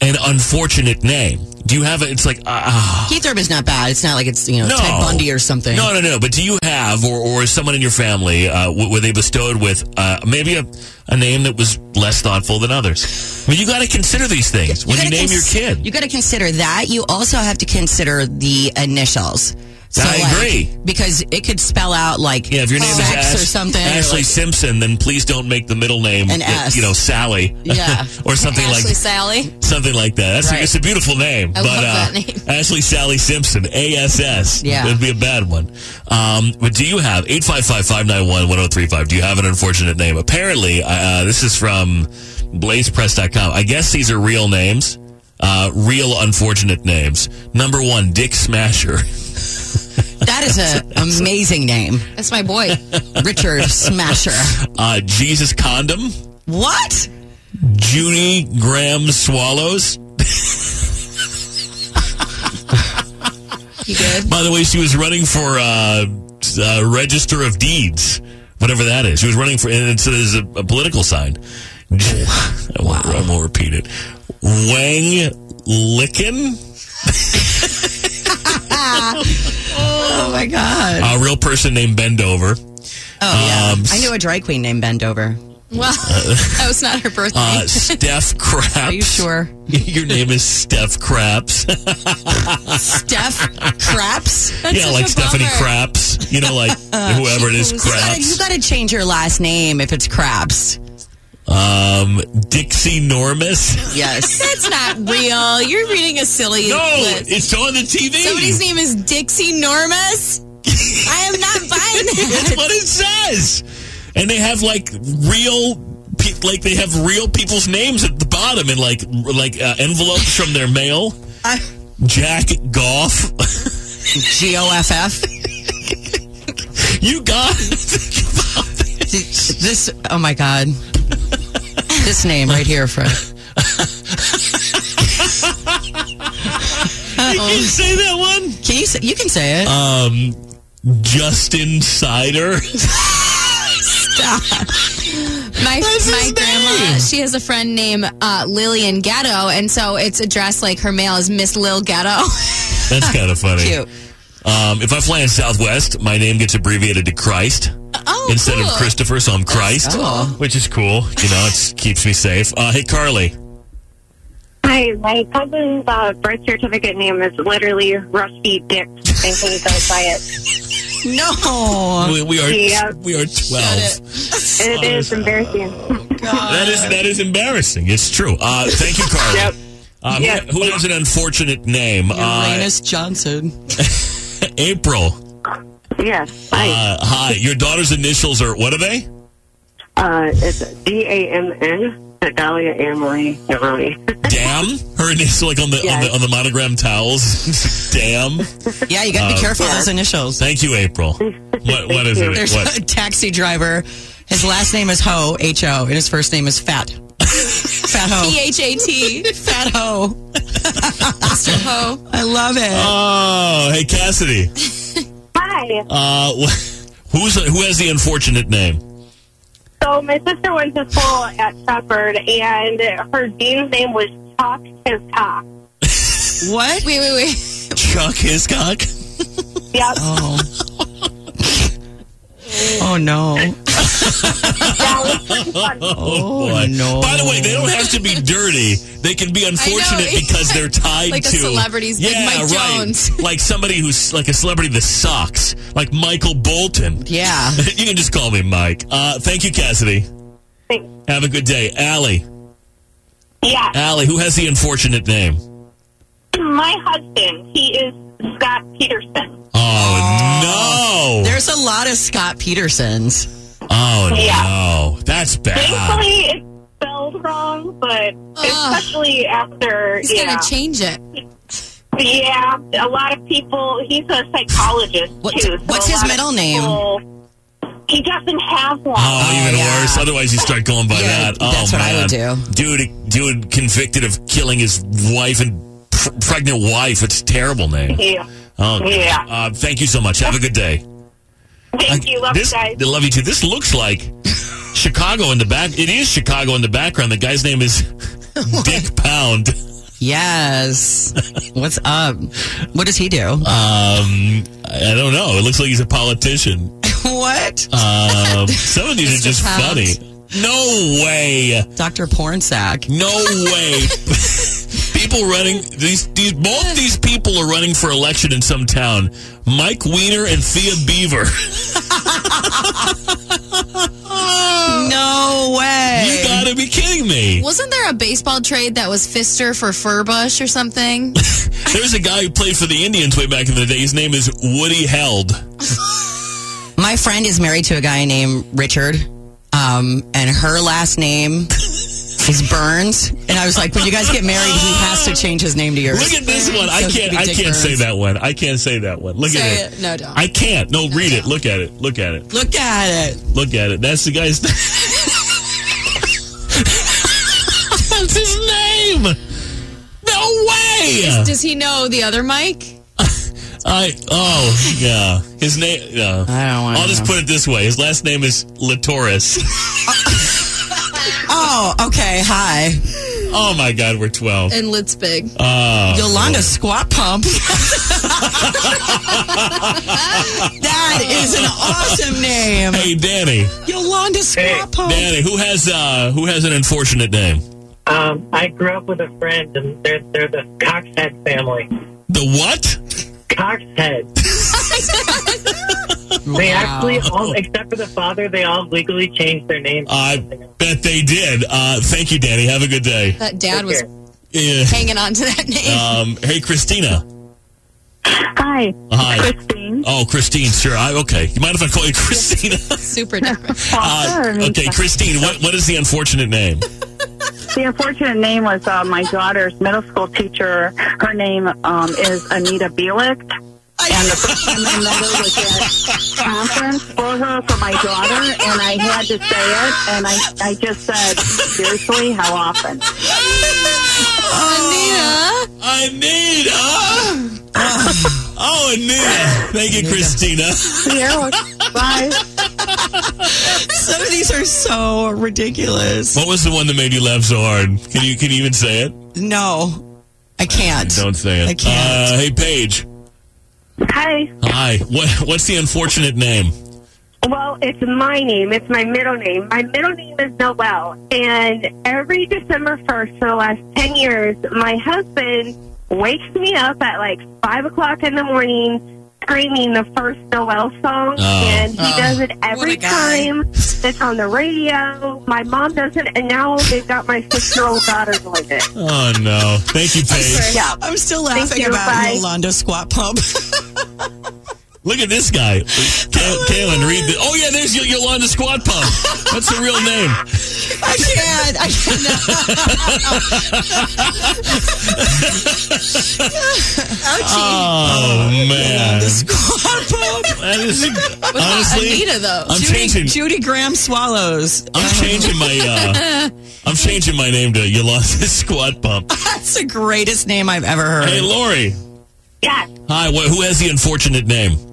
[SPEAKER 3] an unfortunate name, do you have a, It's like ah.
[SPEAKER 4] Keith Urban's not bad. It's not like it's, you know,
[SPEAKER 3] No.
[SPEAKER 4] Ted Bundy or something.
[SPEAKER 3] No, no, no. But do you have, or, or is someone in your family, uh, w- were they bestowed with uh, maybe a, a name that was less thoughtful than others? I mean, you got to consider these things when you,
[SPEAKER 4] gotta
[SPEAKER 3] name your
[SPEAKER 4] cons-
[SPEAKER 3] kid.
[SPEAKER 4] You got to consider that. You also have to consider the initials.
[SPEAKER 3] I
[SPEAKER 4] like,
[SPEAKER 3] agree.
[SPEAKER 4] because it could spell out like
[SPEAKER 3] Yeah, if your name is
[SPEAKER 4] sex
[SPEAKER 3] Ash-
[SPEAKER 4] or something. or,
[SPEAKER 3] Ashley
[SPEAKER 4] like-
[SPEAKER 3] Simpson, then please don't make the middle name,
[SPEAKER 4] An
[SPEAKER 3] uh,
[SPEAKER 4] S.
[SPEAKER 3] you know, Sally, *laughs*
[SPEAKER 4] Yeah.
[SPEAKER 3] or something like *laughs*
[SPEAKER 10] Sally.
[SPEAKER 3] something like that. That's
[SPEAKER 10] Right.
[SPEAKER 3] it's a beautiful name,
[SPEAKER 10] I
[SPEAKER 3] but
[SPEAKER 10] love
[SPEAKER 3] uh,
[SPEAKER 10] that
[SPEAKER 4] *laughs*
[SPEAKER 10] name.
[SPEAKER 3] Ashley Sally Simpson, ASS,
[SPEAKER 10] Yeah.
[SPEAKER 3] would be a bad one. Um, but do you have eight five five five nine one one zero three five? Do you have an unfortunate name? Apparently, uh, this is from BlazePress.com. I guess these are real names. Uh, real unfortunate names. Number one, Dick Smasher. *laughs*
[SPEAKER 4] that is an amazing name.
[SPEAKER 10] That's my boy.
[SPEAKER 4] *laughs* Richard Smasher.
[SPEAKER 3] Uh, Jesus Condom.
[SPEAKER 4] What?
[SPEAKER 3] Junie Graham Swallows.
[SPEAKER 10] You good?
[SPEAKER 3] By the way, she was running for uh, uh, Register of Deeds, whatever that is. She was running for, and so there's a, a political sign. *laughs* I won't, I won't repeat it. Wang Licken?
[SPEAKER 4] oh my god.
[SPEAKER 3] A real person named Bendover.
[SPEAKER 4] oh yeah.
[SPEAKER 3] um,
[SPEAKER 4] I knew a drag queen named Bendover.
[SPEAKER 10] Well, *laughs* that was not her birthday.
[SPEAKER 3] Uh,
[SPEAKER 4] *laughs*
[SPEAKER 3] Steph Craps. Are you
[SPEAKER 4] sure?
[SPEAKER 3] *laughs* Your name is Steph Craps.
[SPEAKER 4] Steph
[SPEAKER 3] *laughs*
[SPEAKER 4] Craps. That's
[SPEAKER 3] yeah,
[SPEAKER 4] such
[SPEAKER 3] like
[SPEAKER 4] a
[SPEAKER 3] Stephanie
[SPEAKER 4] bummer.
[SPEAKER 3] Craps. You know, like
[SPEAKER 4] *laughs*
[SPEAKER 3] whoever it is,
[SPEAKER 4] You gotta-
[SPEAKER 3] Craps.
[SPEAKER 4] You got to change your last name if it's Craps.
[SPEAKER 3] Um, Dixie Normus. *laughs*
[SPEAKER 4] Yes.
[SPEAKER 10] That's not real. You're reading a silly.
[SPEAKER 3] No,
[SPEAKER 10] list.
[SPEAKER 3] it's on the TV.
[SPEAKER 10] Somebody's name is Dixie Normus.
[SPEAKER 3] *laughs*
[SPEAKER 10] I am not buying that.
[SPEAKER 3] That's what it says. And they have like real, pe- like they have real people's names at the bottom in like like uh, envelopes from their mail. Jack Goff,
[SPEAKER 4] G O F F.
[SPEAKER 3] You got
[SPEAKER 4] this. Oh my god. This name right here, Fred.
[SPEAKER 3] You can say that one.
[SPEAKER 4] Can you? Say, you can say it.
[SPEAKER 3] um, Justin Sider.
[SPEAKER 10] Stop. *laughs* My, my grandma, she has a friend named uh, Lillian Ghetto, and so it's addressed like her mail is Miss Lil Ghetto.
[SPEAKER 3] That's kind of funny.
[SPEAKER 10] Cute.
[SPEAKER 3] Um, if I fly in Southwest, my name gets abbreviated to Christ
[SPEAKER 4] Oh,
[SPEAKER 3] instead of Christopher, so I'm Christ,
[SPEAKER 5] cool.
[SPEAKER 3] which is cool. You know, it keeps me safe. Uh, hey, Carly.
[SPEAKER 17] Hi, my cousin's uh, birth certificate name is literally Rusty Dick, and he goes by it.
[SPEAKER 4] No,
[SPEAKER 3] We, we are
[SPEAKER 17] Yeah.
[SPEAKER 3] we are twelve.
[SPEAKER 17] It is embarrassing.
[SPEAKER 3] That is that is embarrassing. It's true. Uh, thank you, Carly. Um, who-
[SPEAKER 17] Yep.
[SPEAKER 3] Who, has an unfortunate name? Uh,
[SPEAKER 4] Uranus Johnson.
[SPEAKER 3] April.
[SPEAKER 18] Yes.
[SPEAKER 3] Hi. Uh, hi. Your daughter's initials are what are they?
[SPEAKER 18] Uh, it's D A M N, to Dahlia Amory Everly.
[SPEAKER 3] Damn, her initial like on the on the on the monogram towels. *laughs* Damn.
[SPEAKER 4] Yeah, you gotta be careful of those initials.
[SPEAKER 3] Thank you, April. What Uh, what is it?
[SPEAKER 4] There's
[SPEAKER 3] What?
[SPEAKER 4] a taxi driver. His last name is Ho, H O, and his first name is Fat. Fat
[SPEAKER 3] Oh.
[SPEAKER 4] Ho.
[SPEAKER 10] P H A T.
[SPEAKER 4] Fat Ho.
[SPEAKER 10] Mr. Ho.
[SPEAKER 4] I love it.
[SPEAKER 3] Oh, hey Cassidy.
[SPEAKER 19] Hi.
[SPEAKER 3] Uh, wh- who's who has the unfortunate name?
[SPEAKER 19] So my sister went to school at Shepherd, and her dean's name was Chuck Hiscock.
[SPEAKER 4] What?
[SPEAKER 10] Wait, wait, wait.
[SPEAKER 3] Chuck Hiscock.
[SPEAKER 19] Yep.
[SPEAKER 4] Oh. oh no.
[SPEAKER 3] *laughs* Oh, boy.
[SPEAKER 4] no.
[SPEAKER 3] By the way, they don't have to be dirty. They can be unfortunate because they're tied
[SPEAKER 10] Like
[SPEAKER 3] to
[SPEAKER 10] the celebrities, like
[SPEAKER 3] Yeah,
[SPEAKER 10] Mike
[SPEAKER 3] right. Like somebody who's like a celebrity that sucks, like Michael Bolton.
[SPEAKER 4] Yeah.
[SPEAKER 3] *laughs* you can just call me Mike. Uh, thank you, Cassidy.
[SPEAKER 19] Thanks.
[SPEAKER 3] Have a good day, Allie.
[SPEAKER 19] Yeah.
[SPEAKER 3] Allie, who has the unfortunate name?
[SPEAKER 19] My husband, he is Scott Peterson.
[SPEAKER 3] *laughs* Oh, no.
[SPEAKER 4] There's a lot of Scott Petersons.
[SPEAKER 3] Oh
[SPEAKER 19] Yeah.
[SPEAKER 3] no, that's bad.
[SPEAKER 19] Thankfully, it's spelled wrong, but especially after
[SPEAKER 10] He's
[SPEAKER 19] yeah.
[SPEAKER 10] gonna change it.
[SPEAKER 19] Yeah, a lot of people. He's a psychologist too. so
[SPEAKER 4] what's
[SPEAKER 19] a
[SPEAKER 4] his
[SPEAKER 19] lot of
[SPEAKER 4] middle name?
[SPEAKER 19] people- He doesn't have one.
[SPEAKER 3] Oh, even worse. Otherwise, you start going by that. Oh,
[SPEAKER 4] that's what I would
[SPEAKER 3] man. Dude, dude, convicted of killing his wife and pr- pregnant wife. It's a terrible name.
[SPEAKER 19] Yeah.
[SPEAKER 3] Oh, God.
[SPEAKER 19] Yeah.
[SPEAKER 3] Uh, thank you so much. Have a good day.
[SPEAKER 19] Thank you. Love
[SPEAKER 3] this,
[SPEAKER 19] you guys.
[SPEAKER 3] I love you too. This looks like Chicago in the back. It is Chicago in the background. The guy's name is *laughs* Dick Pound.
[SPEAKER 4] Yes. What's up? What does he do? Um,
[SPEAKER 3] I I don't know. It looks like he's a politician.
[SPEAKER 4] *laughs* *laughs* what?
[SPEAKER 3] Um, some of these are
[SPEAKER 4] Mr.
[SPEAKER 3] just
[SPEAKER 4] Pound.
[SPEAKER 3] funny. No way.
[SPEAKER 4] Dr. Pornsack.
[SPEAKER 3] No way. *laughs* people running these these both these people are running for election in some town. Mike Weiner and Thea Beaver. *laughs*
[SPEAKER 10] *laughs*
[SPEAKER 4] no
[SPEAKER 3] Oh.
[SPEAKER 4] way.
[SPEAKER 3] You gotta be kidding me.
[SPEAKER 10] Wasn't there a baseball trade that was Fister for Furbush or something?
[SPEAKER 3] There's a guy who played for the Indians way back in the day. His name is Woody Held.
[SPEAKER 4] My friend is married to a guy named Richard, um, and her last
[SPEAKER 3] *laughs*
[SPEAKER 4] name is Burns. And I was like, when you guys get married, he has to change his name to yours.
[SPEAKER 3] Look at this one. I
[SPEAKER 4] So it could
[SPEAKER 3] can't
[SPEAKER 4] be
[SPEAKER 3] I
[SPEAKER 4] Dick
[SPEAKER 3] can't say
[SPEAKER 4] Burns.
[SPEAKER 3] that one. I can't say that one. Look
[SPEAKER 10] Say
[SPEAKER 3] at
[SPEAKER 10] it. No, don't.
[SPEAKER 3] I can't. No, read it. Look at it. Look at it.
[SPEAKER 4] Look at it.
[SPEAKER 3] Look at it. That's the guy's *laughs* That's his name. No way.
[SPEAKER 10] Does, does he know the other Mike?
[SPEAKER 3] I oh yeah. His name. No. I
[SPEAKER 4] don't want.
[SPEAKER 3] I'll just put it this way. His last name is Latoris.
[SPEAKER 4] *laughs* Oh, okay. Hi.
[SPEAKER 3] oh my God, we're twelve.
[SPEAKER 10] And Litzbig.
[SPEAKER 3] Oh,
[SPEAKER 4] Yolanda Squat Pump. *laughs* that is an awesome name.
[SPEAKER 3] Hey, Danny.
[SPEAKER 4] Yolanda Squat Pump.
[SPEAKER 3] Danny, who has uh who has an unfortunate name?
[SPEAKER 20] Um, I grew up with a friend, and they're, they're the Coxhead family.
[SPEAKER 3] The what?
[SPEAKER 20] Coxhead.
[SPEAKER 19] *laughs*
[SPEAKER 20] They actually all, except for the father, they all legally changed their names.
[SPEAKER 3] I bet they did. Uh, thank you, Danny. Have a good day.
[SPEAKER 10] That dad was
[SPEAKER 3] Yeah.
[SPEAKER 10] hanging on to that name.
[SPEAKER 3] Um, hey, Christina.
[SPEAKER 21] Hi.
[SPEAKER 3] Hi.
[SPEAKER 21] Christine.
[SPEAKER 3] Oh, Christine. Sure. I, okay. You mind if I call you Christina? *laughs*
[SPEAKER 10] Super different.
[SPEAKER 3] Uh, okay, Christine. What what is the unfortunate name?
[SPEAKER 21] The unfortunate name was uh, my daughter's middle school teacher. Her name um, is Anita Bielik. And the first time I met her was at a conference for her for my daughter, and I had to say it, and I, I just said, seriously, how often?
[SPEAKER 3] *laughs* Anita. Anita. Oh, Anita. Thank you, Christina. *laughs*
[SPEAKER 21] Bye.
[SPEAKER 4] Some of these are so ridiculous.
[SPEAKER 3] What was the one that made you laugh so hard? Can you can you even say it?
[SPEAKER 4] No, I can't.
[SPEAKER 3] Don't say it.
[SPEAKER 4] I can't.
[SPEAKER 3] Uh, hey, Paige.
[SPEAKER 22] Hi.
[SPEAKER 3] Hi. What what's the unfortunate name?
[SPEAKER 22] Well, it's my name. It's my middle name. My middle name is Noel. And every December 1st for the last 10 years, my husband wakes me up at like 5 o'clock in the morning screaming the first Noel song.
[SPEAKER 5] Oh.
[SPEAKER 22] And he
[SPEAKER 5] Oh,
[SPEAKER 22] does it
[SPEAKER 5] what a
[SPEAKER 22] every
[SPEAKER 5] guy.
[SPEAKER 22] time it's on the radio. My mom does it. And now they've got my six year old daughter doing it.
[SPEAKER 3] Oh no. Uh, Thank you, Paige.
[SPEAKER 22] Yeah.
[SPEAKER 4] I'm still
[SPEAKER 22] Thank
[SPEAKER 4] laughing
[SPEAKER 22] you.
[SPEAKER 4] about
[SPEAKER 22] Bye.
[SPEAKER 4] Yolanda Squat Pump.
[SPEAKER 3] Look at this guy. Kay- Kaylin, read the. Oh, yeah, there's y- Yolanda Squad Pump. That's her real
[SPEAKER 4] *laughs*
[SPEAKER 3] name.
[SPEAKER 4] I can't. I
[SPEAKER 3] Oh, man.
[SPEAKER 4] Oh.
[SPEAKER 3] That is-
[SPEAKER 4] cannot.
[SPEAKER 3] honestly, I'm
[SPEAKER 4] Judy,
[SPEAKER 3] changing.
[SPEAKER 4] Judy Graham swallows.
[SPEAKER 3] I'm changing my
[SPEAKER 4] *laughs*
[SPEAKER 3] uh, I'm changing my name to Yolanda *laughs* Squad Pump.
[SPEAKER 4] That's the greatest name I've ever heard.
[SPEAKER 3] Hey, Lori.
[SPEAKER 19] Yes.
[SPEAKER 3] Hi. Wh- who has the unfortunate name? *laughs*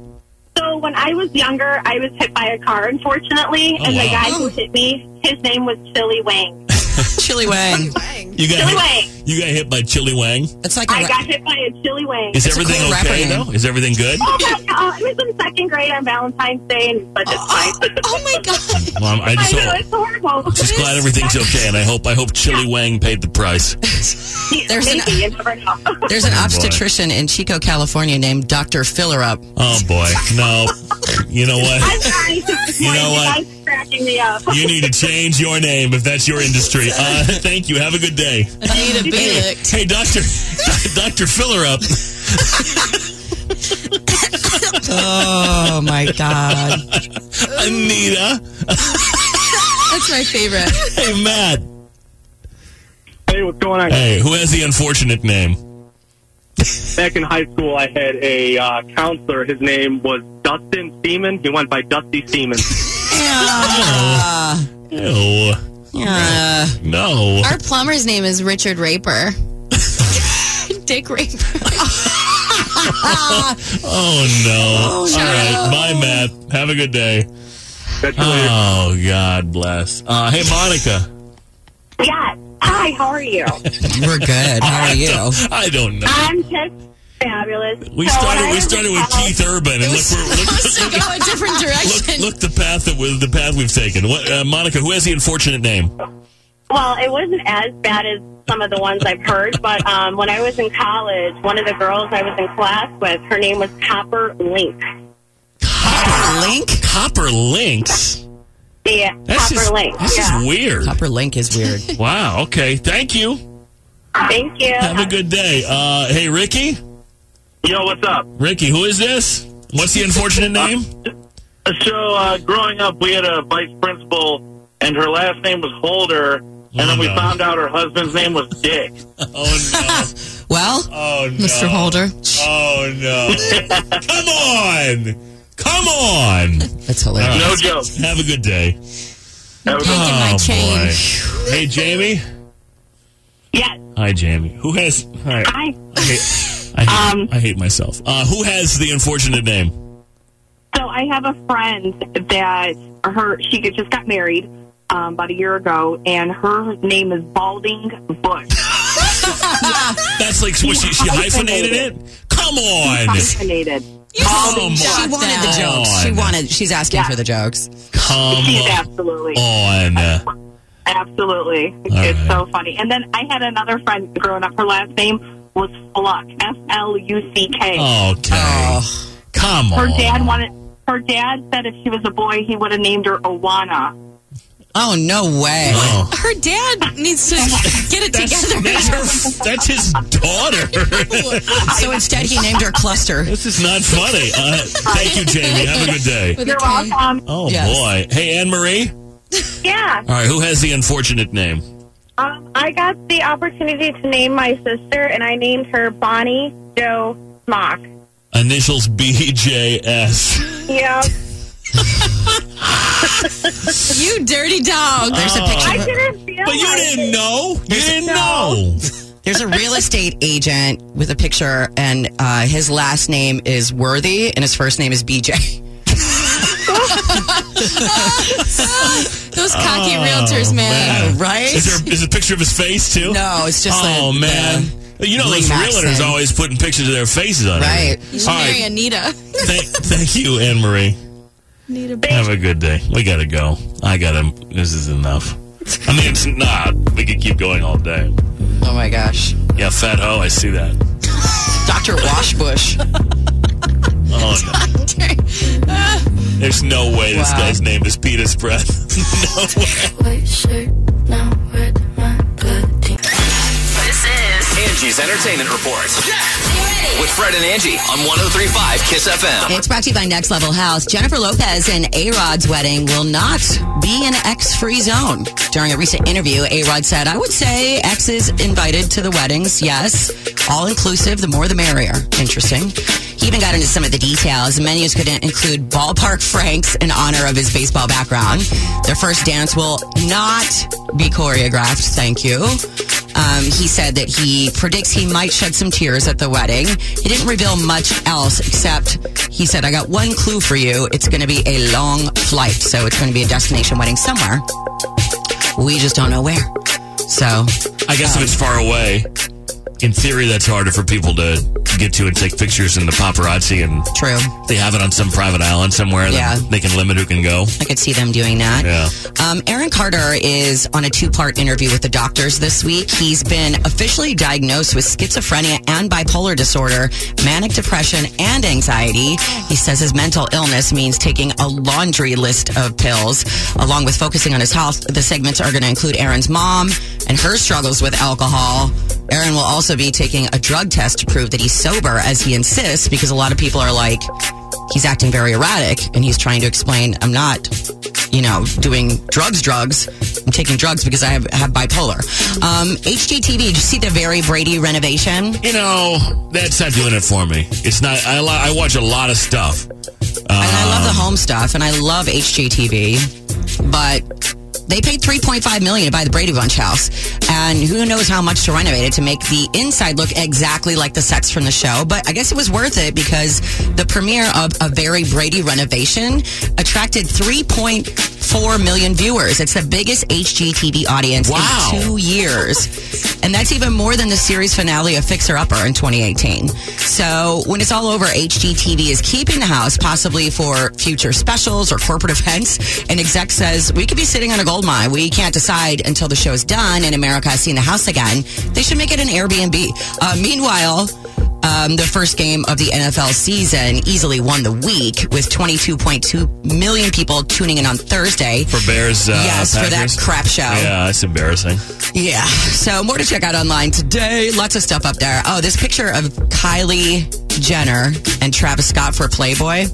[SPEAKER 19] So when I was younger, I was hit by a car, unfortunately,
[SPEAKER 3] Oh,
[SPEAKER 19] and the
[SPEAKER 3] wow.
[SPEAKER 19] guy who hit me, his name was Chili Wang.
[SPEAKER 4] Chili Wang.
[SPEAKER 3] You got
[SPEAKER 19] Chili
[SPEAKER 3] hit,
[SPEAKER 19] Wang.
[SPEAKER 3] You got hit by Chili Wang.
[SPEAKER 4] It's like
[SPEAKER 19] I got hit by a Chili Wang.
[SPEAKER 3] Is everything okay though? Is everything
[SPEAKER 4] *laughs*
[SPEAKER 3] good?
[SPEAKER 19] Oh my god! It was in second grade on Valentine's Day, and but it's fine.
[SPEAKER 4] Oh my god!
[SPEAKER 3] Well, I'm- I just
[SPEAKER 19] I know
[SPEAKER 3] hope,
[SPEAKER 19] it's horrible.
[SPEAKER 3] *laughs* just glad everything's okay, and I hope I hope Chili Wang paid the price.
[SPEAKER 4] There's an,
[SPEAKER 19] Maybe, you never know.
[SPEAKER 4] there's an
[SPEAKER 3] Oh, boy.
[SPEAKER 4] obstetrician in Chico, California named Dr. Fillerup.
[SPEAKER 3] Oh boy, no. You know what?
[SPEAKER 19] I'm sorry.
[SPEAKER 3] You know what?
[SPEAKER 19] You guys are cracking me up.
[SPEAKER 3] You need to change your name if that's your industry. Uh, *laughs* thank you. Have a good day.
[SPEAKER 10] Anita Balik.
[SPEAKER 3] Hey, Doctor, *laughs* Doctor Filler up.
[SPEAKER 4] Oh my god.
[SPEAKER 3] Anita.
[SPEAKER 10] That's my favorite.
[SPEAKER 3] Hey, Matt.
[SPEAKER 9] Hey, what's going on?
[SPEAKER 3] Hey, who has the unfortunate name?
[SPEAKER 9] Back in high school, I had a uh, counselor. His name was Dustin Seaman. He went by Dusty
[SPEAKER 3] *laughs*
[SPEAKER 9] Seaman.
[SPEAKER 10] *laughs*
[SPEAKER 4] Yeah.
[SPEAKER 3] Ew.
[SPEAKER 4] Yeah.
[SPEAKER 3] No.
[SPEAKER 10] Our plumber's name is Richard Raper. *laughs* Dick Raper.
[SPEAKER 3] Oh no!
[SPEAKER 10] Oh,
[SPEAKER 3] All right, bye, Matt. Have a good day. Oh God bless. Uh, hey, Monica.
[SPEAKER 19] Yes. Hi. How are
[SPEAKER 3] *laughs*
[SPEAKER 19] you?
[SPEAKER 4] We're good. How are you?
[SPEAKER 3] I don't know.
[SPEAKER 19] I'm just fabulous.
[SPEAKER 3] We
[SPEAKER 19] So when
[SPEAKER 3] started.
[SPEAKER 19] I
[SPEAKER 3] We
[SPEAKER 19] was
[SPEAKER 3] started
[SPEAKER 19] in
[SPEAKER 3] with
[SPEAKER 19] college-
[SPEAKER 3] Keith Urban, and look,
[SPEAKER 19] *laughs*
[SPEAKER 3] we're, look,
[SPEAKER 10] Go a different
[SPEAKER 3] look,
[SPEAKER 10] direction.
[SPEAKER 3] look the path that was the path we've taken. What, uh, Monica? Who has the unfortunate name?
[SPEAKER 19] Well, it wasn't as bad as some of the ones I've heard, but um, when I was in college, one of the girls I was in class with, her name was Copper Link.
[SPEAKER 4] Copper Link?
[SPEAKER 3] Copper Links.
[SPEAKER 19] Yeah, Copper
[SPEAKER 3] just,
[SPEAKER 19] Link.
[SPEAKER 3] This
[SPEAKER 19] yeah.
[SPEAKER 3] is weird.
[SPEAKER 4] Copper Link is weird.
[SPEAKER 3] *laughs* Wow. Okay. Thank you.
[SPEAKER 19] Thank you.
[SPEAKER 3] Have a good day. Uh, hey, Ricky.
[SPEAKER 9] Yo, what's up?
[SPEAKER 3] Ricky, who is this? What's the
[SPEAKER 9] *laughs*
[SPEAKER 3] unfortunate name?
[SPEAKER 9] So, uh, growing up, we had a vice principal, and her last name was Holder, and then we
[SPEAKER 3] Oh, no.
[SPEAKER 9] found out her husband's name was Dick.
[SPEAKER 3] *laughs* Oh no.
[SPEAKER 4] Well,
[SPEAKER 3] Oh no.
[SPEAKER 10] Mr. Holder.
[SPEAKER 3] Oh
[SPEAKER 9] *laughs*
[SPEAKER 3] no. Come on. Come on.
[SPEAKER 4] That's hilarious.
[SPEAKER 9] No joke.
[SPEAKER 3] Have a good day.
[SPEAKER 9] Have a good-
[SPEAKER 10] Taking my
[SPEAKER 3] Oh,
[SPEAKER 10] change.
[SPEAKER 3] boy. Hey, Jamie.
[SPEAKER 19] Yes.
[SPEAKER 3] Hi, Jamie. Who has? All right.
[SPEAKER 19] Hi.
[SPEAKER 3] I hate, I hate,
[SPEAKER 9] Um.
[SPEAKER 3] I hate myself. Uh, who has the unfortunate name?
[SPEAKER 11] So I have a friend that her she just got married um, about a year ago, and her name is Balding Bush.
[SPEAKER 3] That's like what she, she hyphenated it. Come on.
[SPEAKER 11] Hyphenated.
[SPEAKER 3] Come
[SPEAKER 4] She
[SPEAKER 3] on.
[SPEAKER 4] wanted the jokes. She
[SPEAKER 3] on.
[SPEAKER 4] wanted. She's asking for the jokes.
[SPEAKER 11] She's
[SPEAKER 3] Come
[SPEAKER 11] absolutely,
[SPEAKER 3] on.
[SPEAKER 11] absolutely. It's so funny. And then I had another friend growing up. Her last name was Fluck. F L U C K.
[SPEAKER 3] Okay. Come
[SPEAKER 11] Her
[SPEAKER 3] on.
[SPEAKER 11] dad wanted. Her dad said if she was a boy, he would have named her Owana.
[SPEAKER 4] Oh no way.
[SPEAKER 3] Oh.
[SPEAKER 10] Her dad needs to
[SPEAKER 11] *laughs*
[SPEAKER 10] get it
[SPEAKER 3] That's,
[SPEAKER 10] together.
[SPEAKER 3] that's, her, that's his daughter.
[SPEAKER 4] *laughs* So instead, he named her Cluster.
[SPEAKER 3] this is not funny. Uh, thank you, Jamie. Have a good day.
[SPEAKER 11] You're welcome.
[SPEAKER 3] Oh,
[SPEAKER 4] Yes.
[SPEAKER 3] boy. Hey, Anne Marie.
[SPEAKER 17] Yeah.
[SPEAKER 3] All right, who has the unfortunate name?
[SPEAKER 17] Um, I got the opportunity to name my sister, and I named her Bonnie Joe Mock.
[SPEAKER 3] Initials BJS.
[SPEAKER 17] Yeah.
[SPEAKER 10] *laughs* You dirty dog.
[SPEAKER 4] There's a picture.
[SPEAKER 17] I
[SPEAKER 4] of her-
[SPEAKER 17] didn't feel
[SPEAKER 3] But you
[SPEAKER 17] like
[SPEAKER 3] didn't
[SPEAKER 17] it.
[SPEAKER 3] know. You didn't know.
[SPEAKER 4] *laughs* There's a real estate agent with a picture, and uh, his last name is Worthy, and his first name is BJ.
[SPEAKER 10] *laughs* Those cocky realtors, man.
[SPEAKER 3] Oh,
[SPEAKER 10] *laughs*
[SPEAKER 3] man.
[SPEAKER 4] Right?
[SPEAKER 3] Is there is a picture of his face, too?
[SPEAKER 4] No, it's just.
[SPEAKER 3] Oh,
[SPEAKER 4] the-
[SPEAKER 3] man. You know, those
[SPEAKER 4] Remax
[SPEAKER 3] realtors
[SPEAKER 4] thing.
[SPEAKER 3] always putting pictures of their faces on
[SPEAKER 4] Right.
[SPEAKER 10] You
[SPEAKER 3] it.
[SPEAKER 10] should
[SPEAKER 3] All
[SPEAKER 10] marry
[SPEAKER 3] right.
[SPEAKER 10] Anita.
[SPEAKER 3] Thank, thank you, Anne Marie.
[SPEAKER 10] *laughs* Anita
[SPEAKER 3] Have a good day. We gotta go. I gotta. This is enough. I mean, it's not. We could keep going all day.
[SPEAKER 4] the- oh my gosh,
[SPEAKER 3] Yeah, fat hoe. I see that.
[SPEAKER 4] Doctor Washbush.
[SPEAKER 3] *laughs* Oh no. There's no way this
[SPEAKER 4] Wow.
[SPEAKER 3] guy's name is Peter Spread. no way.
[SPEAKER 1] This is
[SPEAKER 2] Angie's Entertainment Report. With Fred and Angie on 1035 Kiss FM.
[SPEAKER 4] It's brought to you by Next Level House. Jennifer Lopez and A Rod's wedding will not be an X free zone. During a recent interview, A Rod said, I would say X is invited to the weddings, yes. All inclusive, the more the merrier. Interesting. He even got into some of the details. Menus could include ballpark Franks in honor of his baseball background. Their first dance will not be choreographed, thank you. Um, he said that he predicts he might shed some tears at the wedding. He didn't reveal much else except he said, I got one clue for you. It's going to be a long flight. So it's going to be a destination wedding somewhere. We just don't know where.
[SPEAKER 3] *laughs*
[SPEAKER 4] So
[SPEAKER 3] I guess if it's far away, in theory, that's harder for people to get to and take pictures and the paparazzi. And
[SPEAKER 4] true,
[SPEAKER 3] they have it on some private island somewhere.
[SPEAKER 4] Yeah.
[SPEAKER 3] that they can limit who can go.
[SPEAKER 4] I could see them doing that.
[SPEAKER 3] Yeah.
[SPEAKER 4] Um, Aaron Carter is on a two part interview with the doctors this week. He's been officially diagnosed with schizophrenia and bipolar disorder, manic depression, and anxiety. He says his mental illness means taking a laundry list of pills. Along with focusing on his health, the segments are going to include Aaron's mom and her struggles with alcohol. Aaron will also be taking a drug test to prove that he's sober, as he insists, because a lot of people are like, he's acting very erratic and he's trying to explain i'm not you know doing drugs drugs i'm taking drugs because i have, have bipolar um hgtv did you see the very brady renovation
[SPEAKER 3] you know That's not doing it for me. It's not. I, li- I watch a lot of stuff.
[SPEAKER 4] and i love the home stuff and i love hgtv but they paid 3.5 million to buy the brady bunch house and who knows how much to renovate it to make the inside look exactly like the sets from the show but i guess it was worth it because the premiere of a very brady renovation attracted 3.4 million viewers it's the biggest hgtv audience
[SPEAKER 5] Wow.
[SPEAKER 4] in two years. And that's even more than the series finale of Fixer Upper in 2018. So when it's all over, HGTV is keeping the house, possibly for future specials or corporate events. And exec says, we could be sitting on a gold mine. We can't decide until the show's done and America has seen the house again. They should make it an Airbnb. Uh, meanwhile, um, the first game of the NFL season easily won the week with 22.2 million people tuning in on Thursday.
[SPEAKER 3] For Bears. Uh,
[SPEAKER 4] Yes, for that
[SPEAKER 3] Packers.
[SPEAKER 4] crap show.
[SPEAKER 3] Yeah, that's embarrassing.
[SPEAKER 4] Yeah. So more to check out online today. Lots of stuff up there. Oh, this picture of Kylie Jenner and Travis Scott for Playboy.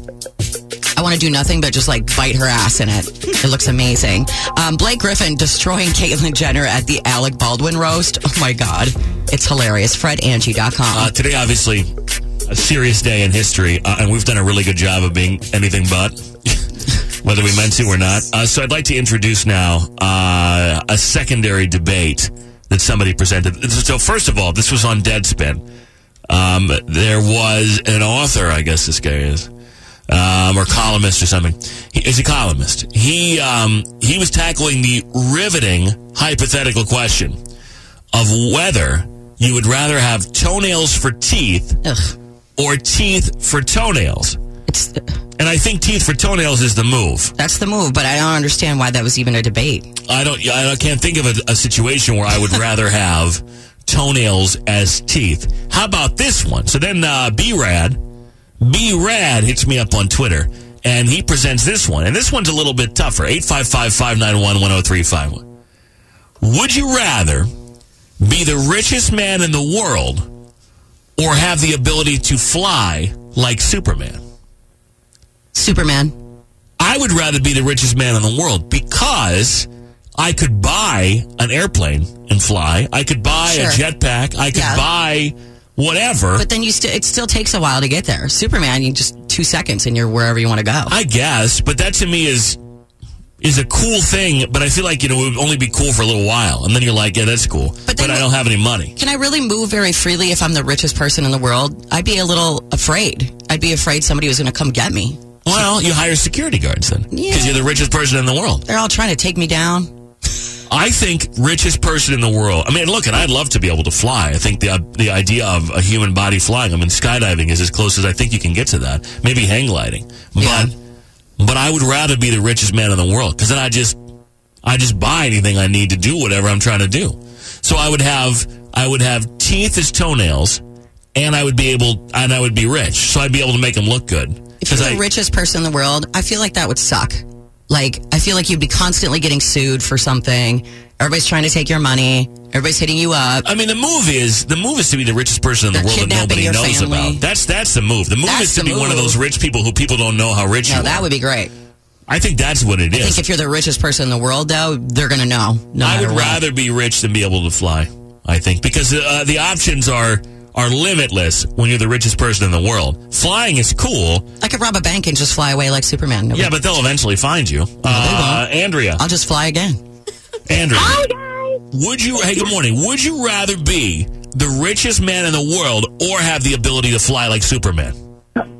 [SPEAKER 4] I want to do nothing but just like bite her ass in it. It looks amazing. Um, Blake Griffin destroying *laughs* Caitlyn Jenner at the Alec Baldwin roast. Oh my God. It's hilarious. FredAngie.com.
[SPEAKER 3] Uh, today, obviously, a serious day in history, uh, and we've done a really good job of being anything but, *laughs* whether we meant to or not. Uh, so, I'd like to introduce now uh, a secondary debate that somebody presented. So, first of all, this was on Deadspin. Um, there was an author, I guess this guy is, um, or columnist or something. He is a columnist. He um, he was tackling the riveting hypothetical question of whether you would rather have toenails for teeth or teeth for toenails. and I think teeth for toenails is the move.
[SPEAKER 4] That's the move, but I don't understand why that was even a debate.
[SPEAKER 3] I don't. I can't think of a, a situation where I would rather have toenails as teeth. How about this one? So then, uh, B Rad, B Rad hits me up on Twitter, and he presents this one, and this one's a little bit tougher. Eight five five five nine one one zero three five one. Would you rather be the richest man in the world or have the ability to fly like Superman?
[SPEAKER 4] Superman.
[SPEAKER 3] I would rather be the richest man in the world because I could buy an airplane and fly. I could buy a
[SPEAKER 4] Sure.
[SPEAKER 3] jetpack. I could
[SPEAKER 4] Yeah.
[SPEAKER 3] buy whatever.
[SPEAKER 4] But then you still it still takes a while to get there. Superman, you just two seconds and you're wherever you want to go.
[SPEAKER 3] I guess, but that to me is is a cool thing. But I feel like you know it would only be cool for a little while, and then you're like, yeah, that's cool, but, I don't have any money.
[SPEAKER 4] Can I really move very freely if I'm the richest person in the world? I'd be a little afraid. I'd be afraid somebody was going to come get me.
[SPEAKER 3] Well, you hire security guards then, because you're the richest person in the world.
[SPEAKER 4] They're all trying to take me down.
[SPEAKER 3] I think richest person in the world. I mean, look, and I'd love to be able to fly. I think the the idea of a human body flying. I mean, skydiving is as close as I think you can get to that. Maybe hang gliding, but but I would rather be the richest man in the world because then I just I just buy anything I need to do whatever I'm trying to do. So I would have I would have teeth as toenails, and I would be able and I would be rich. So I'd be able to make them look good.
[SPEAKER 4] If you're
[SPEAKER 3] 'Cause I-
[SPEAKER 4] the richest person in the world, I feel like that would suck. Like I feel like you'd be constantly getting sued for something. Everybody's trying to take your money. Everybody's hitting you up.
[SPEAKER 3] I mean, the move is the move is to be the richest person in the
[SPEAKER 4] They're
[SPEAKER 3] world that
[SPEAKER 4] kidnapping
[SPEAKER 3] nobody
[SPEAKER 4] your
[SPEAKER 3] knows
[SPEAKER 4] family.
[SPEAKER 3] about. That's that's the move. The move
[SPEAKER 4] That's
[SPEAKER 3] is to
[SPEAKER 4] the
[SPEAKER 3] be one of
[SPEAKER 4] move.
[SPEAKER 3] those rich people who people don't know how rich you
[SPEAKER 4] No,
[SPEAKER 3] are.
[SPEAKER 4] that would be great.
[SPEAKER 3] I think that's what it
[SPEAKER 4] I
[SPEAKER 3] is.
[SPEAKER 4] think if you're the richest person in the world, though, they're going to know. No
[SPEAKER 3] I
[SPEAKER 4] matter
[SPEAKER 3] would
[SPEAKER 4] what.
[SPEAKER 3] rather be rich than be able to fly. I think because uh, the options are are limitless when you're the richest person in the world. Flying is cool.
[SPEAKER 4] I could rob a bank and just fly away like Superman. No
[SPEAKER 3] Yeah, but they'll eventually find you. Uh, Andrea.
[SPEAKER 4] I'll just fly again.
[SPEAKER 3] Andrea. Would you, hey, good morning. Would you rather be the richest man in the world or have the ability to fly like Superman?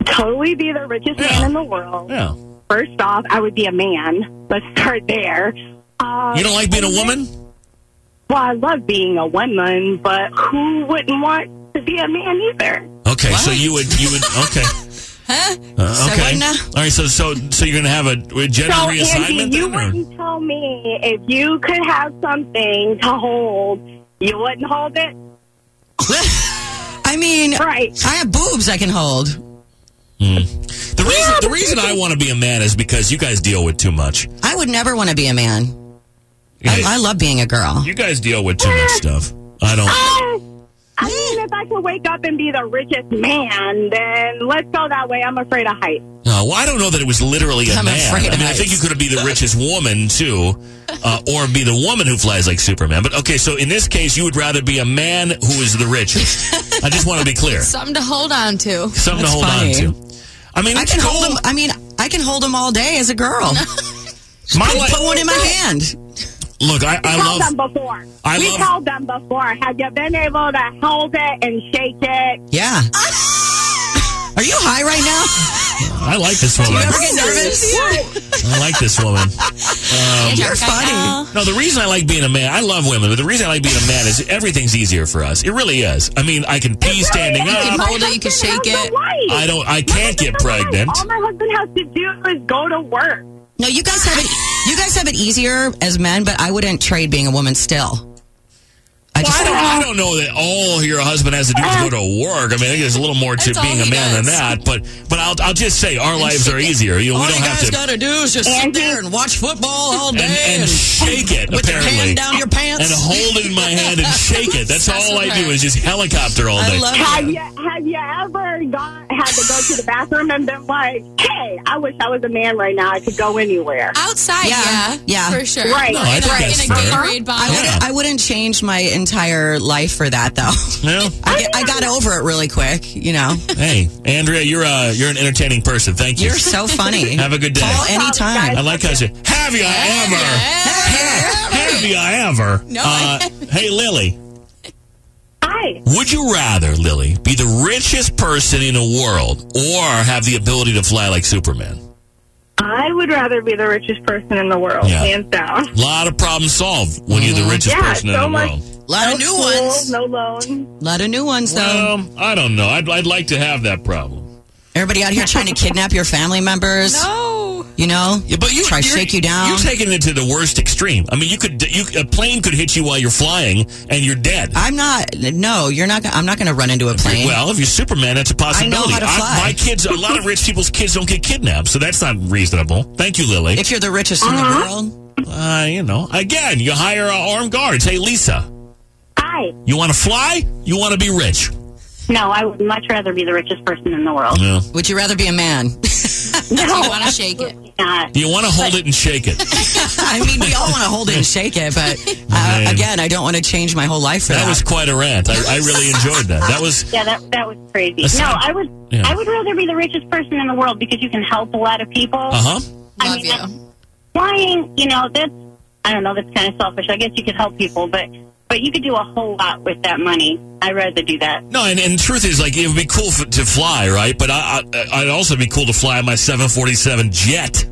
[SPEAKER 19] totally be the richest man in the world.
[SPEAKER 3] Yeah.
[SPEAKER 19] First off, I would be a man. Let's start there. Uh,
[SPEAKER 3] You don't like being a woman?
[SPEAKER 19] Well, I love being a woman, but who wouldn't want to be a man either?
[SPEAKER 3] Okay, so you would, you would,
[SPEAKER 19] *laughs*
[SPEAKER 3] okay.
[SPEAKER 19] Huh?
[SPEAKER 3] Uh,
[SPEAKER 19] So
[SPEAKER 3] okay.
[SPEAKER 19] what now?
[SPEAKER 3] All right, so, so, so you're going to have a, a gender
[SPEAKER 19] so,
[SPEAKER 3] reassignment
[SPEAKER 19] Andy, you
[SPEAKER 3] then? or-
[SPEAKER 19] wouldn't tell me if you could have something to hold, you wouldn't hold *laughs* it?
[SPEAKER 4] I mean,
[SPEAKER 19] right.
[SPEAKER 4] I have boobs I can hold.
[SPEAKER 3] The reason, the reason I want to be a man is because you guys deal with too much.
[SPEAKER 4] I would never want to be a man. I, I love being a
[SPEAKER 19] Oh.
[SPEAKER 4] girl.
[SPEAKER 3] You guys deal with too much stuff. I don't.
[SPEAKER 19] I mean, if I could wake up and be the richest man, then let's go that way. I'm afraid of height.
[SPEAKER 3] No, well, I don't know that it was literally a
[SPEAKER 19] I'm
[SPEAKER 3] man. I
[SPEAKER 19] afraid
[SPEAKER 3] mean, I
[SPEAKER 19] of
[SPEAKER 3] think you could be the richest woman too, uh, or be the woman who flies like Superman. But okay, so in this case, you would rather be a man who is
[SPEAKER 19] *laughs*
[SPEAKER 3] the richest. I just want to be clear.
[SPEAKER 5] Something to hold on to.
[SPEAKER 3] Something to hold on to. I mean,
[SPEAKER 4] I
[SPEAKER 3] it's
[SPEAKER 4] can
[SPEAKER 3] cool.
[SPEAKER 4] hold them. I mean, I can hold them all day as
[SPEAKER 5] *laughs*
[SPEAKER 4] a girl.
[SPEAKER 3] My
[SPEAKER 4] put,
[SPEAKER 3] life-
[SPEAKER 4] put one in my hand.
[SPEAKER 3] Look, I, I
[SPEAKER 19] We've held
[SPEAKER 3] love.
[SPEAKER 19] them before.
[SPEAKER 3] I
[SPEAKER 19] We've
[SPEAKER 3] love-
[SPEAKER 19] held them before. Have you been able to hold it and shake it?
[SPEAKER 4] Yeah. Are you high right now?
[SPEAKER 3] I like this woman.
[SPEAKER 4] Do you ever get nervous?
[SPEAKER 3] I like this woman.
[SPEAKER 19] *laughs*
[SPEAKER 3] Um,
[SPEAKER 4] You're funny.
[SPEAKER 3] No, the reason I like being a man, I love women, but the reason I like being a man is everything's easier for us. It really is. I mean, I can pee standing
[SPEAKER 19] You
[SPEAKER 3] up.
[SPEAKER 19] can hold it, you can shake it.
[SPEAKER 3] I don't. I can't get pregnant.
[SPEAKER 19] All my husband has to do is go to work.
[SPEAKER 4] No, you guys have it. You guys have it easier as men, but I wouldn't trade being a woman still. I
[SPEAKER 3] Well, I don't, I don't know that all your husband has to do is go to work. I mean, I think there's a little more to
[SPEAKER 4] That's all
[SPEAKER 3] being a
[SPEAKER 4] he
[SPEAKER 3] man than
[SPEAKER 4] does.
[SPEAKER 3] that. But but I'll, I'll just say our lives
[SPEAKER 4] *laughs*
[SPEAKER 3] are easier. You know, we don't have to
[SPEAKER 4] do is just sit there and watch football all
[SPEAKER 3] and, and shake it.
[SPEAKER 4] With your
[SPEAKER 3] apparently,
[SPEAKER 4] hand down your pants.
[SPEAKER 3] and hold it in my hand and shake it.
[SPEAKER 4] *laughs*
[SPEAKER 3] That's all I do is just helicopter all day.
[SPEAKER 19] have you have you ever gone had to go to the bathroom and been like, "Hey, I wish I was a man right now. I could go anywhere
[SPEAKER 5] outside."
[SPEAKER 4] yeah, yeah,
[SPEAKER 5] for sure.
[SPEAKER 19] Right.
[SPEAKER 3] No, I think Right. that's In a fair. Gatorade
[SPEAKER 4] I wouldn't, I wouldn't change my entire life for that, though.
[SPEAKER 3] No.
[SPEAKER 4] I, get- I got over it really quick, you know.
[SPEAKER 3] Hey, Andrea, you're uh, you're an entertaining person. Thank you.
[SPEAKER 4] You're so
[SPEAKER 3] *laughs*
[SPEAKER 4] funny.
[SPEAKER 3] Have a good day.
[SPEAKER 4] Call anytime.
[SPEAKER 3] I like how you. Have you ever? Have you ever?
[SPEAKER 23] No,
[SPEAKER 3] Uh, hey, Lily.
[SPEAKER 19] Hi.
[SPEAKER 3] Would you rather, Lily, be the richest person in the world or have the ability to fly like Superman?
[SPEAKER 19] I would rather be the richest person in the world,
[SPEAKER 3] Yeah.
[SPEAKER 19] hands down.
[SPEAKER 3] A lot of problems solved when you're the richest
[SPEAKER 19] Mm-hmm. yeah,
[SPEAKER 3] person in
[SPEAKER 19] so
[SPEAKER 3] the
[SPEAKER 19] much.
[SPEAKER 3] world.
[SPEAKER 4] Lot of
[SPEAKER 19] no
[SPEAKER 4] new
[SPEAKER 19] school,
[SPEAKER 4] ones.
[SPEAKER 19] No loan.
[SPEAKER 4] lot of new ones, though.
[SPEAKER 3] Well, I don't know. I'd, I'd like to have that problem.
[SPEAKER 4] Everybody out here trying to kidnap your family members. No. You know?
[SPEAKER 3] but you
[SPEAKER 4] try to
[SPEAKER 3] you're-
[SPEAKER 4] shake you down.
[SPEAKER 3] You're taking it to the worst extreme. I mean, you could you a plane could hit you while you're flying and you're dead.
[SPEAKER 4] I'm not. No, you're not. gonna- I'm not going to run into a plane.
[SPEAKER 3] Well, if you're Superman, that's a
[SPEAKER 4] I know
[SPEAKER 3] possibility.
[SPEAKER 4] how to
[SPEAKER 3] I-
[SPEAKER 4] fly.
[SPEAKER 3] my kids, a lot of rich people's kids don't get kidnapped, so that's not reasonable. Thank you, Lily.
[SPEAKER 4] If you're the richest in the
[SPEAKER 3] Uh-huh.
[SPEAKER 4] world,
[SPEAKER 3] uh, you know, again, you hire uh, armed guards. Hey, Lisa,
[SPEAKER 19] Hi.
[SPEAKER 3] you want to fly? You want to be rich?
[SPEAKER 19] No, I would much rather be the richest person in the world.
[SPEAKER 3] Yeah.
[SPEAKER 4] would you rather be a man? *laughs*
[SPEAKER 19] No,
[SPEAKER 5] you want to shake it.
[SPEAKER 3] You want to hold it and shake it.
[SPEAKER 4] I mean, we all want to hold it and shake
[SPEAKER 3] *laughs*
[SPEAKER 4] it, but uh,
[SPEAKER 3] Man.
[SPEAKER 4] again, I don't want to change my whole life for that.
[SPEAKER 3] That was quite a rant. I, I really enjoyed that. That was
[SPEAKER 19] Yeah, that that was crazy.
[SPEAKER 3] That's
[SPEAKER 19] no,
[SPEAKER 3] not-
[SPEAKER 19] I would
[SPEAKER 3] Yeah.
[SPEAKER 19] I would rather be the richest person in the world because you can help a lot of people.
[SPEAKER 3] uh huh.
[SPEAKER 19] I mean, that's- flying, you know, that's I don't know, that's kind of selfish. I guess you could help people, but but you could do a whole lot with that money. I'd rather do that.
[SPEAKER 3] No, and, and the truth is, like, it would be cool f- to fly, right? But I, I, I'd also be cool to fly my 747 jet,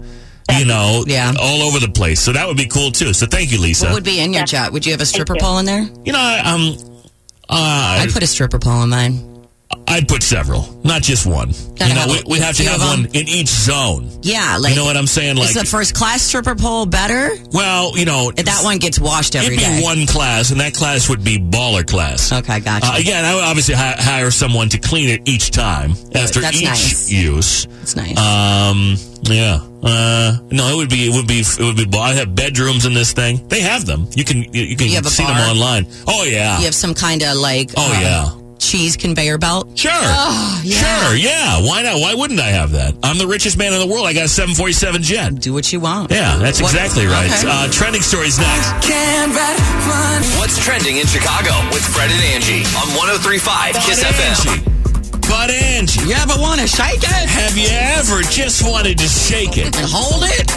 [SPEAKER 3] you know, yeah. all over the place. So that would be cool, too. So thank you, Lisa.
[SPEAKER 4] What would be in your jet? Would you have a stripper pole in there?
[SPEAKER 3] You know, um, uh,
[SPEAKER 4] I put a stripper pole in mine.
[SPEAKER 3] I'd put several, not just one.
[SPEAKER 4] Gotta
[SPEAKER 3] you know,
[SPEAKER 4] have
[SPEAKER 3] we,
[SPEAKER 4] a
[SPEAKER 3] we'd have to
[SPEAKER 4] few
[SPEAKER 3] have
[SPEAKER 4] of
[SPEAKER 3] one
[SPEAKER 4] 'em.
[SPEAKER 3] in each zone.
[SPEAKER 4] Yeah, like
[SPEAKER 3] you know what I'm saying? Like
[SPEAKER 4] is the first class stripper pole better?
[SPEAKER 3] Well, you know
[SPEAKER 4] that one gets washed every
[SPEAKER 3] It'd
[SPEAKER 4] day.
[SPEAKER 3] be one class, and that class would be baller class.
[SPEAKER 4] Okay, gotcha.
[SPEAKER 3] Uh, again, I would obviously hi- hire someone to clean it each time after
[SPEAKER 4] That's
[SPEAKER 3] each
[SPEAKER 4] nice.
[SPEAKER 3] use.
[SPEAKER 4] That's nice.
[SPEAKER 3] Um, yeah. Uh, no, it would be it would be it would be. ba- I have bedrooms in this thing. They have them. You can you, you can
[SPEAKER 4] You have a
[SPEAKER 3] see them
[SPEAKER 4] bar?
[SPEAKER 3] online. Oh yeah.
[SPEAKER 4] You have uh, some kind of like um,
[SPEAKER 3] Oh, yeah.
[SPEAKER 4] cheese conveyor belt.
[SPEAKER 3] Sure.
[SPEAKER 4] Oh, yeah.
[SPEAKER 3] Sure, yeah. Why not? Why wouldn't I have that? I'm the richest man in the world. I got a 747 jet.
[SPEAKER 4] Do what you want.
[SPEAKER 3] Yeah, that's
[SPEAKER 2] What-
[SPEAKER 3] exactly right.
[SPEAKER 2] Okay.
[SPEAKER 3] Uh, trending stories next.
[SPEAKER 2] What's trending in Chicago with Fred and Angie on 1035 Kiss FM?
[SPEAKER 3] But Angie.
[SPEAKER 4] Yeah, but want to shake it?
[SPEAKER 3] Have you ever just wanted to shake it?
[SPEAKER 4] And hold it?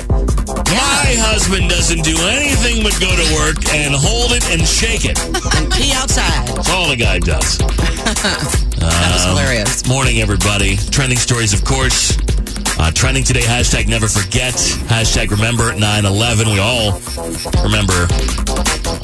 [SPEAKER 3] My husband doesn't do anything but go to work and hold it and shake it.
[SPEAKER 4] and *laughs* pee *laughs* outside.
[SPEAKER 3] That's all the guy does.
[SPEAKER 4] That was hilarious.
[SPEAKER 3] Um, Morning, everybody. Trending stories, of course. Uh, trending today, hashtag never forget, hashtag remember 9 11. We all remember.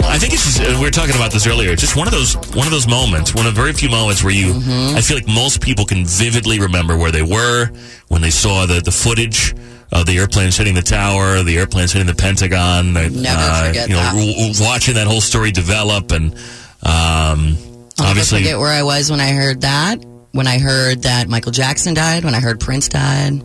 [SPEAKER 3] I think it's just, uh, we were talking about this earlier. It's just one of those one of those moments, one of the very few moments where you,
[SPEAKER 4] Mm-hmm.
[SPEAKER 3] I feel like most people can vividly remember where they were when they saw the, the footage of the airplanes hitting the tower, the airplanes hitting the Pentagon. Never
[SPEAKER 4] forget
[SPEAKER 3] you know,
[SPEAKER 4] that.
[SPEAKER 3] w- w- watching that whole story develop and um,
[SPEAKER 4] I'll
[SPEAKER 3] obviously.
[SPEAKER 4] never forget where I was when I heard that. When I heard that Michael Jackson died. When I heard Prince died.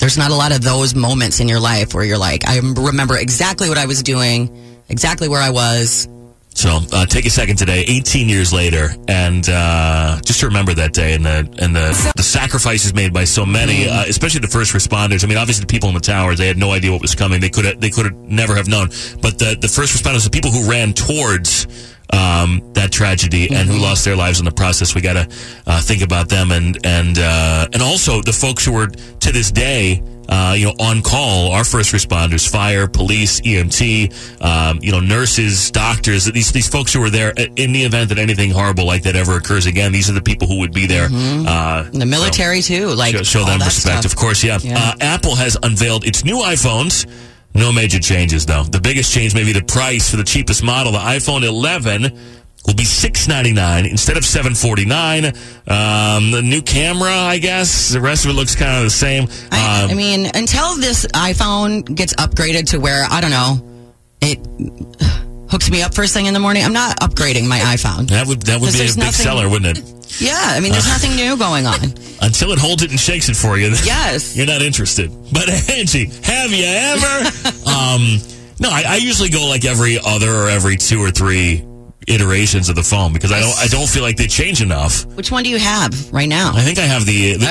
[SPEAKER 4] There's not a lot of those moments in your life where you're like, I remember exactly what I was doing, exactly where I was.
[SPEAKER 3] So uh, take a second today, 18 years later, and uh, just to remember that day and the and the, the sacrifices made by so many, uh, especially the first responders. I mean, obviously the people in the towers, they had no idea what was coming. They could have they could have never have known. But the the first responders, the people who ran towards um, that tragedy and
[SPEAKER 4] Mm-hmm.
[SPEAKER 3] who lost their lives in the process. We got to uh, think about them and and uh, and also the folks who were to this day. Uh, you know, on call, our first responders, fire, police, EMT, um, you know, nurses, doctors, these these folks who were there uh, in the event that anything horrible like that ever occurs again. These are the people who would be there. Uh,
[SPEAKER 4] In Mm-hmm. the military, too. Like,
[SPEAKER 3] show, show
[SPEAKER 4] all
[SPEAKER 3] them
[SPEAKER 4] that
[SPEAKER 3] respect,
[SPEAKER 4] stuff.
[SPEAKER 3] of course. Yeah. Uh, Apple has unveiled its new iPhones. No major changes, though. The biggest change may be the price for the cheapest model. The iPhone 11 will be $699 instead of $749. Um, the new camera, I guess. The rest of it looks kind of the same.
[SPEAKER 4] I,
[SPEAKER 3] Um,
[SPEAKER 4] I mean, until this iPhone gets upgraded to where, I don't know, it hooks me up first thing in the morning, I'm not upgrading my iPhone.
[SPEAKER 3] that would that would
[SPEAKER 4] 'Cause
[SPEAKER 3] be a
[SPEAKER 4] there's
[SPEAKER 3] big
[SPEAKER 4] nothing-
[SPEAKER 3] seller, wouldn't it?
[SPEAKER 4] Yeah, I mean, there's nothing new
[SPEAKER 3] *laughs*
[SPEAKER 4] going on.
[SPEAKER 3] Until it holds it and shakes it for you. *laughs* then
[SPEAKER 4] Yes.
[SPEAKER 3] You're not interested. But *laughs* Angie, have you ever? um, no, I, I usually go like every other or every two or three iterations of the phone because I don't I don't feel like they change enough.
[SPEAKER 4] Which one do you have right now?
[SPEAKER 3] I think I have the, the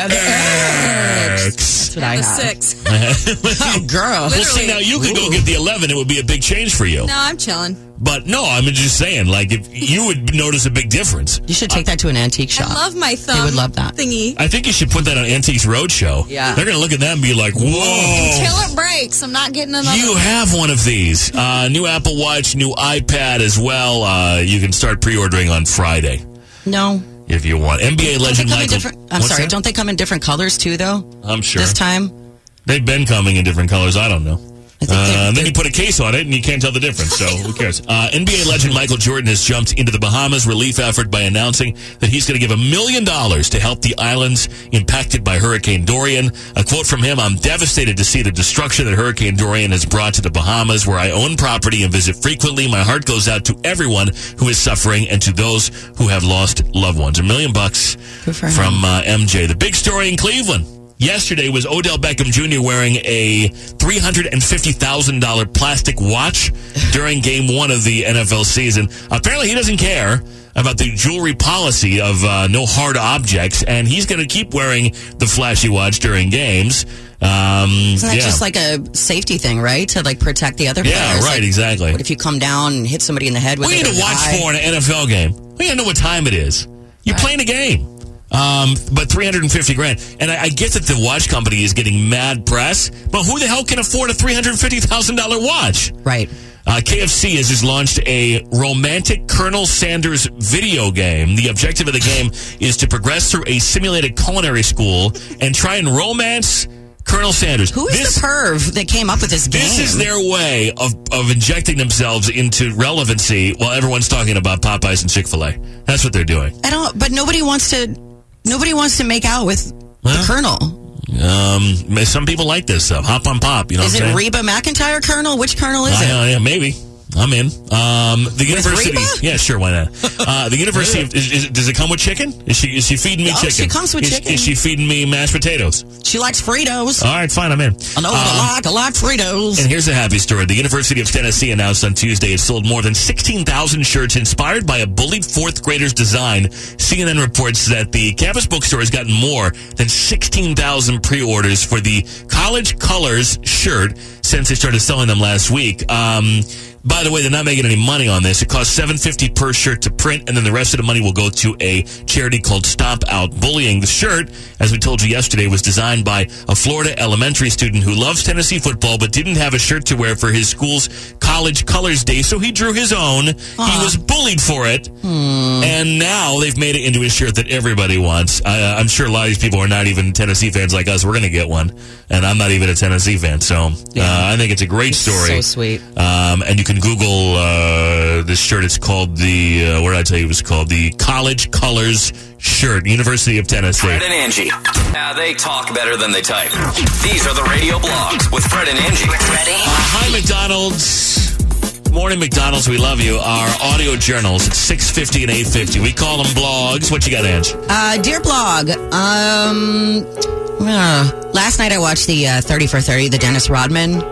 [SPEAKER 3] X.
[SPEAKER 4] That's what I have.
[SPEAKER 10] six.
[SPEAKER 3] *laughs* oh,
[SPEAKER 4] girl.
[SPEAKER 3] Well, see, now you could go get the 11. It would be a big change for you.
[SPEAKER 10] No, I'm chilling.
[SPEAKER 3] But no, I'm just saying, like, if you would notice a big difference.
[SPEAKER 4] You should take that to an antique shop.
[SPEAKER 10] I love my thumb.
[SPEAKER 4] would love that.
[SPEAKER 10] thingy.
[SPEAKER 3] I think you should put that on Antiques Roadshow.
[SPEAKER 10] Yeah.
[SPEAKER 3] They're going to look at that and be like, whoa.
[SPEAKER 10] Until it breaks, I'm not getting another.
[SPEAKER 3] You have one of these. Uh, new Apple Watch, new iPad as well. Uh, you can start pre ordering on Friday
[SPEAKER 4] No.
[SPEAKER 3] if you want. NBA
[SPEAKER 4] Don't they
[SPEAKER 3] legend
[SPEAKER 4] come in
[SPEAKER 3] Michael.
[SPEAKER 4] different, I'm
[SPEAKER 3] What's
[SPEAKER 4] sorry.
[SPEAKER 3] that?
[SPEAKER 4] Don't they come in different colors too, though?
[SPEAKER 3] I'm sure.
[SPEAKER 4] This time,
[SPEAKER 3] They've been coming in different colors. I don't know. Uh, then you put a case on it and you can't tell the difference, so who cares? Uh, NBA legend Michael Jordan has jumped into the Bahamas relief effort by announcing that he's going to give a million dollars to help the islands impacted by Hurricane Dorian. A quote from him I'm devastated to see the destruction that Hurricane Dorian has brought to the Bahamas, where I own property and visit frequently. My heart goes out to everyone who is suffering and to those who have lost loved ones. A million bucks
[SPEAKER 4] for him.
[SPEAKER 3] from uh, MJ. The big story in Cleveland yesterday was Odell Beckham Jr. wearing a $350,000 plastic watch during game one of the NFL season. Apparently, he doesn't care about the jewelry policy of uh, no hard objects, and he's going to keep wearing the flashy watch during games. Um,
[SPEAKER 4] Isn't that
[SPEAKER 3] yeah.
[SPEAKER 4] just like a safety thing, right? To like protect the other
[SPEAKER 3] Yeah,
[SPEAKER 4] players.
[SPEAKER 3] right,
[SPEAKER 4] Like,
[SPEAKER 3] exactly.
[SPEAKER 4] What if you come down and hit somebody in the head with
[SPEAKER 3] What do
[SPEAKER 4] it?
[SPEAKER 3] you need
[SPEAKER 4] or
[SPEAKER 3] to
[SPEAKER 4] the
[SPEAKER 3] watch
[SPEAKER 4] eye?
[SPEAKER 3] for in an NFL game? We gotta know what time it is. You're playing a game. Um, but 350 grand. And I, I get that the watch company is getting mad press, but who the hell can afford a $350,000 watch?
[SPEAKER 4] Right.
[SPEAKER 3] Uh, KFC has just launched a romantic Colonel Sanders video game. The objective of the game is to progress through a simulated culinary school and try and romance Colonel Sanders.
[SPEAKER 4] Who is the perv that came up with this game?
[SPEAKER 3] This is their way of, of injecting themselves into relevancy while everyone's talking about Popeyes and Chick fil A. That's what they're doing.
[SPEAKER 4] I don't. But nobody wants to. Nobody wants to make out with the Colonel.
[SPEAKER 3] Um, some people like this stuff. Hop on pop. You know
[SPEAKER 4] is
[SPEAKER 3] what
[SPEAKER 4] it
[SPEAKER 3] I'm saying?
[SPEAKER 4] Reba McIntyre Colonel? Which Colonel is
[SPEAKER 3] I
[SPEAKER 4] it?
[SPEAKER 3] know, yeah, maybe. I'm in. Um, the university.
[SPEAKER 4] Reba?
[SPEAKER 3] Yeah, sure. Why not?
[SPEAKER 4] *laughs*
[SPEAKER 3] Uh, the university. Of, is, is, does it come with chicken? Is she is she feeding me
[SPEAKER 4] Oh,
[SPEAKER 3] chicken?
[SPEAKER 4] she comes with
[SPEAKER 3] Is-
[SPEAKER 4] chicken.
[SPEAKER 3] Is she feeding me mashed potatoes?
[SPEAKER 4] She likes Fritos.
[SPEAKER 3] All right, fine. I'm in.
[SPEAKER 4] I know what I
[SPEAKER 3] Um,
[SPEAKER 4] like. I like Fritos.
[SPEAKER 3] And here's a happy story. The University of Tennessee announced on Tuesday it sold more than 16,000 shirts inspired by a bullied fourth grader's design. CNN reports that the campus bookstore has gotten more than 16,000 pre-orders for the College Colors shirt since they started selling them last week. Um, by the way, they're not making any money on this. It costs seven fifty per shirt to print, and then the rest of the money will go to a charity called Stop Out Bullying. The shirt, as we told you yesterday, was designed by a Florida elementary student who loves Tennessee football but didn't have a shirt to wear for his school's college colors day, so he drew his own. He was bullied for it,
[SPEAKER 4] Hmm.
[SPEAKER 3] and now they've made it into a shirt that everybody wants. I, uh, I'm sure a lot of these people are not even Tennessee fans like us. We're going to get one, and I'm not even a Tennessee fan, so uh, I think it's a great story.
[SPEAKER 4] so sweet.
[SPEAKER 3] Um, and you can Google uh, this shirt. It's called the, uh, what did I tell you it was called? The College Colors shirt, University of Tennessee. Uh,
[SPEAKER 2] Fred and Angie. Now they talk better than they type. These are the radio blogs with Fred and Angie. Ready?
[SPEAKER 3] Hi, McDonald's. Morning, McDonald's. We love you. Our audio journals at 650 and 850. We call them blogs. What you got, Ange?
[SPEAKER 4] Uh, dear blog, um, uh, last night I watched the uh, 30 for 30, the Dennis Rodman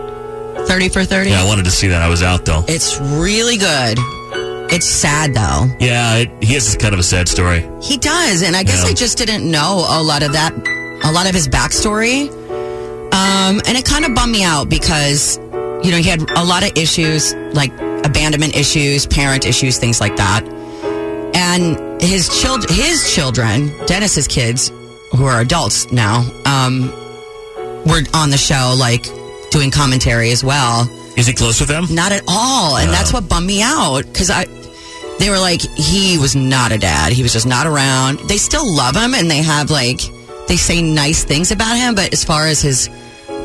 [SPEAKER 4] 30 for 30.
[SPEAKER 3] Yeah, I wanted to see that. I was out, though.
[SPEAKER 4] It's really good. It's sad though.
[SPEAKER 3] Yeah, it, he has kind of a sad story.
[SPEAKER 4] He does, and I guess
[SPEAKER 3] Yeah.
[SPEAKER 4] I just didn't know a lot of that, a lot of his backstory. Um, and it kind of bummed me out because, you know, he had a lot of issues, like abandonment issues, parent issues, things like that. And his child, his children, Dennis's kids, who are adults now, um, were on the show, like doing commentary as well.
[SPEAKER 3] Is he close with them? Oh.
[SPEAKER 4] Not at all, and that's what bummed me out because I, they were like, he was not a dad. He was just not around. They still love him, and they have like, they say nice things about him, but as far as his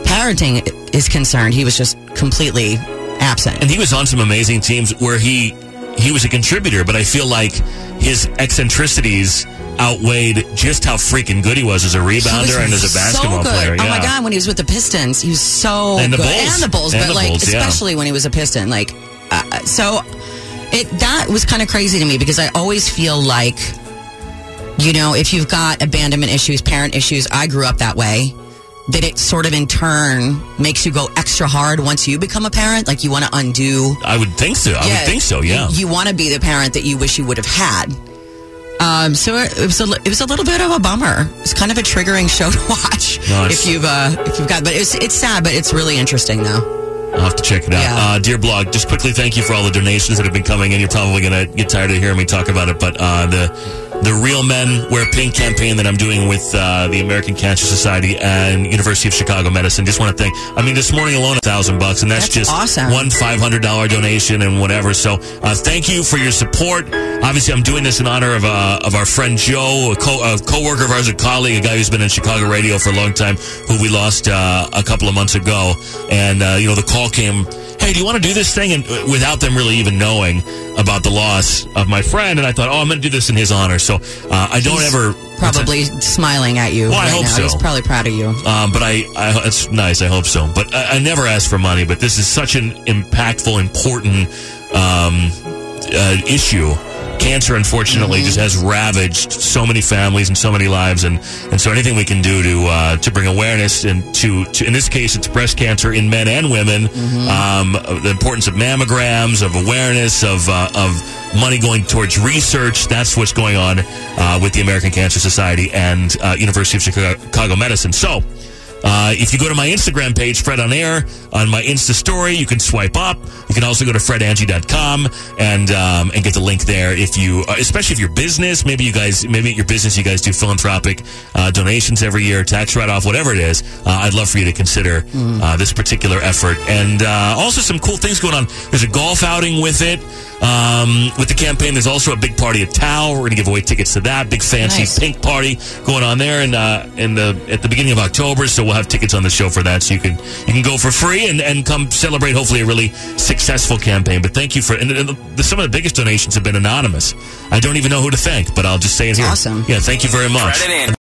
[SPEAKER 4] parenting i- is concerned, he was just completely absent.
[SPEAKER 3] And he was on some amazing teams where he he was a contributor, but I feel like his eccentricities outweighed just how freaking good he was as a rebounder
[SPEAKER 4] He was
[SPEAKER 3] and as a basketball
[SPEAKER 4] so good.
[SPEAKER 3] player.
[SPEAKER 4] Oh my
[SPEAKER 3] yeah.
[SPEAKER 4] god, when he was with the Pistons, he was so
[SPEAKER 3] And the
[SPEAKER 4] good.
[SPEAKER 3] Bulls.
[SPEAKER 4] and the Bulls,
[SPEAKER 3] And
[SPEAKER 4] but
[SPEAKER 3] the
[SPEAKER 4] like
[SPEAKER 3] Bulls, yeah.
[SPEAKER 4] especially when he was a Piston, like uh, so. It that was kind of crazy to me because I always feel like, you know, if you've got abandonment issues, parent issues, I grew up that way. That it sort of in turn makes you go extra hard once you become a parent. Like you want to undo
[SPEAKER 3] I would think so. I
[SPEAKER 4] yeah,
[SPEAKER 3] would think so. Yeah.
[SPEAKER 4] You, want to be the parent that you wish you would have had. Um, so it, it was a, li- it was a little bit of a bummer. It's kind of a triggering show *laughs* to watch
[SPEAKER 3] No, it's-
[SPEAKER 4] if you've uh, if you've got. But it's it's sad, but it's really interesting though.
[SPEAKER 3] I'll have to check it out. Uh, dear blog, just quickly thank you for all the donations that have been coming in. You're probably going to get tired of hearing me talk about it, but uh, the the Real Men Wear Pink campaign that I'm doing with uh, the American Cancer Society and University of Chicago Medicine. Just want to thank. I mean, this morning alone, a thousand bucks, and that's,
[SPEAKER 4] That's
[SPEAKER 3] just
[SPEAKER 4] awesome.
[SPEAKER 3] one five hundred dollar donation and whatever. So uh, thank you for your support. Obviously, I'm doing this in honor of uh, of our friend Joe, a, co- a co-worker of ours, a colleague, a guy who's been in Chicago radio for a long time, who we lost uh, a couple of months ago. And uh, you know, the call came, "Hey, do you want to do this thing?" And uh, without them really even knowing about the loss of my friend, and I thought, "Oh, I'm going to do this in his honor." So uh, I don't ever
[SPEAKER 4] Probably smiling at you
[SPEAKER 3] Well, I
[SPEAKER 4] right
[SPEAKER 3] hope
[SPEAKER 4] now.
[SPEAKER 3] so.
[SPEAKER 4] He's probably proud of you.
[SPEAKER 3] um, but I, I, it's nice. I hope so. But I, I never ask for money. But this is such an impactful, important um, uh, issue. Cancer, unfortunately, just has ravaged so many families and so many lives, and, and so anything we can do to uh, to bring awareness and to, to in this case, it's breast cancer in men and women. Um, of the importance of mammograms, of awareness, of uh, of money going towards research. That's what's going on uh, with the American Cancer Society and uh, University of Chicago Chicago Medicine. So, uh, if you go to my Instagram page, Fred on Air, on my Insta story, you can swipe up. You can also go to fredangie.com and um, and get the link there. If you, uh, especially if your business, maybe you guys, maybe at your business, you guys do philanthropic uh, donations every year, tax write off, whatever it is. Uh, I'd love for you to consider uh, this particular effort. And uh, also some cool things going on. There's a golf outing with it. Um, with the campaign, there's also a big party at Tao. We're going to give away tickets to that big fancy
[SPEAKER 2] Nice.
[SPEAKER 3] pink party going on there, and uh, in the at the beginning of October. So We'll have tickets on the show for that, so you can you can go for free and, and come celebrate. Hopefully, a really successful campaign. But thank you for and, and the, some of the biggest donations have been anonymous. I don't even know who to thank, but I'll just say it here. Awesome. Yeah, thank you very much.
[SPEAKER 2] Fred and Angie.